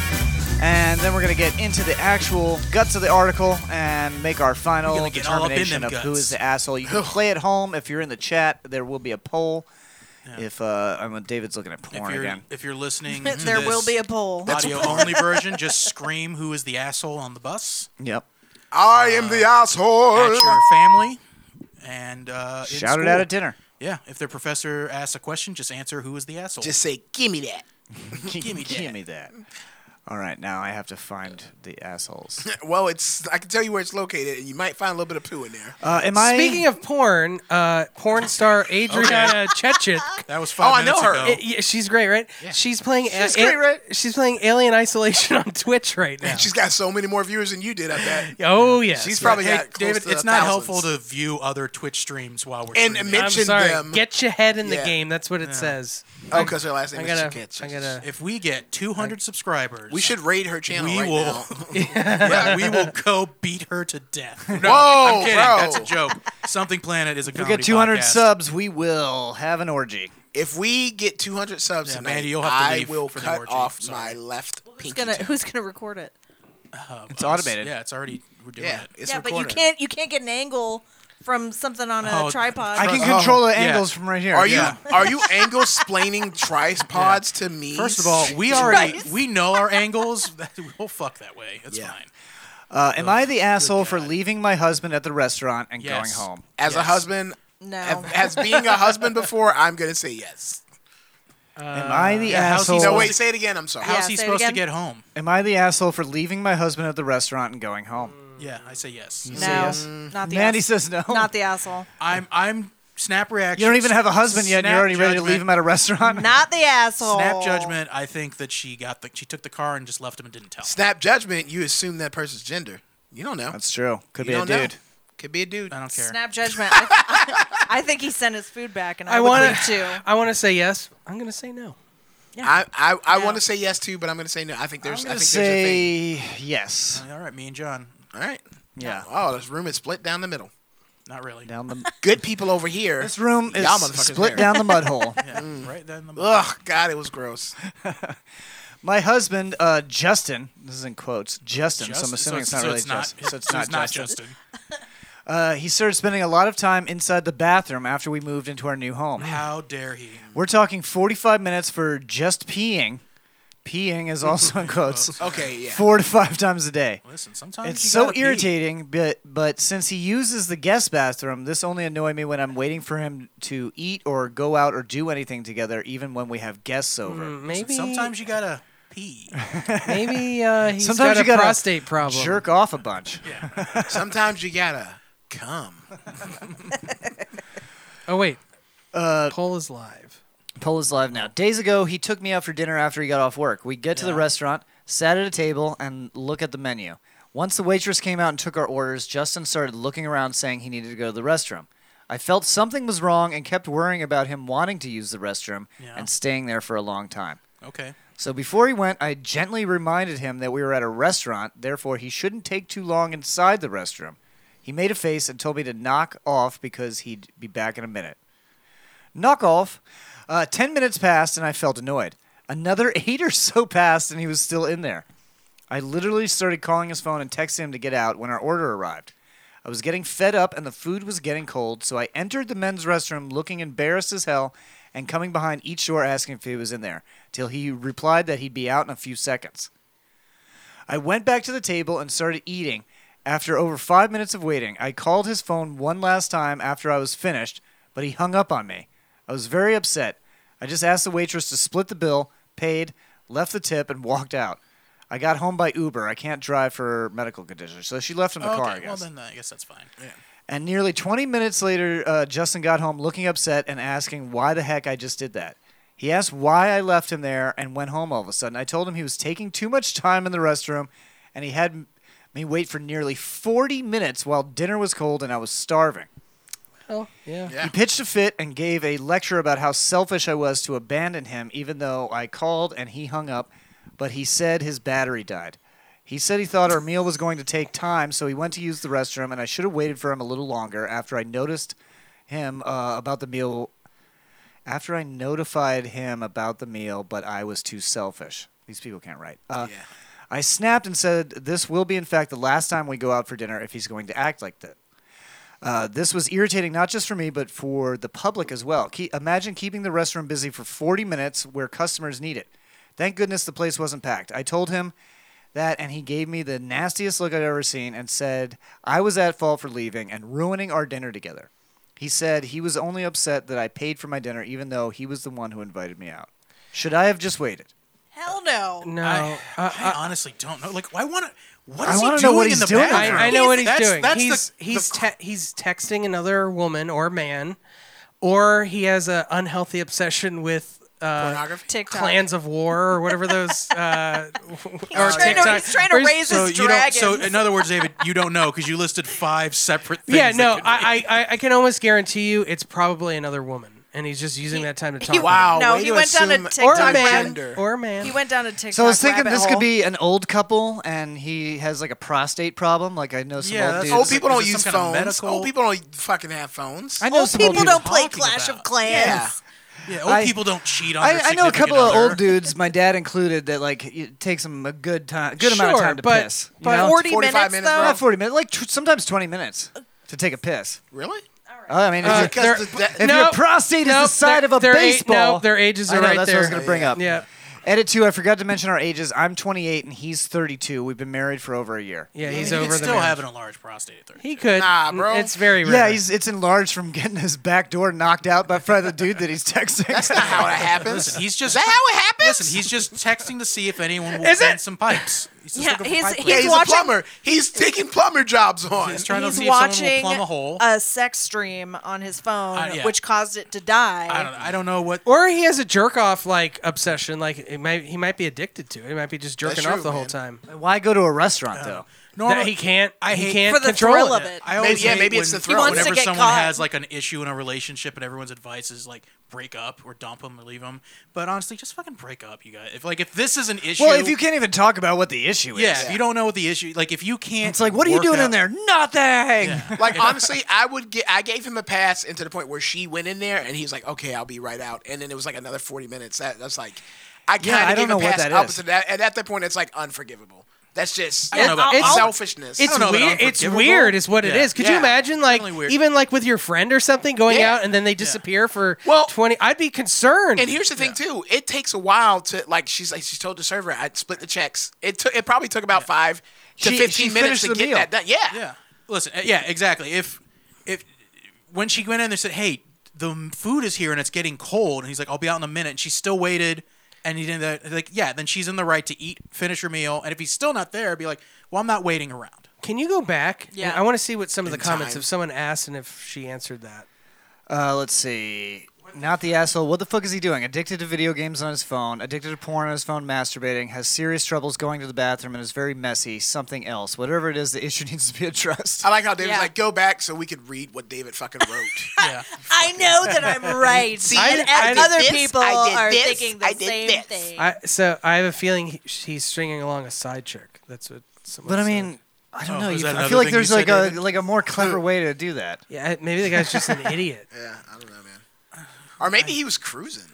And then we're going to get into the actual guts of the article and make our final
We're gonna get all up in
determination
them
of who
guts.
is the asshole. You can play at home. If you're in the chat, there will be a poll. If uh, I'm David's looking at
If
porn
you're,
again.
if you're listening, to
there will
this
be a poll.
audio only version. Just scream who is the asshole on the bus
Yep.
I am the
at
asshole.
your family, and uh, in
Shout it
school.
out at dinner.
Yeah, if their professor asks a question, just answer who is the asshole.
Just say, give me that.
give me that.
Give me that. All right, now I have to find the assholes.
Well, it's I can tell you where it's located, and you might find a little bit of poo in there.
Uh, am I
Speaking of porn, uh, porn star Adriana Chechik.
That was five
Oh, I
minutes
know her.
ago.
Uh, yeah, she's great, right? She's playing. She's
great, right?
She's playing Alien Isolation on Twitch right
Uh-huh.
now.
She's got so many more viewers than you did, I bet.
oh yeah,
She's probably
Hey,
got close
David,
to
it's not
thousands.
helpful to view other Twitch streams while we're
And
streaming.
admit-
I'm
mention
sorry.
them.
Get your head in the
Yeah.
game. That's what it says.
Oh, because her last name
I
is
gotta.
Chiquette.
I gotta.
if we get 200 subscribers,
We should raid her channel
We
right
will.
now.
yeah, we will go beat her to death. No,
Whoa,
I'm kidding.
bro.
That's a joke. Something Planet is a
we
comedy
get 200
podcast.
subs, we will have an orgy.
If we get 200 subs
Yeah,
tonight,
Mandy, you'll have to
I
leave
will
for the
cut
orgy.
off my
Sorry.
left
Who's
pinky.
gonna
toe.
Who's gonna record it?
It's automated.
Yeah, it's already we're doing
yeah,
it.
it's
yeah, but
recorded.
you can't you can't get an angle from something on a
Oh,
tripod.
I can
Oh,
control the
yeah.
angles from right here.
Are you
Yeah.
are you angle splaining tripods to me?
First of all, we already we know our angles. we'll fuck that way. It's
Yeah.
fine.
Uh, am I the asshole for
God.
leaving my husband at the restaurant and
Yes.
going home?
as a
yes.
husband,
no,
as, as being a husband before, I'm gonna say yes.
am I the
yeah, how's he
asshole?
No,
Oh.
wait, say it again. I'm sorry.
How's
Yeah,
he
say it
supposed to
again.
get home?
Am I the asshole for leaving my husband at the restaurant and going home?
Yeah, I say yes.
no,
yes?
not the
Mandy
ass-
says no.
not the asshole,
I'm I'm snap reaction.
you don't even have a husband yet, and you're
Snap
already ready to
judgment.
leave him at a restaurant.
not the asshole.
Snap judgment. I think that she got the she took the car and just left him and didn't tell.
Snap judgment. You assume that person's gender. You don't know.
That's true. Could
you
be a
don't know.
dude.
Could be a dude.
I don't care.
Snap judgment. I, I- I think he sent his food back, and I,
I
would
wanna-
leave too.
I want to say yes. I'm gonna say no.
I I, I
No.
want to say yes to, but I'm gonna say no. I think there's. I
I
think there's a thing.
say yes.
All right, me and John.
All right.
Yeah.
Oh, this room is split down the middle.
Not really.
Down the
Good people over here.
this room is
Y'all motherfuckers
split
married.
down the mud hole.
Yeah, right then. The
Ugh, God, it was gross.
My husband, uh, Justin. This is in quotes. Justin.
Just-
so I'm assuming it's
so
not really
it's not,
Justin. So it's
so
not
it's not
Justin.
Justin.
Uh, he started spending a lot of time inside the bathroom after we moved into our new home.
How dare he?
We're talking 45 minutes for just peeing. Peeing is also in quotes.
Okay, yeah.
Four to five times a day.
Listen, sometimes
It's
you
so
gotta pee.
irritating, but but since he uses the guest bathroom, this only annoyed me when I'm waiting for him to eat or go out or do anything together, even when we have guests over.
Maybe
Sometimes you gotta pee.
maybe uh, he's
Sometimes
got
you
a
gotta
prostate problem.
Jerk off a bunch.
Sometimes you gotta come.
Oh wait, poll is live.
Poll is live now. Days ago, he took me out for dinner after he got off work. We get to the restaurant, sat at a table, and look at the menu. Once the waitress came out and took our orders, Justin started looking around saying he needed to go to the restroom. I felt something was wrong and kept worrying about him wanting to use the restroom
Yeah.
and staying there for a long time.
Okay.
So before he went, I gently reminded him that we were at a restaurant, therefore he shouldn't take too long inside the restroom. He made a face and told me to knock off because he'd be back in a minute. Knock off. Uh, ten minutes passed and I felt annoyed. Another eight or so passed and he was still in there. I literally started calling his phone and texting him to get out when our order arrived. I was getting fed up and the food was getting cold, so I entered the men's restroom looking embarrassed as hell and coming behind each door asking if he was in there, till he replied that he'd be out in a few seconds. I went back to the table and started eating. After over five minutes of waiting, I called his phone one last time after I was finished, but he hung up on me. I was very upset. I just asked the waitress to split the bill, paid, left the tip, and walked out. I got home by Uber. I can't drive for medical condition, so she left in the
okay.
car. I guess.
well, then uh, I guess that's fine.
And nearly 20 minutes later, uh, Justin got home looking upset and asking why the heck I just did that. He asked why I left him there and went home all of a sudden. I told him he was taking too much time in the restroom and he had m- me wait for nearly 40 minutes while dinner was cold and I was starving.
Oh, yeah.
Yeah.
He pitched a fit and gave a lecture about how selfish I was to abandon him, even though I called and he hung up. But he said his battery died. He said he thought our meal was going to take time, so he went to use the restroom, and I should have waited for him a little longer after I noticed him uh, about the meal. After I notified him about the meal, but I was too selfish. These people can't write. Uh, I snapped and said, This will be, in fact, the last time we go out for dinner if he's going to act like that. Uh, this was irritating not just for me, but for the public as well. Ke- imagine keeping the restroom busy for 40 minutes where customers need it. Thank goodness the place wasn't packed. I told him that, and he gave me the nastiest look I'd ever seen and said I was at fault for leaving and ruining our dinner together. He said he was only upset that I paid for my dinner, even though he was the one who invited me out. Should I have just waited?
Hell no.
No.
I,
uh,
I honestly don't know. Like, I want to. What
I
is he
wanna
doing
know what
in
he's
the
doing.
I,
bathroom?
I know what he's
That's-
doing.
That's
he's
the,
he's
the-
te- he's texting another woman or man, or he has an unhealthy obsession with uh,
Pornography.
TikTok.
clans of war or whatever those. Uh, or
He's trying, to,
TikTok.
he's trying to
Where's-
raise
so
his
you don't.
dragon.
So in other words, David, you don't know because you listed five separate things.
Yeah,
that
no,
could be.
I, I I- I can almost guarantee you it's probably another woman, and he's just using that time to talk. to
Wow.
No,
way
he
to
went down a
assume-
her. or
TikTok
a man,
Gender.
or a man.
he went down a TikTok.
So I was thinking
rabbit
this
hole.
could be an old couple, and he has like a prostate problem. Like I know some
Yeah,
old
that's-
dudes.
Old
Is
people
it
don't
some
use
kind of
phones.
medical-
Old people don't fucking have phones.
I know
Old
some
people
old
don't play
talking
Clash
about?
of Clans.
Yeah.
yeah, old
I-
people don't cheat on.
I,
their
I know a
significant
couple of
other.
old dudes, my dad included, that like it takes them a good time, good amount of
Sure,
time to
but-
piss. you
but
know?
40
45
minutes,
minutes,
though.
not forty minutes, like tw- sometimes twenty minutes to take a piss.
really?
Oh, I mean, if,
Uh,
your-
Because
they're-
the- that-
if
no,
your prostate is the
Nope,
side
their-
of a
their age-
baseball,
no, their ages are
I know,
right
that's what I was
there.
going to bring up.
Yeah.
Edit two. I forgot to mention our ages. I'm 28 and he's 32. We've been married for over a year.
Yeah,
He's
he's
he
over
could
the
still
man.
having a large prostate. at 32.
He could.
Nah,
N-
bro.
It's very rare.
Yeah, he's it's enlarged from getting his back door knocked out by by the dude that he's texting.
That's not how it happens.
Listen, he's just.
Is that how it happens?
Listen, he's just texting to see if anyone will
Is it?
send some pipes. He's just
Yeah,
looking for
he's-
pipe
he's
yeah, he's
cleaners.
watching-
a plumber. He's taking plumber jobs on.
He's trying to
He's
see if someone will
watching
plumb a hole.
a sex stream on his phone,
Uh, yeah.
which caused it to die.
I don't. I don't know what.
Or he has a jerk off like obsession, like it might, he might be addicted to it. He might be just jerking
That's
off
true,
the whole
man.
time.
Why go to a restaurant though?
That he can't.
I
he
hate-
can't
For the
control
thrill
it.
of it.
I always
Maybe- yeah,
hate
maybe
when-
it's the thrill.
wants to
Whenever
get
someone
caught.
has like an issue in a relationship and everyone's advice is like break up or dump them or leave them. But honestly, just fucking break up, you guys. If like if this is an issue,
Well, if you can't even talk about what the issue is,
yeah, if you don't know what the issue, like if you can't,
It's like, what are you
work
doing
out-
in there? Nothing.
Like honestly, I would get. I gave him a pass into the point where she went in there, and he was like, "Okay, I'll be right out." And then it was like another forty minutes. That that's like, I
Yeah, I
kind
don't
of gave
know
a
what
pass
that
up
is.
to that. And at that point, it's like unforgivable. That's just
I don't know about
It's-
I'll-
selfishness.
It's
don't know that
weird.
I'm
It's
forgivable.
weird, is what it
Yeah.
is. Could you
Yeah.
imagine, like,
Definitely weird.
even like with your friend or something, going
Yeah.
out and then they disappear for
Well-
twenty? I'd be concerned.
And here's the thing too. It takes a while to like. She's like she told the server, "I split the checks." It took. It probably took about five to
She-
fifteen
she
minutes
finished
to
the
get
meal.
that done.
Yeah. Listen. uh, Yeah. Exactly. If if when she went in there said, "Hey, the m- food is here and it's getting cold," and he's like, "I'll be out in a minute," and she still waited, and he didn't. they're Like, yeah, then she's in the right to eat, finish her meal, and if he's still not there, be like, "Well, I'm not waiting around."
Can you go back?
Yeah.
And I want to see what some of the comments
time.
if someone asked and if she answered that.
Uh, let's see. Not the asshole. What the fuck is he doing? Addicted to video games on his phone, addicted to porn on his phone, masturbating, has serious troubles going to the bathroom, and is very messy. Something else. Whatever it is, the issue needs to be addressed.
I like how David's
Yeah.
like, go back so we could read what David fucking wrote.
Yeah.
I know that I'm right. and
I did
other
this,
people
I did
are
this,
thinking the
I did
same
this.
thing.
I so I have a feeling he, he's stringing along a side chick. That's what. someone
But I
said.
mean, I don't
Oh,
know.
is
You,
that
I
another
feel like
thing
there's
you
like
said,
a
David?
like a more clever way to do that.
yeah, maybe the guy's just an idiot.
yeah, I don't know, man. Or maybe he was cruising.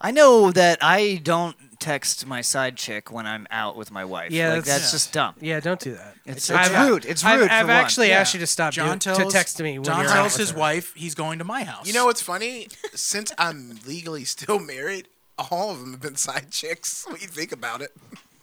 I know that I don't text my side chick when I'm out with my wife.
Yeah,
like, that's
that's-
just dumb.
Yeah, don't do that.
It's,
I've-
it's rude. It's rude.
I've,
for
I've
one.
actually asked you to stop
John
doing-
tells
to text me. When
John
you're out
tells
with
his
her.
wife he's going to my house.
You know what's funny? Since I'm legally still married, all of them have been side chicks. When you think about it,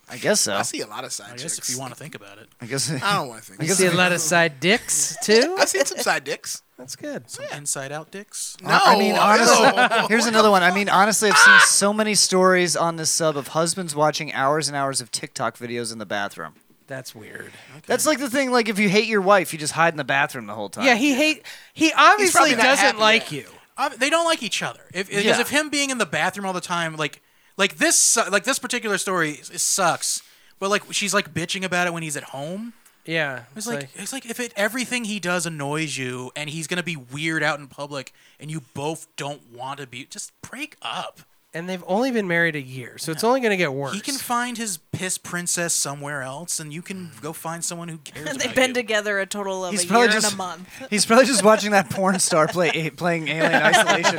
I guess so.
I see Oh, a lot of
I
side
guess
chicks.
if you want to think about it,
I guess.
I don't want to think.
I
You
guess
see a lot of side dicks too.
I've seen some side dicks.
That's good.
some inside out dicks.
No, Oh,
I mean,
ew.
honestly, here's another one. I mean, honestly, I've seen so many stories on this sub of husbands watching hours and hours of TikTok videos in the bathroom.
That's weird.
That's like the thing. Like, if you hate your wife, you just hide in the bathroom the whole time.
Yeah, he hate. He obviously
probably not
doesn't
happy
like
yet.
you.
Uh, they don't like each other. If because
Yeah.
if him being in the bathroom all the time, like like this, su- like this particular story, it sucks. But like she's like bitching about it when he's at home,
Yeah.
It's like, it's like if it everything he does annoys you and he's gonna be weird out in public and you both don't want to be just break up.
and they've only been married a year, so it's only going to get worse.
He can find his piss princess somewhere else and you can go find someone who cares.
And they've
about
been
you.
together a total of
He's
a
probably
year
just
and a month.
he's probably just watching that porn star play a- playing Alien Isolation.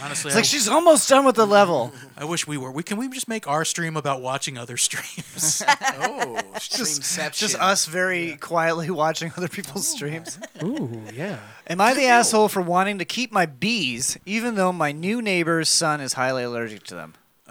Honestly,
It's like
I,
she's almost done with the level.
I wish we were. We can we just make our stream about watching other streams?
Oh,
Just,
streamception.
just us very quietly watching other people's streams.
Ooh, yeah.
Am I the asshole for wanting to keep my bees, even though my new neighbor's son is highly allergic to them?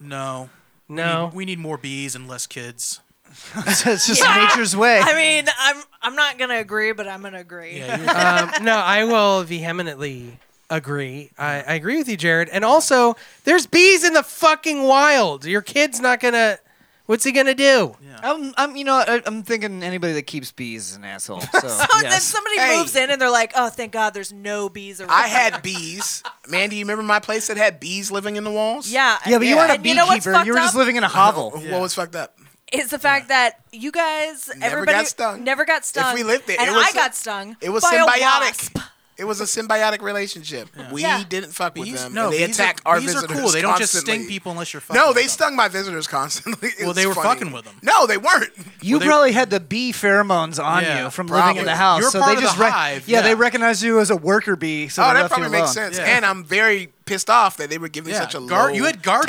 no.
No.
We need more bees and less kids.
So it's just nature's way.
I mean, I'm I'm not gonna agree, but I'm gonna agree.
Yeah, you're-
um, no, I will vehemently agree. I, I agree with you, Jared. And also, there's bees in the fucking wild. Your kid's not going to. What's he going to do?
I'm, I'm, you know, I, I'm thinking anybody that keeps bees is an asshole. So,
Oh, and then
yes.
somebody
Hey.
moves in and they're like, "Oh, thank God, there's no bees around."
I had bees. Man, do you remember my place that had bees living in the walls?
yeah,
yeah, but you weren't a
and you know what's
beekeeper. You,
fucked
were just
up?
living in a hovel.
What was fucked up?
It's the fact that you guys, everybody,
got stung.
Never got stung.
we lived it,
and
it was
I
a-
got stung.
It was
by a wasp.
symbiotic. It was a symbiotic relationship. We
Yeah.
didn't fuck with
Bees-
them.
no,
and they
bees
attack
are,
our
bees
visitors.
are cool. They don't just sting
constantly.
people unless you're fucking
No,
with
they
them.
stung my visitors constantly. It
Well,
was
they were
funny.
fucking with them.
No, they weren't.
You
Well, they-
probably had the bee pheromones on
Yeah,
you from living
probably.
in the house,
You're
so
part
they
of
just
the
rec-
hive,
yeah,
yeah.
they recognized you as a worker bee, so
Oh,
they
that
left you
probably makes
alone.
sense.
Yeah.
And I'm very pissed off that they were giving
Yeah,
such a
guard-
low
you had guard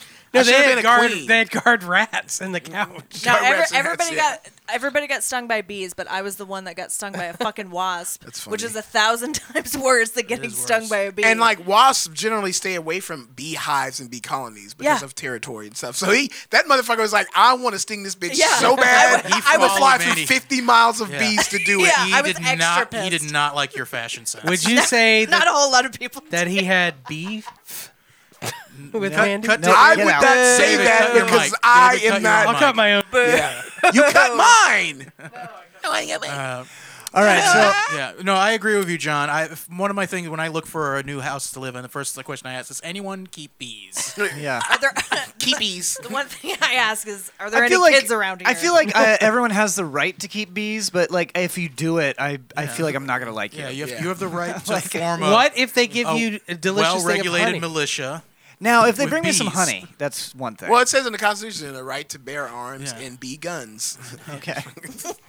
bees.
I
No, they
should have been
had,
a
guard,
queen.
they had guard rats in the couch.
Now
Got rats
every,
and rats,
everybody
yeah.
got everybody got stung by bees, but I was the one that got stung by a fucking wasp,
That's
which
funny.
is a thousand times worse than getting
is
stung
worse.
by a bee.
And like wasps generally stay away from beehives and bee colonies because
Yeah.
of territory and stuff. So he, that motherfucker was like, I want to sting this bitch
Yeah.
so bad.
He
I would
followed
fly through
Manny.
50 miles of
Yeah.
bees to do it.
Yeah,
he
I was
did
extra
not. He
pissed.
did not like your fashion sense.
Would you say
not
that,
a whole lot of people.
that he had beef with Randy?
cut
No,
to-
I would
get out.
not say
David,
that
cut your
because
mic.
I
David, cut
am
your
I'll
not.
mic.
cut my own.
You cut mine.
Uh, All right, so
yeah, no, I agree with you, John. I if- one of my things when I look for a new house to live in, the first question I ask is, anyone keep bees?
yeah.
Are there,
Keepies.
the one thing I ask is, are there any kids around here?
I feel like uh, everyone has the right to keep bees, but like if you do it, I, I feel like I'm not gonna like you.
yeah, you have,
Yeah.
you have the right to form a
What if they give
a
you a delicious thing of honey?
well-regulated militia.
Now, if they
With
bring me some
bees.
honey, that's one thing.
Well, it says in the Constitution the right to bear arms
Yeah.
and be guns.
Okay.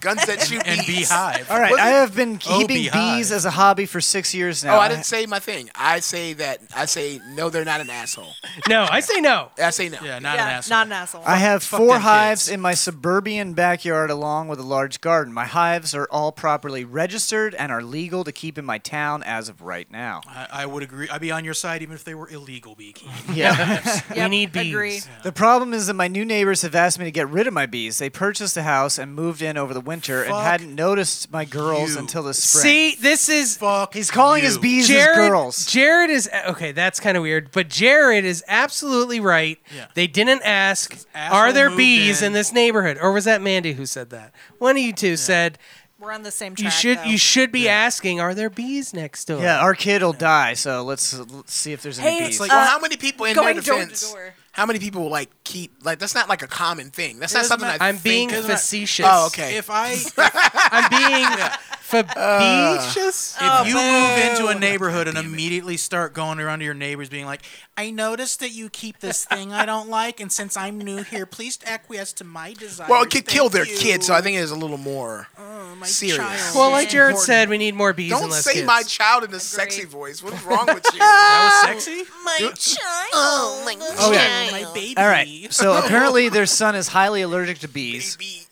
Guns that shoot
and
bees.
beehive.
All right.
Was
I
it-
have been
Oh,
keeping
beehive.
bees as a hobby for six years now.
Oh, I didn't say my thing. I say that. I say, no, they're not an asshole.
no, I say no.
I say no.
Yeah, not
yeah,
an asshole.
not an asshole.
I have
fuck
four
them
hives
kids.
in my suburban backyard along with a large garden. My hives are all properly registered and are legal to keep in my town as of right now.
I, I would agree. I'd be on your side even if they were illegal beekeepers.
Yeah.
Yep,
need bees.
Agree.
the problem is that my new neighbors have asked me to get rid of my bees. They purchased the house and moved in over the winter and
Fuck
hadn't noticed my girls
you.
until the spring.
See, this is
Fuck.
He's calling his
you.
bees
Jared,
his girls.
Jared is okay. That's kind of weird, but Jared is absolutely right.
Yeah.
They didn't ask,
asshole
"Are there
moved
bees in.
in."
this neighborhood?" Or was that Mandy who said that? One of you two said
We're on the same track.
you should
though.
you should be asking, "Are there bees next door?"
yeah, our kid'll die, so let's, let's see if there's any
Hey,
bees.
it's
Like,
Uh,
well, how many people in their
going door to
defense?
door.
How many people like keep like that's not like a common thing. That's not
doesn't
something
matter.
I
I'm being
think of.
facetious.
Oh, okay.
If I if
I'm being facetious.
you move into a neighborhood and immediately start going around to your neighbors being like, I noticed that you keep this thing I don't like, and since I'm new here, please acquiesce to my desires.
well, it could kill
Thank
their
you."
kids, uh, so I think it is a little more
Oh,
My
serious.
child.
well, like Jared
Important.
said, we need more bees.
Don't
and less
say
kids.
my child in a sexy voice. What is wrong with you?
that was sexy.
My child. Oh, my child.
Oh, yeah.
My baby.
All right. So apparently their son is highly allergic to bees.
Baby.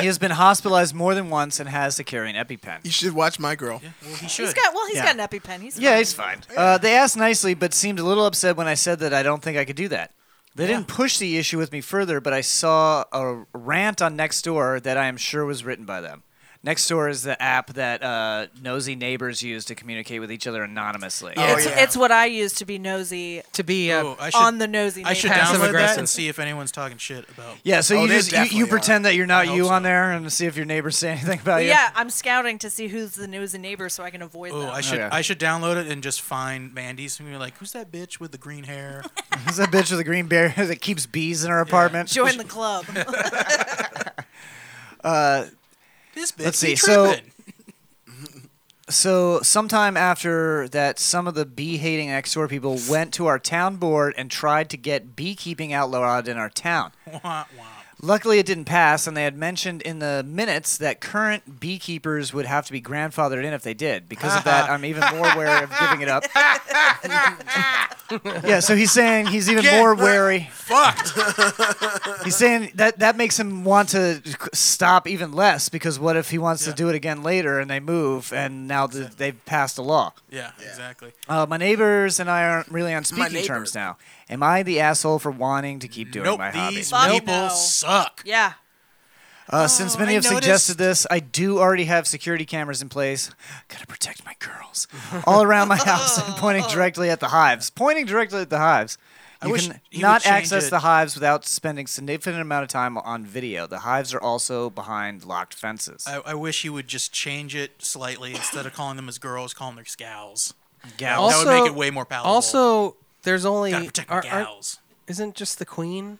He has been hospitalized more than once and has to carry an
You
EpiPen.
should watch my girl.
Well, he should.
He's got well, he's
Yeah.
got an EpiPen. He's
Yeah,
fine.
he's fine. Uh, they asked nicely, but seemed a little upset when I said that I don't think I could do that. They didn't push the issue with me further, but I saw a rant on Nextdoor that I am sure was written by them. Nextdoor is the app that uh, nosy neighbors use to communicate with each other anonymously.
It's,
Oh, yeah.
it's what I use to be nosy
to be uh,
Oh, I should,
on the nosy.
I should
neighbor.
Passive
download that
aggressive.
and see if anyone's talking shit about.
Yeah, so
Oh,
you
they
just you, you
definitely
pretend that you're not
I
you
hope
on
so.
there and see if your neighbors say anything about you.
Yeah, I'm scouting to see who's the nosy neighbor so I can avoid
Oh,
them.
I should
Okay.
I should download it and just find Mandy's and be like, who's that bitch with the green hair?
There's that bitch with a green bear that keeps bees in her apartment.
Join the club.
This bitch
Let's
be
see, so-
tripping.
So, sometime after that, some of the bee hating next door people went to our town board and tried to get beekeeping outlawed in our town.
Wah, wah.
Luckily, it didn't pass, and they had mentioned in the minutes that current beekeepers would have to be grandfathered in if they did. Because of that, I'm even more wary of giving it up. yeah, so he's saying he's even more wary.
Fucked.
He's saying that that makes him want to stop even less because what if he wants to do it again later and they move and now th- they've passed a law?
Yeah, exactly.
Uh, my neighbors and I aren't really on speaking
neighbor.
terms now. Am I the asshole for wanting to keep doing
Nope,
my hobby?
these
Fuck
people
no.
suck.
Yeah.
Uh, since many
I
have suggested this, I do already have security cameras in place. Gotta protect my girls all around my house and pointing directly at the hives. Pointing directly at the hives. You
wish
can
he would
not
change
access
it.
the hives without spending significant amount of time on video. The hives are also behind locked fences.
I, I wish he would just change it slightly instead of calling them as girls, call them their scals.
Gals.
That would
Also-
make it way more palatable.
Also, there's only
gotta protect
are-
our,
aren't-
gals.
isn't just the queen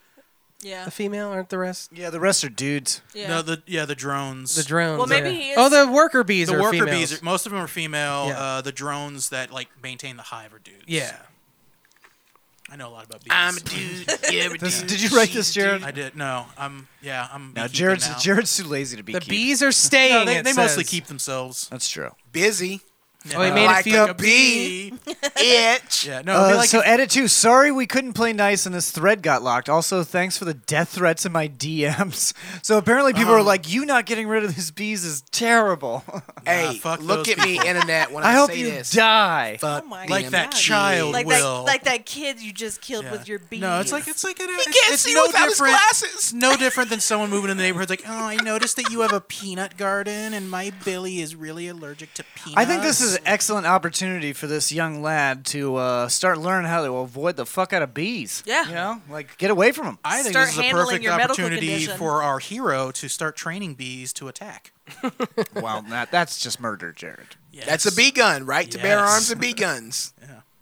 Yeah.
the female? Aren't the rest
yeah, the rest are dudes.
Yeah.
No, the yeah, the drones.
the drones?
Well, maybe
are-
he
Oh,
is-
the worker bees
The
are
worker
females.
bees. Are, most of them are female.
Yeah.
Uh, the drones that like maintain the hive are dudes.
yeah.
I know a lot about bees.
I'm a dude. Yeah, but
This- did you write this, Jared?
I did. No, I'm. Yeah, I'm.
No,
beekeeping
Jared's
now.
Jared's too lazy to be.
The
keeping.
bees are staying.
No, they,
it
they mostly
says.
keep themselves.
That's true.
busy.
Oh, he made
like
it feel
a bee. Itch.
Yeah, no. it'd be
Uh,
like
so
if-
edit two. Sorry we couldn't play nice and this thread got locked. Also, thanks for the death threats in my DMs. So apparently people are like, "You not getting rid of these bees is terrible.
Hey,
fuck
look
those
at me, internet. When I,
I hope
say
you
this,
die."
fuck
Oh my
being
God.
uh, like that
a bee.
child
like
will.
that, like that kid you just killed
Yeah.
with your bees.
No, it's like it's like an, it's,
can't
it's
see
no
without his
different.
glasses.
It's no different than someone moving in the neighborhood. Like, oh, I noticed that you have a peanut garden, and my Billy is really allergic to peanuts.
I think this is an excellent opportunity for this young lad to uh, start learning how to avoid the fuck out of bees.
Yeah.
You know, like get away from them.
I think
Start
this is a
handling
perfect
your medical
opportunity
condition.
for our hero to start training bees to attack.
well, that, that's just murder, Jared.
That's a bee gun, right? To bear
Yes.
arms and bee guns.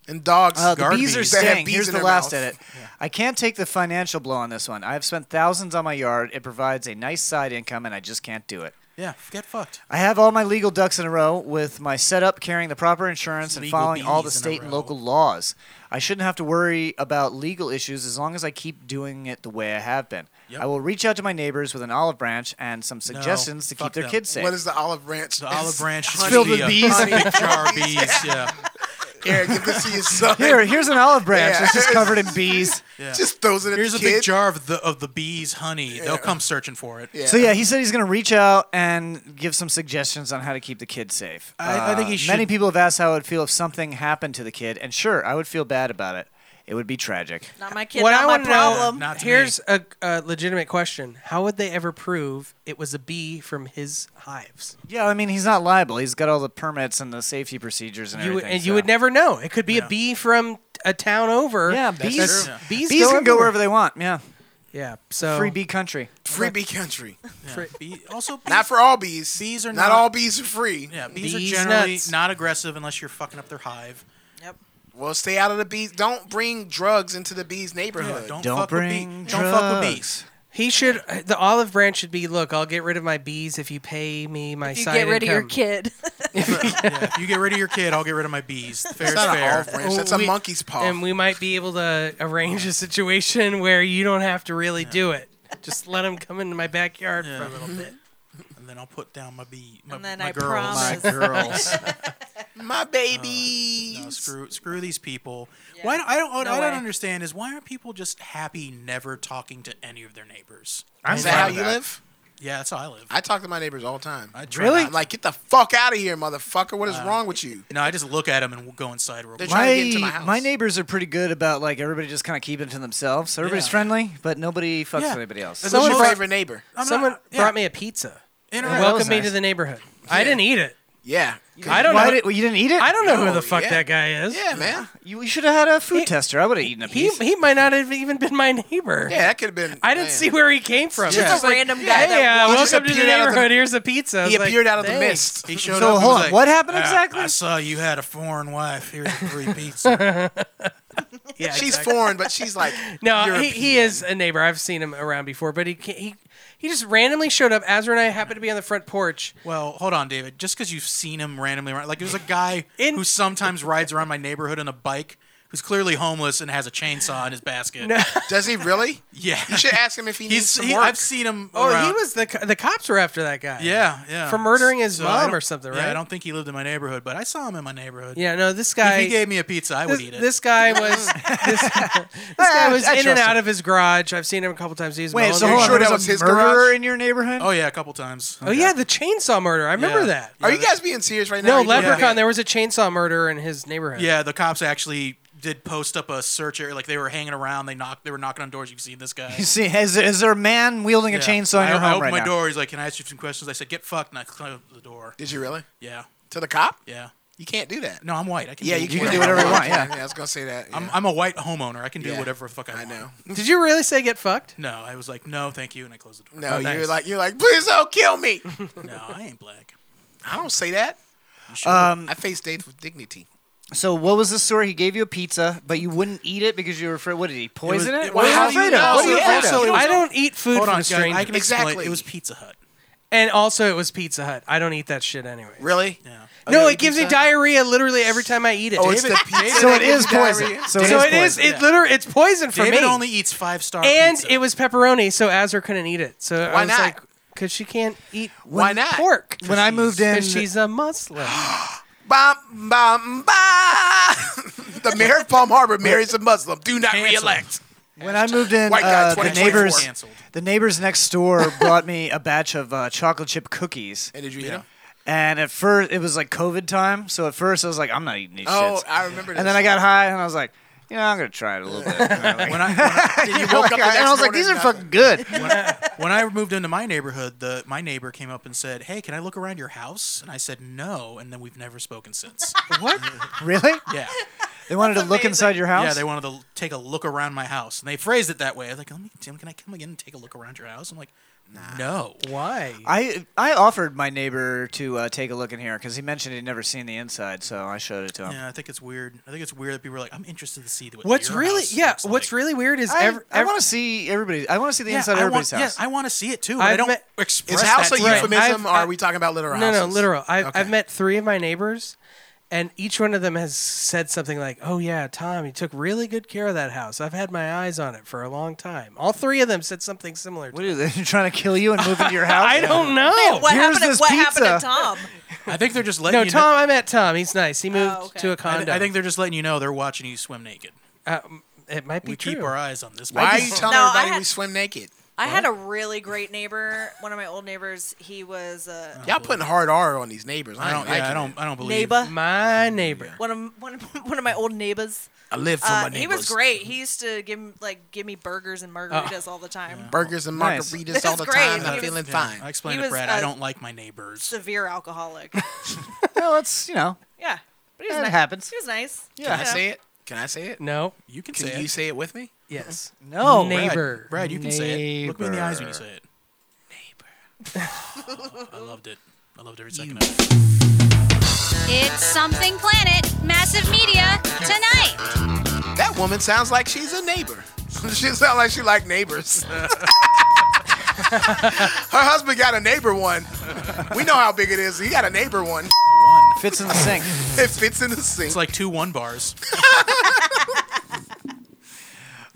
And dogs.
Uh, the
Guard
bees are
bees.
They have
staying.
bees
Here's
in
the
their
last
mouth.
edit. I can't take the financial blow on this one. I have spent thousands on my yard. It provides a nice side income, and I just can't do it.
Yeah, get fucked.
I have all my legal ducks in a row with my setup, carrying the proper insurance, and
Legal
following all the
bees in a
state and
row.
local laws. I shouldn't have to worry about legal issues as long as I keep doing it the way I have been.
Yep.
I will reach out to my neighbors with an olive branch and some suggestions to
fuck
keep their
them.
kids safe.
What is the olive branch?
The olive branch is
filled with
a
bees.
Big jar of bees. Yeah,
Eric, give this to your son.
Here, here's an olive branch.
Yeah.
It's just covered in bees.
yeah.
Just throws it at
Here's
the
a
kid.
big jar of the of the bees' honey. They'll come searching for it.
Yeah.
So yeah, he said he's going to reach out and give some suggestions on how to keep the kid safe.
I- I think he
Uh, Many
should-
people have asked how I would feel if something happened to the kid, and sure, I would feel bad about it. It would be tragic.
not my kid,
what
not
I
my
want to know
problem.
Not to me.
here's a, a legitimate question: How would they ever prove it was a bee from his hives?
Yeah, I mean, he's not liable. He's got all the permits and the safety procedures and
You would,
everything.
and you
so-
would never know. It could be a bee from a town over.
Yeah,
That's-
bees,
that's-
bees,
bees,
can go
everywhere.
wherever they want. Yeah,
Yeah, so
free bee country.
free bee country.
Yeah. Bee, also, bees,
Not for all bees.
Bees are
not,
not-
all bees are free.
yeah, bees,
Bees
are generally
nuts.
not aggressive unless you're fucking up their hive.
Yep.
Well, stay out of the bees. Don't bring drugs into the bees' neighborhood.
Yeah, don't
Don't
fuck
bring
with bees. Don't fuck with
drugs.
bees.
He should. The olive branch should be. Look, I'll get rid of my bees if you pay me my
You
side
get rid of your
income."
kid.
yeah, if you get rid of your kid, I'll get rid of my bees. Fair is
That's not an
fair.
olive branch.
Oh,
That's a
we-
monkey's paw.
and we might be able to arrange a situation where you don't have to really do it. Just let them come into my backyard for a little bit.
And then I'll put down my bee, my,
And then
my
I
girls.
promise.
Girls,
My baby.
No, screw, screw these people. Why don't, I don't, what
No
I don't
way.
understand is why aren't people just happy never talking to any of their neighbors?
I'm
Is that how
fine with
you live?
Yeah, that's how I live.
I talk to my neighbors all the time.
I try
Really?
I'm like, get the fuck out of here, motherfucker. What is wrong with you?
No, I just look at them and go inside real quick.
trying to get into
My
my
my,
house.
neighbors are pretty good about like everybody just kind of keeping to themselves. Everybody's
Yeah.
friendly, but nobody fucks
Yeah.
with anybody else.
Who's your
Someone-
favorite neighbor?
I'm
Someone
not- yeah.
brought me a pizza. and
Interact.
was
Welcomed me
nice.
to the neighborhood. I didn't eat it.
Yeah.
I don't
Why
know.
did, well, you didn't eat it?
I don't know who
No,
the fuck
yeah.
that guy is.
Yeah, man.
You, you should have had a food tester. I would have eaten a
He
piece.
he might not have even been my neighbor.
Yeah, that could have been.
I didn't
man.
see where he came from.
Just
It's
a
like,
random guy.
Hey,
that
uh,
He just
welcome to the
appeared out of the-
neighborhood. Here's a pizza. I
He
was like,
appeared out of the
"Thanks."
mist.
He showed
so
up. and
hold on,
was like, "Uh,
what happened
"Ah,
exactly?
I saw you had a foreign wife. Here's a free pizza.
Yeah,
she's
exactly.
foreign, but she's like
No, he,
European.
he is a neighbor. I've seen him around before, but he ca- he he just randomly showed up. Azra and I happened to be on the front porch.
Well, hold on, David. Just because you've seen him randomly around, like there's a guy
In-
who sometimes rides around my neighborhood on a bike, who's clearly homeless and has a chainsaw in his basket.
Does he really?
Yeah,
You should ask him if he needs
he's.
some
He,
work.
I've seen him.
Oh,
around.
he was the co- the cops were after that guy.
Yeah, yeah.
For murdering his
I
mom
don't-
or something,
Yeah,
right?
I don't think he lived in my neighborhood, but I saw him in my neighborhood.
Yeah, no, this
If
guy.
he gave Ah, me a pizza, I would
this,
eat it.
this guy was this, this guy was
I
in and
trust him.
out of his garage. I've seen him a couple times. He's
Wait,
mowing
so
their
hold on,
lawn.
sure
there
that
was
was
a
his
murderer
garage?
in your neighborhood?
oh yeah, a couple times.
Oh yeah, the chainsaw murder. I remember
Yeah.
that.
Are you guys being serious right now?
No,
Are you joking?
Leprechaun. There was a chainsaw murder in his neighborhood.
Yeah, the cops actually did post up a search area. Like they were hanging around. They knocked. They were knocking on doors. You've seen this guy.
You see, is, is there a man wielding a
Yeah.
chainsaw in
I,
your
I
home
opened
right
my
now?
door. He's like, "Can I ask you some questions?" I said, "Get fucked." And I closed the door.
Did you really?
Yeah,
To the cop?
yeah.
You can't do that.
No, I'm white. I can.
Yeah,
do
you
whatever.
can
do whatever you want, yeah.
I was gonna say that.
I'm,
yeah.
I'm a white homeowner. I can do
Yeah.
whatever the fuck I,
I
want.
know.
Did you really say get fucked?
No, I was like, no, thank you, and I closed the door.
No, you're
thanks.
like you're like, please don't kill me.
no, I ain't black.
I don't say that.
Um,
I face dates with dignity.
so what was the story? He gave you a pizza, but you wouldn't eat it because you were afraid. What did he poison it?
was- it
What
was-
are you afraid of? What are you
also-
afraid
also-
of?
it was-
I don't eat food
Hold on,
from a
guys,
stranger.
I can
Exactly.
explain. It was Pizza Hut.
and also, it was Pizza Hut. I don't eat that shit anyway.
Really?
Yeah.
No,
Oh,
Okay,
it gives me
pizza?
diarrhea literally every time I eat it.
Oh, it's the pizza.
So
that
it is
gives you
poison.
diarrhea?
So,
so
it
it
is
is.
poison.
It literally it's poison for
David
me.
only eats five star.
and
pizza.
it was pepperoni, so Azra couldn't eat it. So
Why
I was
not?
like, because she can't eat
Why
when-
not?
pork.
When I moved in,
Because she's a Muslim.
Bum, bum, ba. the mayor of Palm Harbor marries a Muslim. Do not
Cancel.
reelect.
when I moved in,
White guy,
uh, the
2024.
neighbors,
Canceled.
the neighbors next door brought me a batch of uh, chocolate chip cookies.
And did you eat him?
And at first, it was like COVID time, so at first I was like, I'm not eating these
Oh,
shits.
I remember. This.
and then I got high, and I was like, you know, I'm gonna try it a little bit. And I-
when I, when I
Did you woke up the next
and I was like,
morning?
these are
Nothing.
fucking good.
when I moved into my neighborhood, the my neighbor came up and said, "Hey, can I look around your house?" And I said, "No," and then we've never spoken since.
what? Really?
yeah,
They wanted to look
amazing.
inside your house.
yeah. They wanted to l- take a look around my house, and they phrased it that way. I was like, "Let me, Tim, can I come again and take a look around your house?" I'm like, "No."
Why?
I I offered my neighbor to uh, take a look in here because he mentioned he'd never seen the inside, so I showed it to him.
Yeah, I think it's weird. I think it's weird that people are like, "I'm interested to see what
What's
your
really
house
yeah?
looks
What's
like."
really weird is
I,
every,
I want to see everybody. I want to see the
Yeah,
inside of
I
everybody's
want,
house.
Yeah, I want to see it too. but I
I've
don't
met-
express
Is house a
that to them.
euphemism,
I've-
or are we talking about literal
no
houses?
no literal. I've
Okay.
I've met three of my neighbors, and each one of them has said something like, "Oh yeah, Tom, you took really good care of that house. I've had my eyes on it for a long time." All three of them said something similar. To
What are they trying to kill you and move into your house?
I don't know.
what
here's
happened? To,
this
what happened
pizza.
to Tom?
I think they're just letting
No,
you Oh,
Tom. um, I met Tom. He's nice. He moved
okay.
to a
Know, I,
condo.
I think they're just letting you know they're watching you swim naked.
uh, it might be
We
true.
keep our eyes on this.
Why are you
place.
telling
No, I
everybody
had-
we swim naked?
I had a really great neighbor. One of my old neighbors. He was uh,
Y'all putting hard R on these neighbors.
I
I, don't.
don't.
Like
Yeah,
it.
I don't. I don't Oh, believe.
neighbor.
My neighbor.
One of one of, one of my old neighbors.
I live for
Uh,
my neighbors.
he was great. He used to give like give me burgers and margaritas all the time.
Burgers and
Nice.
margaritas
This
all
is
the
great.
time.
He
I'm
was-
feeling
Yeah,
fine.
I explained
He
to
was,
Brad,
uh,
I don't like my neighbors.
Severe alcoholic.
Well, it's you know.
yeah, but he was
That
ni-
happens.
He was nice.
Can I
Yeah.
say it? Can I say it?
No.
You can, say
Can you
it.
say it with me?
Yes.
No.
Brad,
neighbor.
Brad, you can say it. Look me in the eyes when you say it. Neighbor. I loved it. I loved every second of it.
It's Something Planet, Massive Media, tonight.
That woman sounds like she's a neighbor. she sounds like she like neighbors. Her husband got a neighbor one. We know how big it is. He got a neighbor one.
One.
Fits in the sink.
It fits in the sink.
It's like two one bars.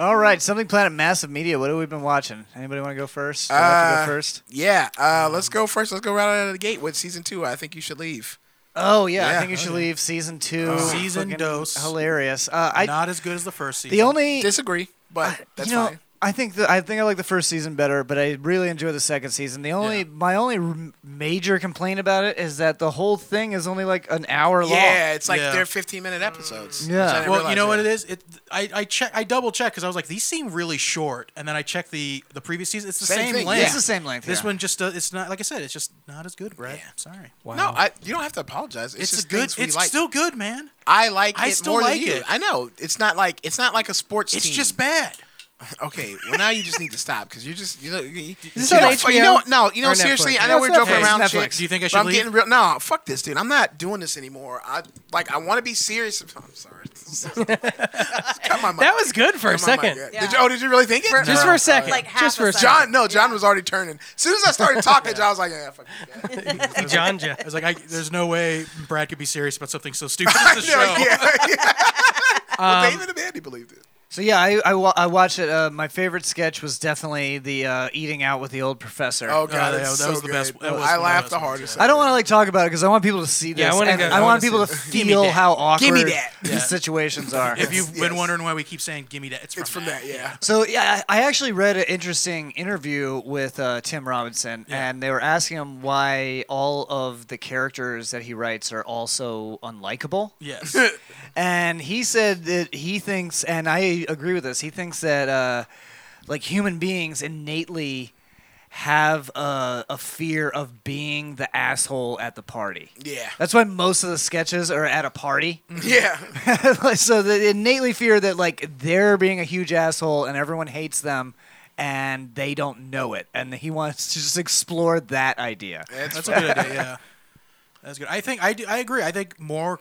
All right, something Planet Massive Media. What have we been watching? Anybody want to go first? Do I have to
Uh,
go first?
yeah, uh, let's go first. Let's go right out of the gate with season two. I think you should leave.
Oh yeah,
yeah,
I think you should leave season two.
Season
Fucking
dose.
Hilarious. Uh, I
Not as good as the first season.
the only
Disagree, but that's
you know,
fine.
I think that I think I like the first season better, but I really enjoy the second season. The only
Yeah.
my only r- major complaint about it is that the whole thing is only like an hour long.
Yeah, it's like
Yeah.
they're 15 minute episodes.
Yeah.
which I didn't
Mm, Well, you know
realize
what
that.
it is. It I I check I double check because I was like these seem really short, and then I checked the the previous season. It's the
Same
same,
thing,
length.
yeah.
It's the same length.
This
yeah.
one just uh, it's not like I said. It's just not as good, Brad. Sorry.
Wow.
No, I, you don't have to apologize. It's,
It's,
just
a good.
things we
It's
like.
still good, man.
I like
I
it
still
more
like
than you.
it.
I know it's not like it's not like a sports.
It's
team.
just bad.
Okay, well now you just need to stop because you're just you know you,
this
you
on
know,
HBO
you know what? no you know
or
seriously
Netflix?
I
No,
know
it's
we're joking
Netflix.
around
It's
shit.
Netflix. Do you think I
but
should
I'm
leave?
getting real no fuck this dude I'm not doing this anymore I like I want to be serious sorry Cut my mic.
That was good for a
Cut my mic.
second.
Yeah.
Yeah.
Did you, oh did you really think it
Just for a second.
Like half
Just for
a
a second.
John no John was already turning as soon as I started talking John was like yeah fuck you, yeah.
John Ja.
I was like, I, there's no way Brad could be serious about something so stupid as the
No,
show.
yeah, yeah. well,
Um,
David and Andy believed it
So yeah, I I, wa- I watched it. Uh, my favorite sketch was definitely the uh, eating out with the old professor.
oh god
that-
it's
that
so
was the
good.
best- that was one
I
of the
laughed
best
the
ones,
hardest
yeah.
I don't want to like talk about it because I want people to see this.
Yeah, I wanna
and
go- I
I want
wanna
people
see
to
it.
feel how awkward
me that.
these situations are.
If you've
Yes.
been wondering why we keep saying "gimme that," it's from,
it's from that yeah
So yeah, I I actually read an interesting interview with uh, Tim Robinson,
Yeah.
and they were asking him why all of the characters that he writes are also unlikable.
Yes.
And he said that he thinks, and I agree with this. He thinks that uh, like human beings innately have a, a fear of being the asshole at the party.
yeah
That's why most of the sketches are at a party.
yeah
so they innately fear that like they're being a huge asshole and everyone hates them and they don't know it. And he wants to just explore that idea.
that's
That's a good idea. Yeah, that's good. I think I do, I agree. I think more,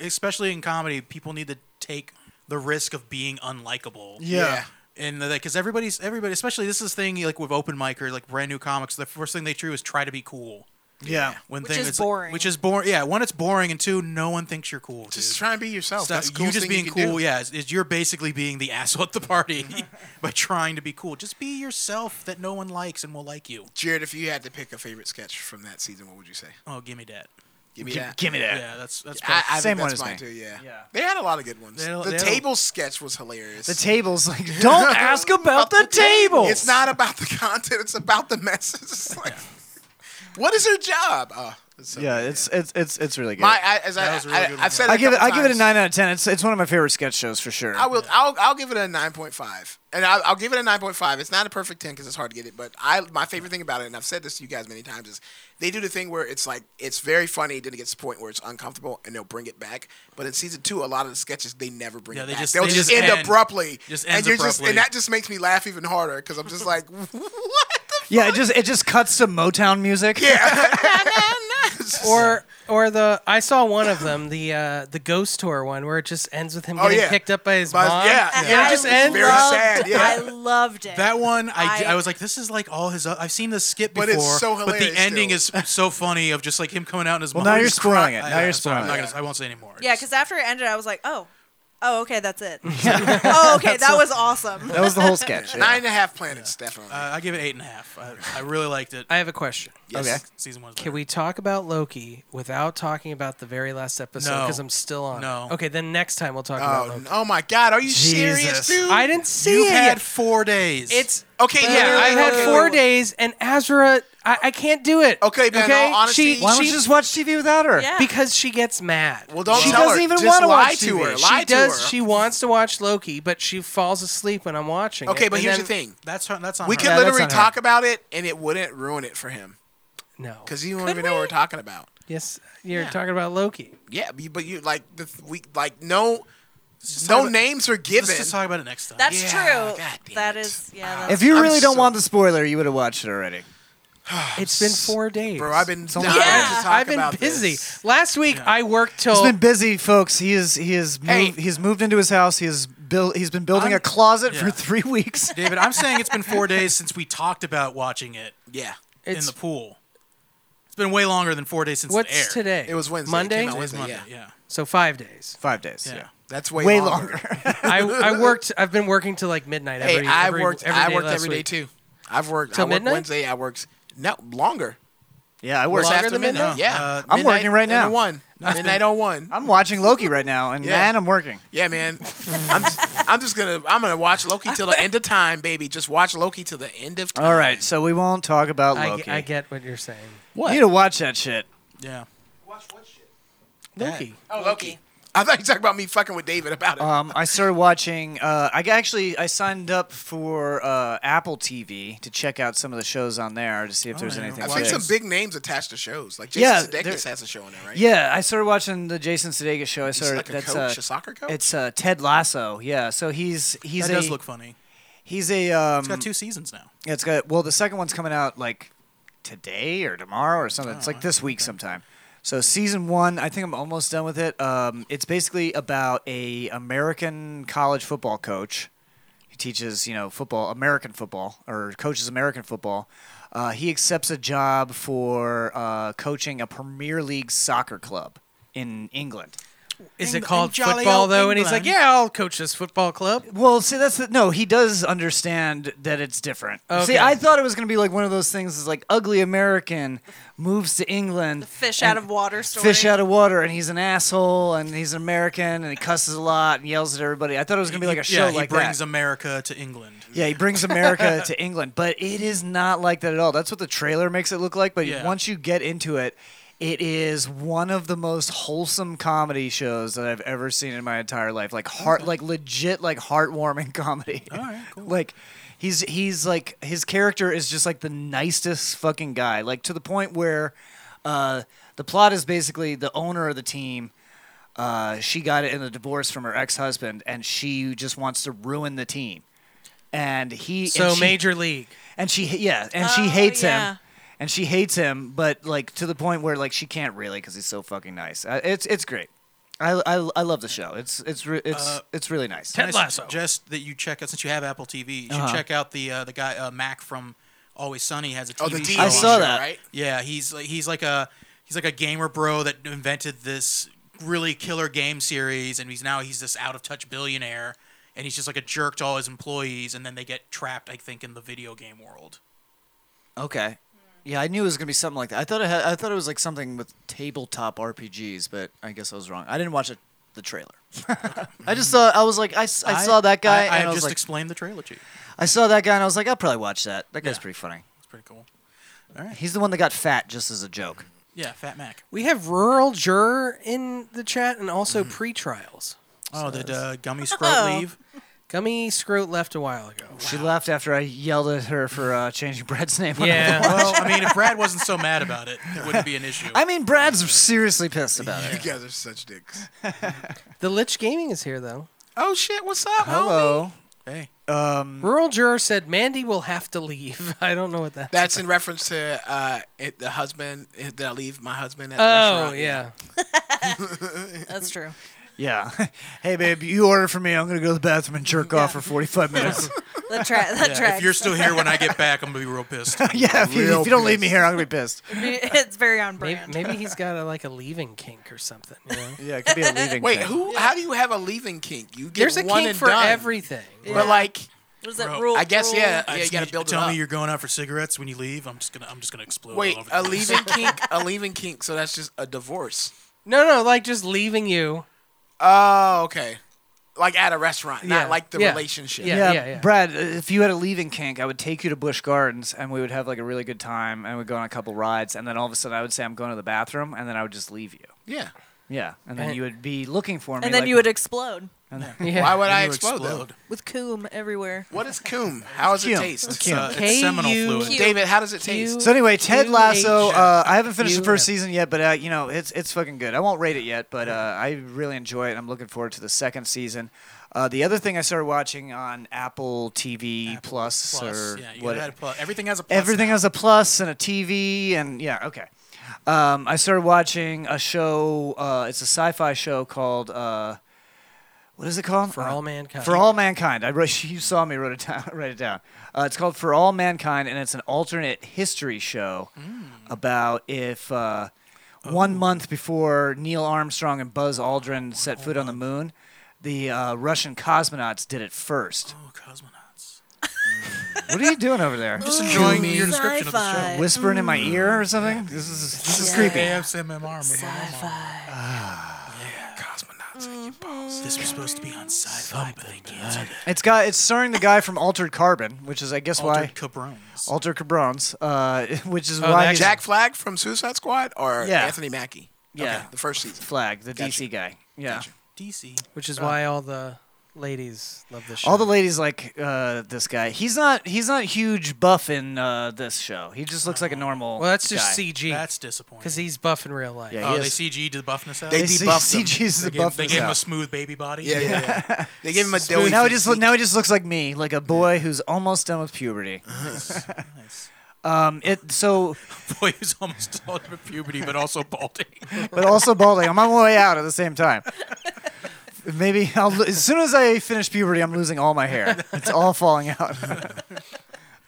especially in comedy, people need to take the risk of being unlikable.
Yeah.
And because everybody's everybody, especially this is the thing like with open mic or like brand new comics, the first thing they do is try to be cool.
Yeah.
When
Which
thing
is
it's like-
boring.
which is boring. Yeah, one, it's boring, and two, no one thinks you're cool.
just
dude.
try and be yourself
Stop-
that's the coolest
you just
thing
being
can do.
cool. Yeah, is, is you're basically being the asshole at the party by trying to be cool. Just be yourself that no one likes and will like you.
Jared, if you had to pick a favorite sketch from that season, what would you say?
Oh, give me that.
Give me that.
Give me that.
Yeah, that's that's.
I, I
Same
think
one
that's
as
mine
me.
too. Yeah.
Yeah.
they had a lot of good ones.
They had a-
the
they had a-
table sketch was hilarious.
The table's like, don't ask about the table.
It's not about the content; it's about the message. It's like, what is her job? Oh, it's so
Yeah,
good.
it's it's it's it's really good.
my. I, as I,
was a really
I,
good
I've said, it
I
a
give it
couple
I give it a
times.
nine out of ten. It's it's one of my favorite sketch shows for sure.
I will. I'll, I'll give it a nine point five, and I'll, I'll give it a nine point five. It's not a perfect ten because it's hard to get it, but I my favorite thing about it, and I've said this to you guys many times, is they do the thing where it's like it's very funny, then it gets to the point where it's uncomfortable, and they'll bring it back. But in season two, a lot of the sketches they never bring
Yeah,
it
they
back.
just-
They'll
they
just,
just
end,
end.
abruptly,
Just
and
ends
you're just
abruptly.
and that just makes me laugh even harder because I'm just like, what? The
Yeah, it just it just cuts to Motown music.
f-?
Or or the I saw one of them, the uh, the ghost tour one where it just ends with him
Oh,
getting
yeah.
picked up by his
By his-
mom.
yeah,
And
yeah.
it just
I
ends.
Very
loved,
sad, yeah.
I loved it.
That one, I, d-
I-
I was like, this is like all his. o- I've seen this skip before,
But it's so hilarious
the ending
still.
is so funny of just like him coming out in his.
Well,
mom-
now you're
just
spoiling
crying.
it.
I-
Now you're
I'm sorry, I'm
spoiling
not
it.
gonna- I won't say anymore.
yeah, because after it ended, I was like, oh, oh, okay, that's it. oh, okay, that was awesome.
That was the whole sketch.
Nine
Yeah.
and a half planets, definitely.
uh, I give it eight and a half. I, I really liked it.
I have a question.
yes.
okay.
Season one.
Can we talk about Loki without talking about the very last episode?
No.
Because I'm still on. it.
No.
Okay, then next time we'll talk about
Oh,
Loki.
oh my God! Are you serious,
Jesus.
dude?
I didn't see
You
it.
had
yet.
four days.
It's
okay.
yeah.
Yeah,
I've had
okay,
four
wait, wait.
days, and Azra, I, I can't do it.
Okay, but in
okay.
all honesty-
she,
Why don't
she
you just watch TV without her?
Yeah.
because she gets mad.
Well, don't
She
tell
doesn't
her.
even
Just
wanna
lie
watch
to
TV.
her.
She
Lie
she does.
to her.
She wants to watch Loki, but she falls asleep when I'm watching.
Okay,
it.
but
And
here's the
then- Uh-huh.
thing.
that's her, that's on her.
We could
Yeah, that's
literally
on her.
talk about it, and it wouldn't ruin it for him
No,
because you don't even know what we're talking about.
yes, you're talking about Loki.
Yeah, but you, but you like the th- we like no
talk
no
about-
names are
Let's
given.
just talk about it next time.
That's
Yeah,
true.
God damn
That
it.
is, yeah. That's,
If you
I'm
really don't
so-
want the spoiler, you would have watched it already.
It's been four days,
Bro, I've been
only-
dying
Yeah.
to talk
I've been
about
busy.
this.
Last week I worked till
He's been busy, folks. He is he is
Hey.
moved, he's moved into his house. He has built he's been building
I'm-
a closet for
yeah.
three weeks.
David, I'm saying it's been four days since we talked about watching it
Yeah,
in
It's-
the pool. It's been way longer than four days since it aired.
what's today?
it was Wednesday. It
Monday.
came out
It's
Wednesday.
Monday.
Yeah.
yeah.
So five days.
Five days. Yeah.
Yeah.
that's way,
Way
longer.
longer.
I, I worked. I've been working till like midnight.
Hey,
every,
I
every-
worked.
Every
I
day
worked
last
every day
week.
too. I've worked.
Till
I worked
midnight?
Wednesday. I worked no longer.
yeah, I work.
It's
Longer
after
than
midnight.
midnight?
Yeah,
Uh,
I'm working right now.
On one midnight on one.
I'm watching Loki right now, and
Yeah.
and I'm working.
Yeah, man. I'm just, I'm just gonna I'm gonna watch Loki till the end of time, baby. Just watch Loki till the end of time.
All right, so we won't talk about
I,
Loki.
ge- I get what you're saying.
You need to watch that shit.
Yeah.
Loki.
Oh, Loki. I thought you talked about me fucking with David about it.
Um, I started watching. Uh, I g- actually I signed up for uh, Apple TV to check out some of the shows on there to see if there's
yeah.
anything.
I've seen
big.
some big names attached to shows. Like Jason
Yeah, there-
Sudeikis has a show on there, right?
Yeah, I started watching the Jason Sudeikis show. I
He's
started.
like a
that's
coach,
uh,
a soccer coach.
It's uh, Ted Lasso. Yeah, so he's he's
That
a
does look funny.
He's a. Um,
It's got two seasons now.
yeah, it's got. Well, the second one's coming out like today or tomorrow or something. it's like this week sometime. So season one, I think I'm almost done with it. Um, it's basically about a American college football coach. He teaches, you know, football, American football, or coaches American football. Uh, he accepts a job for uh, coaching a Premier League soccer club in England.
Is
Eng-
it called
in jolly
football
old
though? And he's like,
England.
"Yeah, I'll coach this football club."
Well, see, that's the, no. He does understand that it's different. See,
Okay.
I thought it was gonna be like one of those things, is like ugly American moves to England,
Fish
and-
out of water story.
fish out of water, and he's an asshole, and he's an American, and he cusses a lot and yells at everybody. I thought it was gonna be like a show
yeah, he
like
brings
that.
America to England.
yeah, he brings America to England, but it is not like that at all. That's what the trailer makes it look like. But
Yeah.
once you get into it. It is one of the most wholesome comedy shows that I've ever seen in my entire life. Like heart, like legit, like heartwarming comedy. All right, cool. like he's he's like his character is just like the nicest fucking guy. Like to the point where uh, the plot is basically the owner of the team. Uh, she got it in a divorce from her ex husband, and she just wants to ruin the team. And he
So
and she-
major league.
and she yeah and she
Oh,
hates
yeah.
him and she hates him but like to the point where like she can't really because he's so fucking nice uh, it's it's great I, I, I love the show it's it's re- it's it's really nice
Can I
Lasso.
suggest that you check out since you have Apple TV, you should check out the uh, the guy uh, Mac from Always Sunny has a TV
Oh, the
show.
TV
I
on
saw
show,
that.
Right?
Yeah, he's like he's like a he's like a gamer bro that invented this really killer game series, and he's now he's this out of touch billionaire, and he's just like a jerk to all his employees, and then they get trapped, I think, in the video game world.
okay yeah I knew it was gonna be something like that I thought it had, I thought it was like something with tabletop RPGs but I guess I was wrong I didn't watch it, the trailer I just saw I was like I, s- I saw that guy
I, I
and I, was
just
like
explained the trailer to you.
I saw that guy and I was like I'll probably watch that that guy's
Yeah.
pretty funny
It's pretty cool.
he's the one that got fat just as a joke
Yeah, Fat Mac.
We have rural juror in the chat, and also pre-trials.
Oh, did uh, Gummy
Oh.
Scroat leave?
Gummy Scroat left a while ago.
She left after I yelled at her for uh, changing Brad's name. when I
Yeah.
Well, I mean, if Brad wasn't so mad about it, it wouldn't be an issue.
I mean, Brad's seriously pissed about
You
it.
guys are such dicks.
The Lich Gaming is here though.
Oh shit! What's up?
Hello.
hey,
Rural juror said Mandy will have to leave. I don't know what that.
That's in reference to uh, it, the husband. eh, Did I leave my husband at the
oh
restaurant?
yeah.
That's true.
Yeah. hey, babe, you order for me. I'm going to go to the bathroom and jerk off for 45 minutes.
That, tra- that
yeah,
tracks.
if you're still here when I get back, I'm gonna be real pissed.
yeah, if you, if you don't leave me here, I'm going to be pissed.
it's very on
Maybe,
brand.
maybe he's got a, like a leaving kink or something. You know?
Yeah, it could be a leaving
Wait,
thing.
who? How do you have a leaving kink? You get
There's a
one
kink
and
for
done.
everything.
But like,
What is that
Bro,
rule?
I guess
rule-
yeah,
I
yeah. You
just
gotta
need you
build
to
it
tell
up.
me you're going out for cigates when you leave. I'm just gonna I'm just gonna explode.
Wait,
all over the
a
place.
leaving kink, a leaving kink. So that's just a divorce.
No, no, like just leaving you.
Oh, okay. Like at a restaurant,
Yeah.
not like the
Yeah.
relationship.
Yeah.
Yeah,
yeah.
Brad, if you had a leaving kink, I would take you to Busch Gardens and we would have like a really good time and we'd go on a couple rides. And then all of a sudden I would say, I'm going to the bathroom and then I would just leave you.
Yeah.
Yeah. And then
And-
you would be looking for me.
and then
like-
you would explode
Yeah.
Why would I
You
explode? though?
with coom everywhere.
What is coom? How does it
Cum.
taste?
It's, uh, it's
K
seminal
U-
fluid.
Q.
David, how does it taste?
So anyway, Ted
Dude,
Lasso.
Asia.
Uh, I haven't finished the
You
first
have-
season yet, but uh, you know it's it's fucking good. I won't rate it yet, but uh, I really enjoy it. I'm looking forward to the second season. Uh, the other thing I started watching on Apple TV Plus,
Plus,
or
yeah, you
what,
gotta add a plus. Everything has a plus.
everything
now.
has a plus and a TV and yeah, okay. Um, I started watching a show. Uh, it's a sci-fi show called. Uh, what is it called?
For
Uh,
All Mankind.
For all mankind. I wrote, you saw me wrote it down. write it down. Uh, it's called For All Mankind, and it's an alternate history show
Mm.
about if uh,
Oh.
one month before Neil Armstrong and Buzz Aldrin set foot on the moon, the uh, Russian cosmonauts did it first.
Oh, cosmonauts.
What are you doing over there?
Just enjoying your description of the show.
Sci-fi.
Whispering in my ear or something? This is this is creepy.
ASMR. This was supposed to be on sci-fi, but they canceled it.
It's got it's starring the guy from Altered Carbon, which is I guess why Oh,
Altered Oh, Cabrones.
Altered Cabrones, uh, which is
that
why he's-
Jack Flag from Suicide Squad or
Yeah.
Anthony Mackie?
Yeah.
Okay, the first season.
Flag, the DC guy. Yeah.
DC.
Which is why all the ladies love this show.
All the ladies like uh, this guy. He's not he's not huge buff in uh, this show. He just looks like a normal.
well, that's just
guy.
CG.
Oh. That's disappointing.
because he's buff in real life.
Yeah,
oh,
he
they
is-
CG'd the buffness out.
They
they see-
debuffed him.
CG's the
They gave,
buff.
they gave him a smooth baby body.
Yeah, yeah, yeah. they gave him a doughy.
now he just
physique.
now he just looks like me, like a boy who's almost done with puberty. um, it so,
boy who's almost all through puberty, but also balding.
but also balding. I'm on my way out at the same time. Maybe I'll, lo- as soon as I finish puberty, I'm losing all my hair. It's all falling out.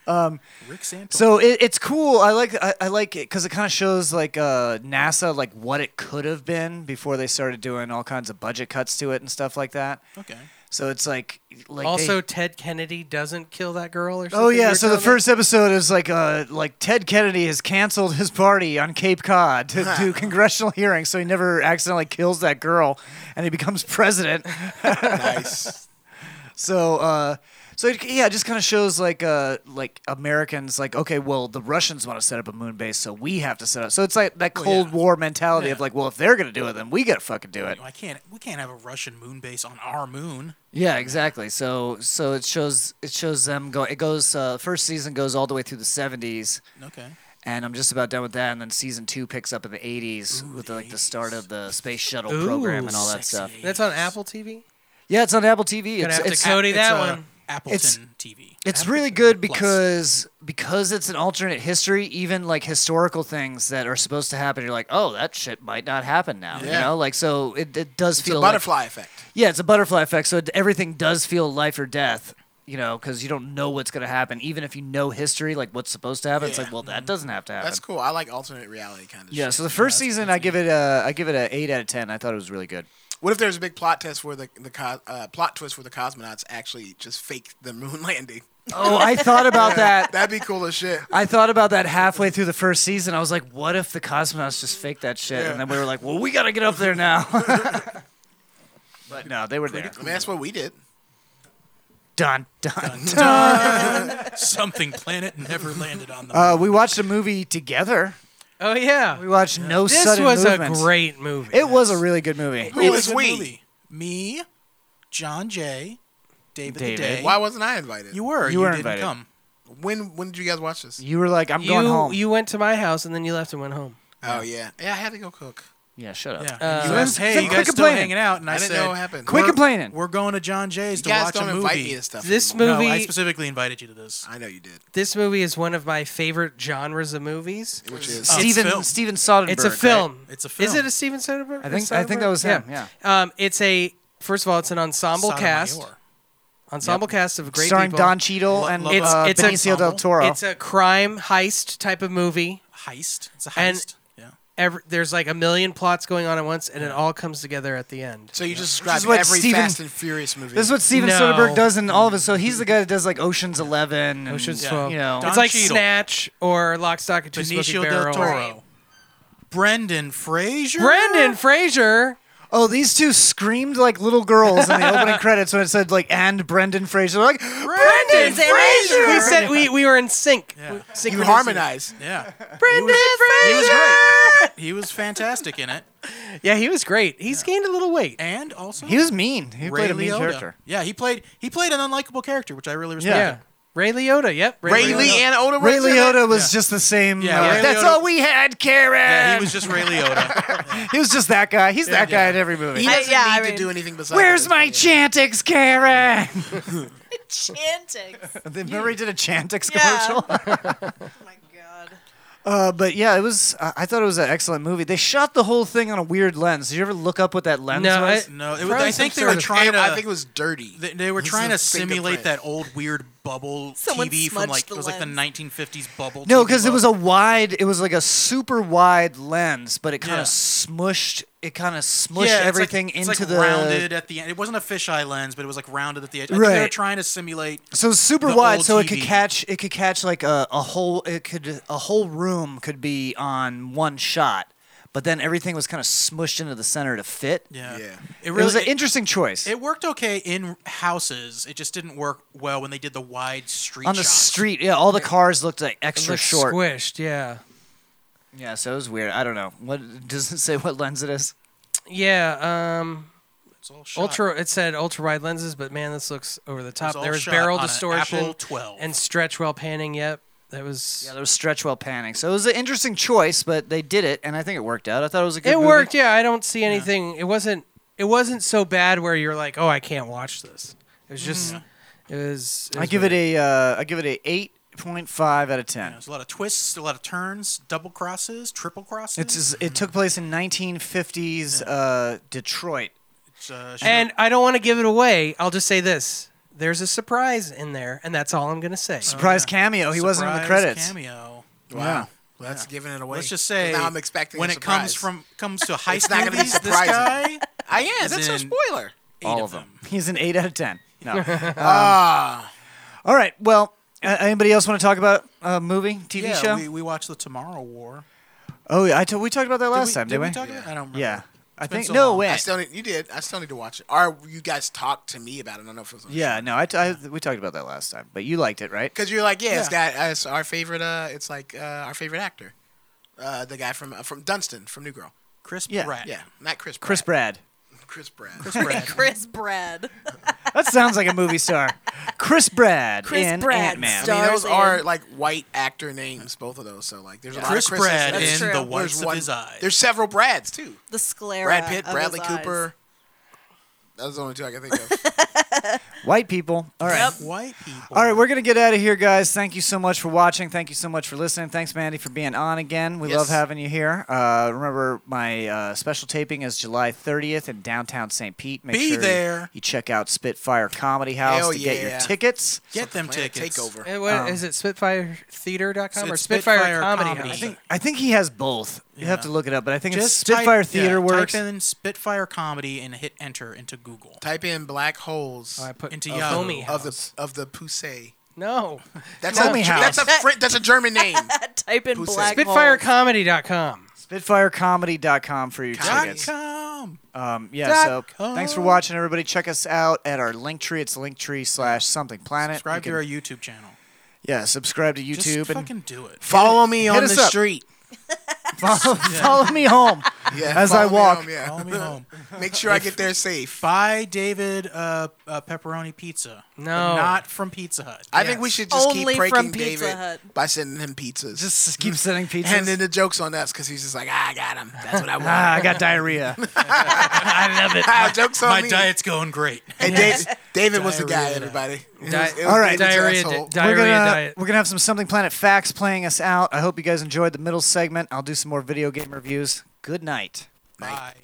Um,
Rick Santos.
So it, it's cool. I like I, I like it because it kind of shows like uh, NASA like what it could have been before they started doing all kinds of budget cuts to it and stuff like that.
okay.
So it's like like
Also,
they-
Ted Kennedy doesn't kill that girl or something.
Oh
you
yeah,
were
so the
telling me?
first episode is like uh like Ted Kennedy has canceled his party on Cape Cod to do congressional hearings, so he never accidentally kills that girl, and he becomes president.
nice.
So uh, so it, yeah, it just kind of shows like uh like Americans like okay, well the Russians want to set up a moon base, so we have to set up. So it's like that Cold
yeah.
War mentality of
Yeah.
like, well if they're gonna do it, then we gotta fucking do it.
I can't. We can't have a Russian moon base on our moon.
Yeah, exactly. So so it shows it shows them go. It goes uh, first season goes all the way through the seventies.
Okay.
and I'm just about done with that. And then season two picks up in the 80s with like the start of the space shuttle
Ooh,
program and all that stuff.
That's on Apple TV.
Yeah, it's on Apple TV.
Gonna
It's,
have to
it's
Cody
it's,
that
uh,
one.
Appleton
It's-
TV.
It's really good because because it's an alternate history. Even like historical things that are supposed to happen, you're like, oh, that shit might not happen now. You
Yeah.
know, like so it, it does
It's a
feel like-
butterfly effect.
yeah, it's a butterfly effect. So it, everything does feel life or death. You know, because you don't know what's gonna happen. Even if you know history, like what's supposed to happen, it's
Yeah.
like, well, that doesn't have to happen.
That's cool. I like alternate reality kind of
Yeah,
shit.
so the first season I give it a I give it a eight out of ten. I thought it was really good.
What if there's a big plot test where the the co- uh, plot twist where the cosmonauts actually just fake the moon landing?
Oh, I thought about that.
That'd be cool as shit.
I thought about that halfway through the first season. I was like, what if the cosmonauts just faked that shit? And then we were like, well, we gotta get up there now. but no, they were there.
I mean, that's what we did.
Done, done.
Something planet never landed on the moon.
Uh, we watched a movie together.
Oh yeah,
We watched No
this
Sudden
was
Movement.
a great movie.
It was a really good movie.
Who is
It's a
we?
movie. Me, John J, David,
David.
the Day.
Why wasn't I invited?
You were. You,
were
didn't
invited.
come.
when when did you guys watch this?
You were like, I'm
you,
going home.
You went to my house and then you left and went home.
Oh yeah, yeah. I had to go cook.
yeah, shut up.
Yeah.
Uh,
you asked, hey,
quit
you guys still
complaining.
hanging out? And I,
I, didn't
said,
know what happened.
Quit
We're-
complaining.
We're going to John J's
You
to
guys
watch
don't
a movie.
invite me to stuff.
This
anymore.
no,
movie,
I specifically invited you to this.
I know you did.
this movie is one of my favorite genres of movies.
Which is
Uh,
Steven
film.
Steven Soderbergh.
It's a
right?
film.
It's a
Is
film.
it a Steven Soderbergh?
I think- I think that was
Soderbergh?
him,
Um, it's a first of all, it's an ensemble cast.
Sotomayor.
Ensemble cast of great
starring
people.
Don Cheadle and
It's-
uh,
it's a-
Benicio del Toro.
It's a crime heist type of movie.
Heist. It's a
And-
heist. yeah.
Every, there's like a million plots going on at once, and it all comes together at the end.
so you just described
what
every
Steven-
Fast and Furious movie.
This is what Steven
No.
Soderbergh does in all of it. So he's the guy that does like Ocean's Eleven. And,
Ocean's
Yeah.
Twelve.
You know,
Don
it's like
Cheadle.
Snatch or Lock, Stock, and Two Smoking
Benicio del
Barrels.
Toro. Brendan Fraser.
Brendan Fraser.
oh, these two screamed like little girls in the opening credits when it said like and Brendan Fraser. They're like
Brendan
Fraser!
We said we, we were in sync.
Yeah.
you harmonize.
Yeah.
Brendan Fraser.
He was great. He was fantastic in it.
Yeah, he was great. He's gained a little weight.
And also
he was mean. He
Ray
played a mean
Liotta.
character.
Yeah, he played he played an unlikable character, which I really respect.
Yeah. Ray Liotta. Yep.
Ray Lee and Oda
Ray
Wilson?
Liotta was just the same.
Yeah,
uh,
Ray
that's
Liotta-
all we had, Karen.
Yeah, he was just Ray Liotta.
He was just that guy. He's that guy
yeah.
in every movie.
He doesn't
yeah, I
need
mean-
to do anything besides.
Where's
this.
my Chantix, Karen?
Chanting.
Remember he did a Chantix
Yeah.
commercial.
Oh my god.
Uh, but yeah, it was. I I thought it was an excellent movie. They shot the whole thing on a weird lens. Did you ever look up what that lens
No,
was?
I-
No, it, was-
Probably
I think
some
they were
sort of-
trying to
I think it was dirty.
They, they were
This
trying to
is fingerprint.
simulate that old weird bubble
Someone
TV from
smudged
like
the
it was like the
lens.
1950s bubble.
no,
TV
because it was a
bubble.
wide. It was like a super wide lens, but it kind
Yeah.
of smushed. It kind of
yeah,
smushed
it's like-
everything
it's
into
like
the
rounded at the end. It wasn't a fisheye lens, but it was like rounded at the edge. I think they were
Right.
trying to simulate.
So it was super
the
wide,
old
so it could
TV.
catch. It could catch like a, a whole. It could a whole room could be on one shot, but then everything was kind of smushed into the center to fit.
Yeah,
Yeah.
It
It,
really
was an
it-
interesting choice
It worked okay in houses. It just didn't work well when they did the wide street
on the
shots.
street. Yeah, all the cars looked like
It
extra
looks
short.
Squished. Yeah.
Yeah, so it was weird. I don't know. What does it say what lens it is?
Yeah. Um.
It's all shot.
Ultra. It said ultra wide lenses, but man, this looks over the top.
all
There was
shot
barrel
on an
distortion
Apple 12.
and stretch while panning. Yep, that was.
Yeah, there was stretch well panning. So it was an interesting choice, but they did it, and I think it worked out. I thought it was a good.
it
movie.
worked. Yeah, I don't see anything. It wasn't. It wasn't so bad where you're like, oh, I can't watch this. It
Mm-hmm.
was just. It was.
I give it a. Uh, I give it a eight point five out of ten.
There's a lot of twists, a lot of turns, double crosses, triple crosses.
It's just- it took place in 1950s uh, Detroit.
It's, uh, shit.
And I don't want to give it away. I'll just say this: there's a surprise in there, and that's all I'm gonna say.
Surprise cameo. He wasn't in the
Surprise
credits.
Cameo.
Wow. Well, that's giving it away.
Let's just say
now I'm expecting
when
a
it comes
surprise.
from comes to heist
not gonna be
movies, this
surprising.
guy,
I am.
is
That's a
in-
spoiler.
eight
All
of them.
He's an eight out of ten. No. Um, all right. Well, uh, anybody else want to talk about a movie, TV
Yeah,
show?
we we watched the Tomorrow War.
oh, yeah. I t- we talked about that last time,
did
didn't
we
we?
talk about it? I don't remember.
yeah. I
been
think
so
no
long.
way.
I still need, you did. I still need to watch it. Or you guys talked to me about it. I don't know if it was.
yeah. No. I, t- I we talked about that last time, but you liked it, right?
Because you're like, yeah, it's got uh, it's our favorite. Uh, it's like uh, our favorite actor, uh, the guy from uh, from Dunstan from New Girl.
Chris
Yeah.
Pratt.
Yeah, not Chris.
Chris
Pratt.
Brad.
Chris Brad.
Chris Brad.
That sounds like a movie star. Chris Brad
Chris
in
Brad
Ant Man.
I mean, those
Stars in-
are like white actor names, both of those. So like, there's a lot
Chris
of Chris's.
Brad
That's
in
true.
the
There's
whites of his eyes.
There's several Brads too.
The sclera.
Brad Pitt,
of
Bradley
his eyes.
Cooper. That's the only two I can think of.
White people. All right.
white people.
All right, we're going to get out of here, guys. Thank you so much for watching. Thank you so much for listening. Thanks, Mandy, for being on again. We love
Yes.
having you here. Uh, remember, my uh, special taping is July 30th in downtown St. Pete. Make
Be
sure
there.
You check out Spitfire Comedy House
Hell
to get your
yeah.
tickets.
Get them
Planet
tickets.
Takeover.
Uh, what- is it? SpitfireTheater.com or
It's
Spitfire,
Spitfire
Comedy?
Comedy.
House?
I think-
I think he has both. You have to look it up, but I think it's
Just type-
Spitfire Theater
yeah,
Works.
Type in Spitfire comedy and hit enter into Google.
Type in black holes
Oh, I put
Into
a
Yahoo.
foamy
of
house.
the of the Poussey.
no.
That's
Foamy
a
house.
that's a Fr- that's a German name.
Type in
Who said-
black hole.
SpitfireComedy.com.
SpitfireComedy.com for your
Comedy.
tickets.
Com.
Um, yeah, so
com.
thanks for watching, everybody. Check us out at our link tree. It's linktree slash something planet.
Subscribe
You
to our
can-
YouTube channel.
yeah, subscribe to
Just
YouTube and
fucking do it.
Follow me on the
us up.
street.
follow, follow me home
Yeah,
as
follow
I
me
walk.
home, yeah.
Follow me home.
Make sure I get there safe.
Buy David uh, uh, pepperoni pizza. but
No.
not from Pizza Hut.
I think we should just
Only
keep breaking
from Pizza
David
Hut.
by sending him pizzas.
Just keep sending pizzas.
and then the joke's on us because he's just like, ah, I got him. That's what I want.
ah, I got diarrhea.
I love it.
Ah, joke's on
My
me.
diet's going great.
Hey, David, David was the guy,
Diarrhea.
everybody. It was-
Di-
it was
All right.
David's
Diarrhea
asshole.
di-
we're gonna
Diarrhea
uh,
diet.
we're gonna have some Something Planet facts playing us out. I hope you guys enjoyed the middle segment. I'll do some more video game reviews. Good night.
Bye.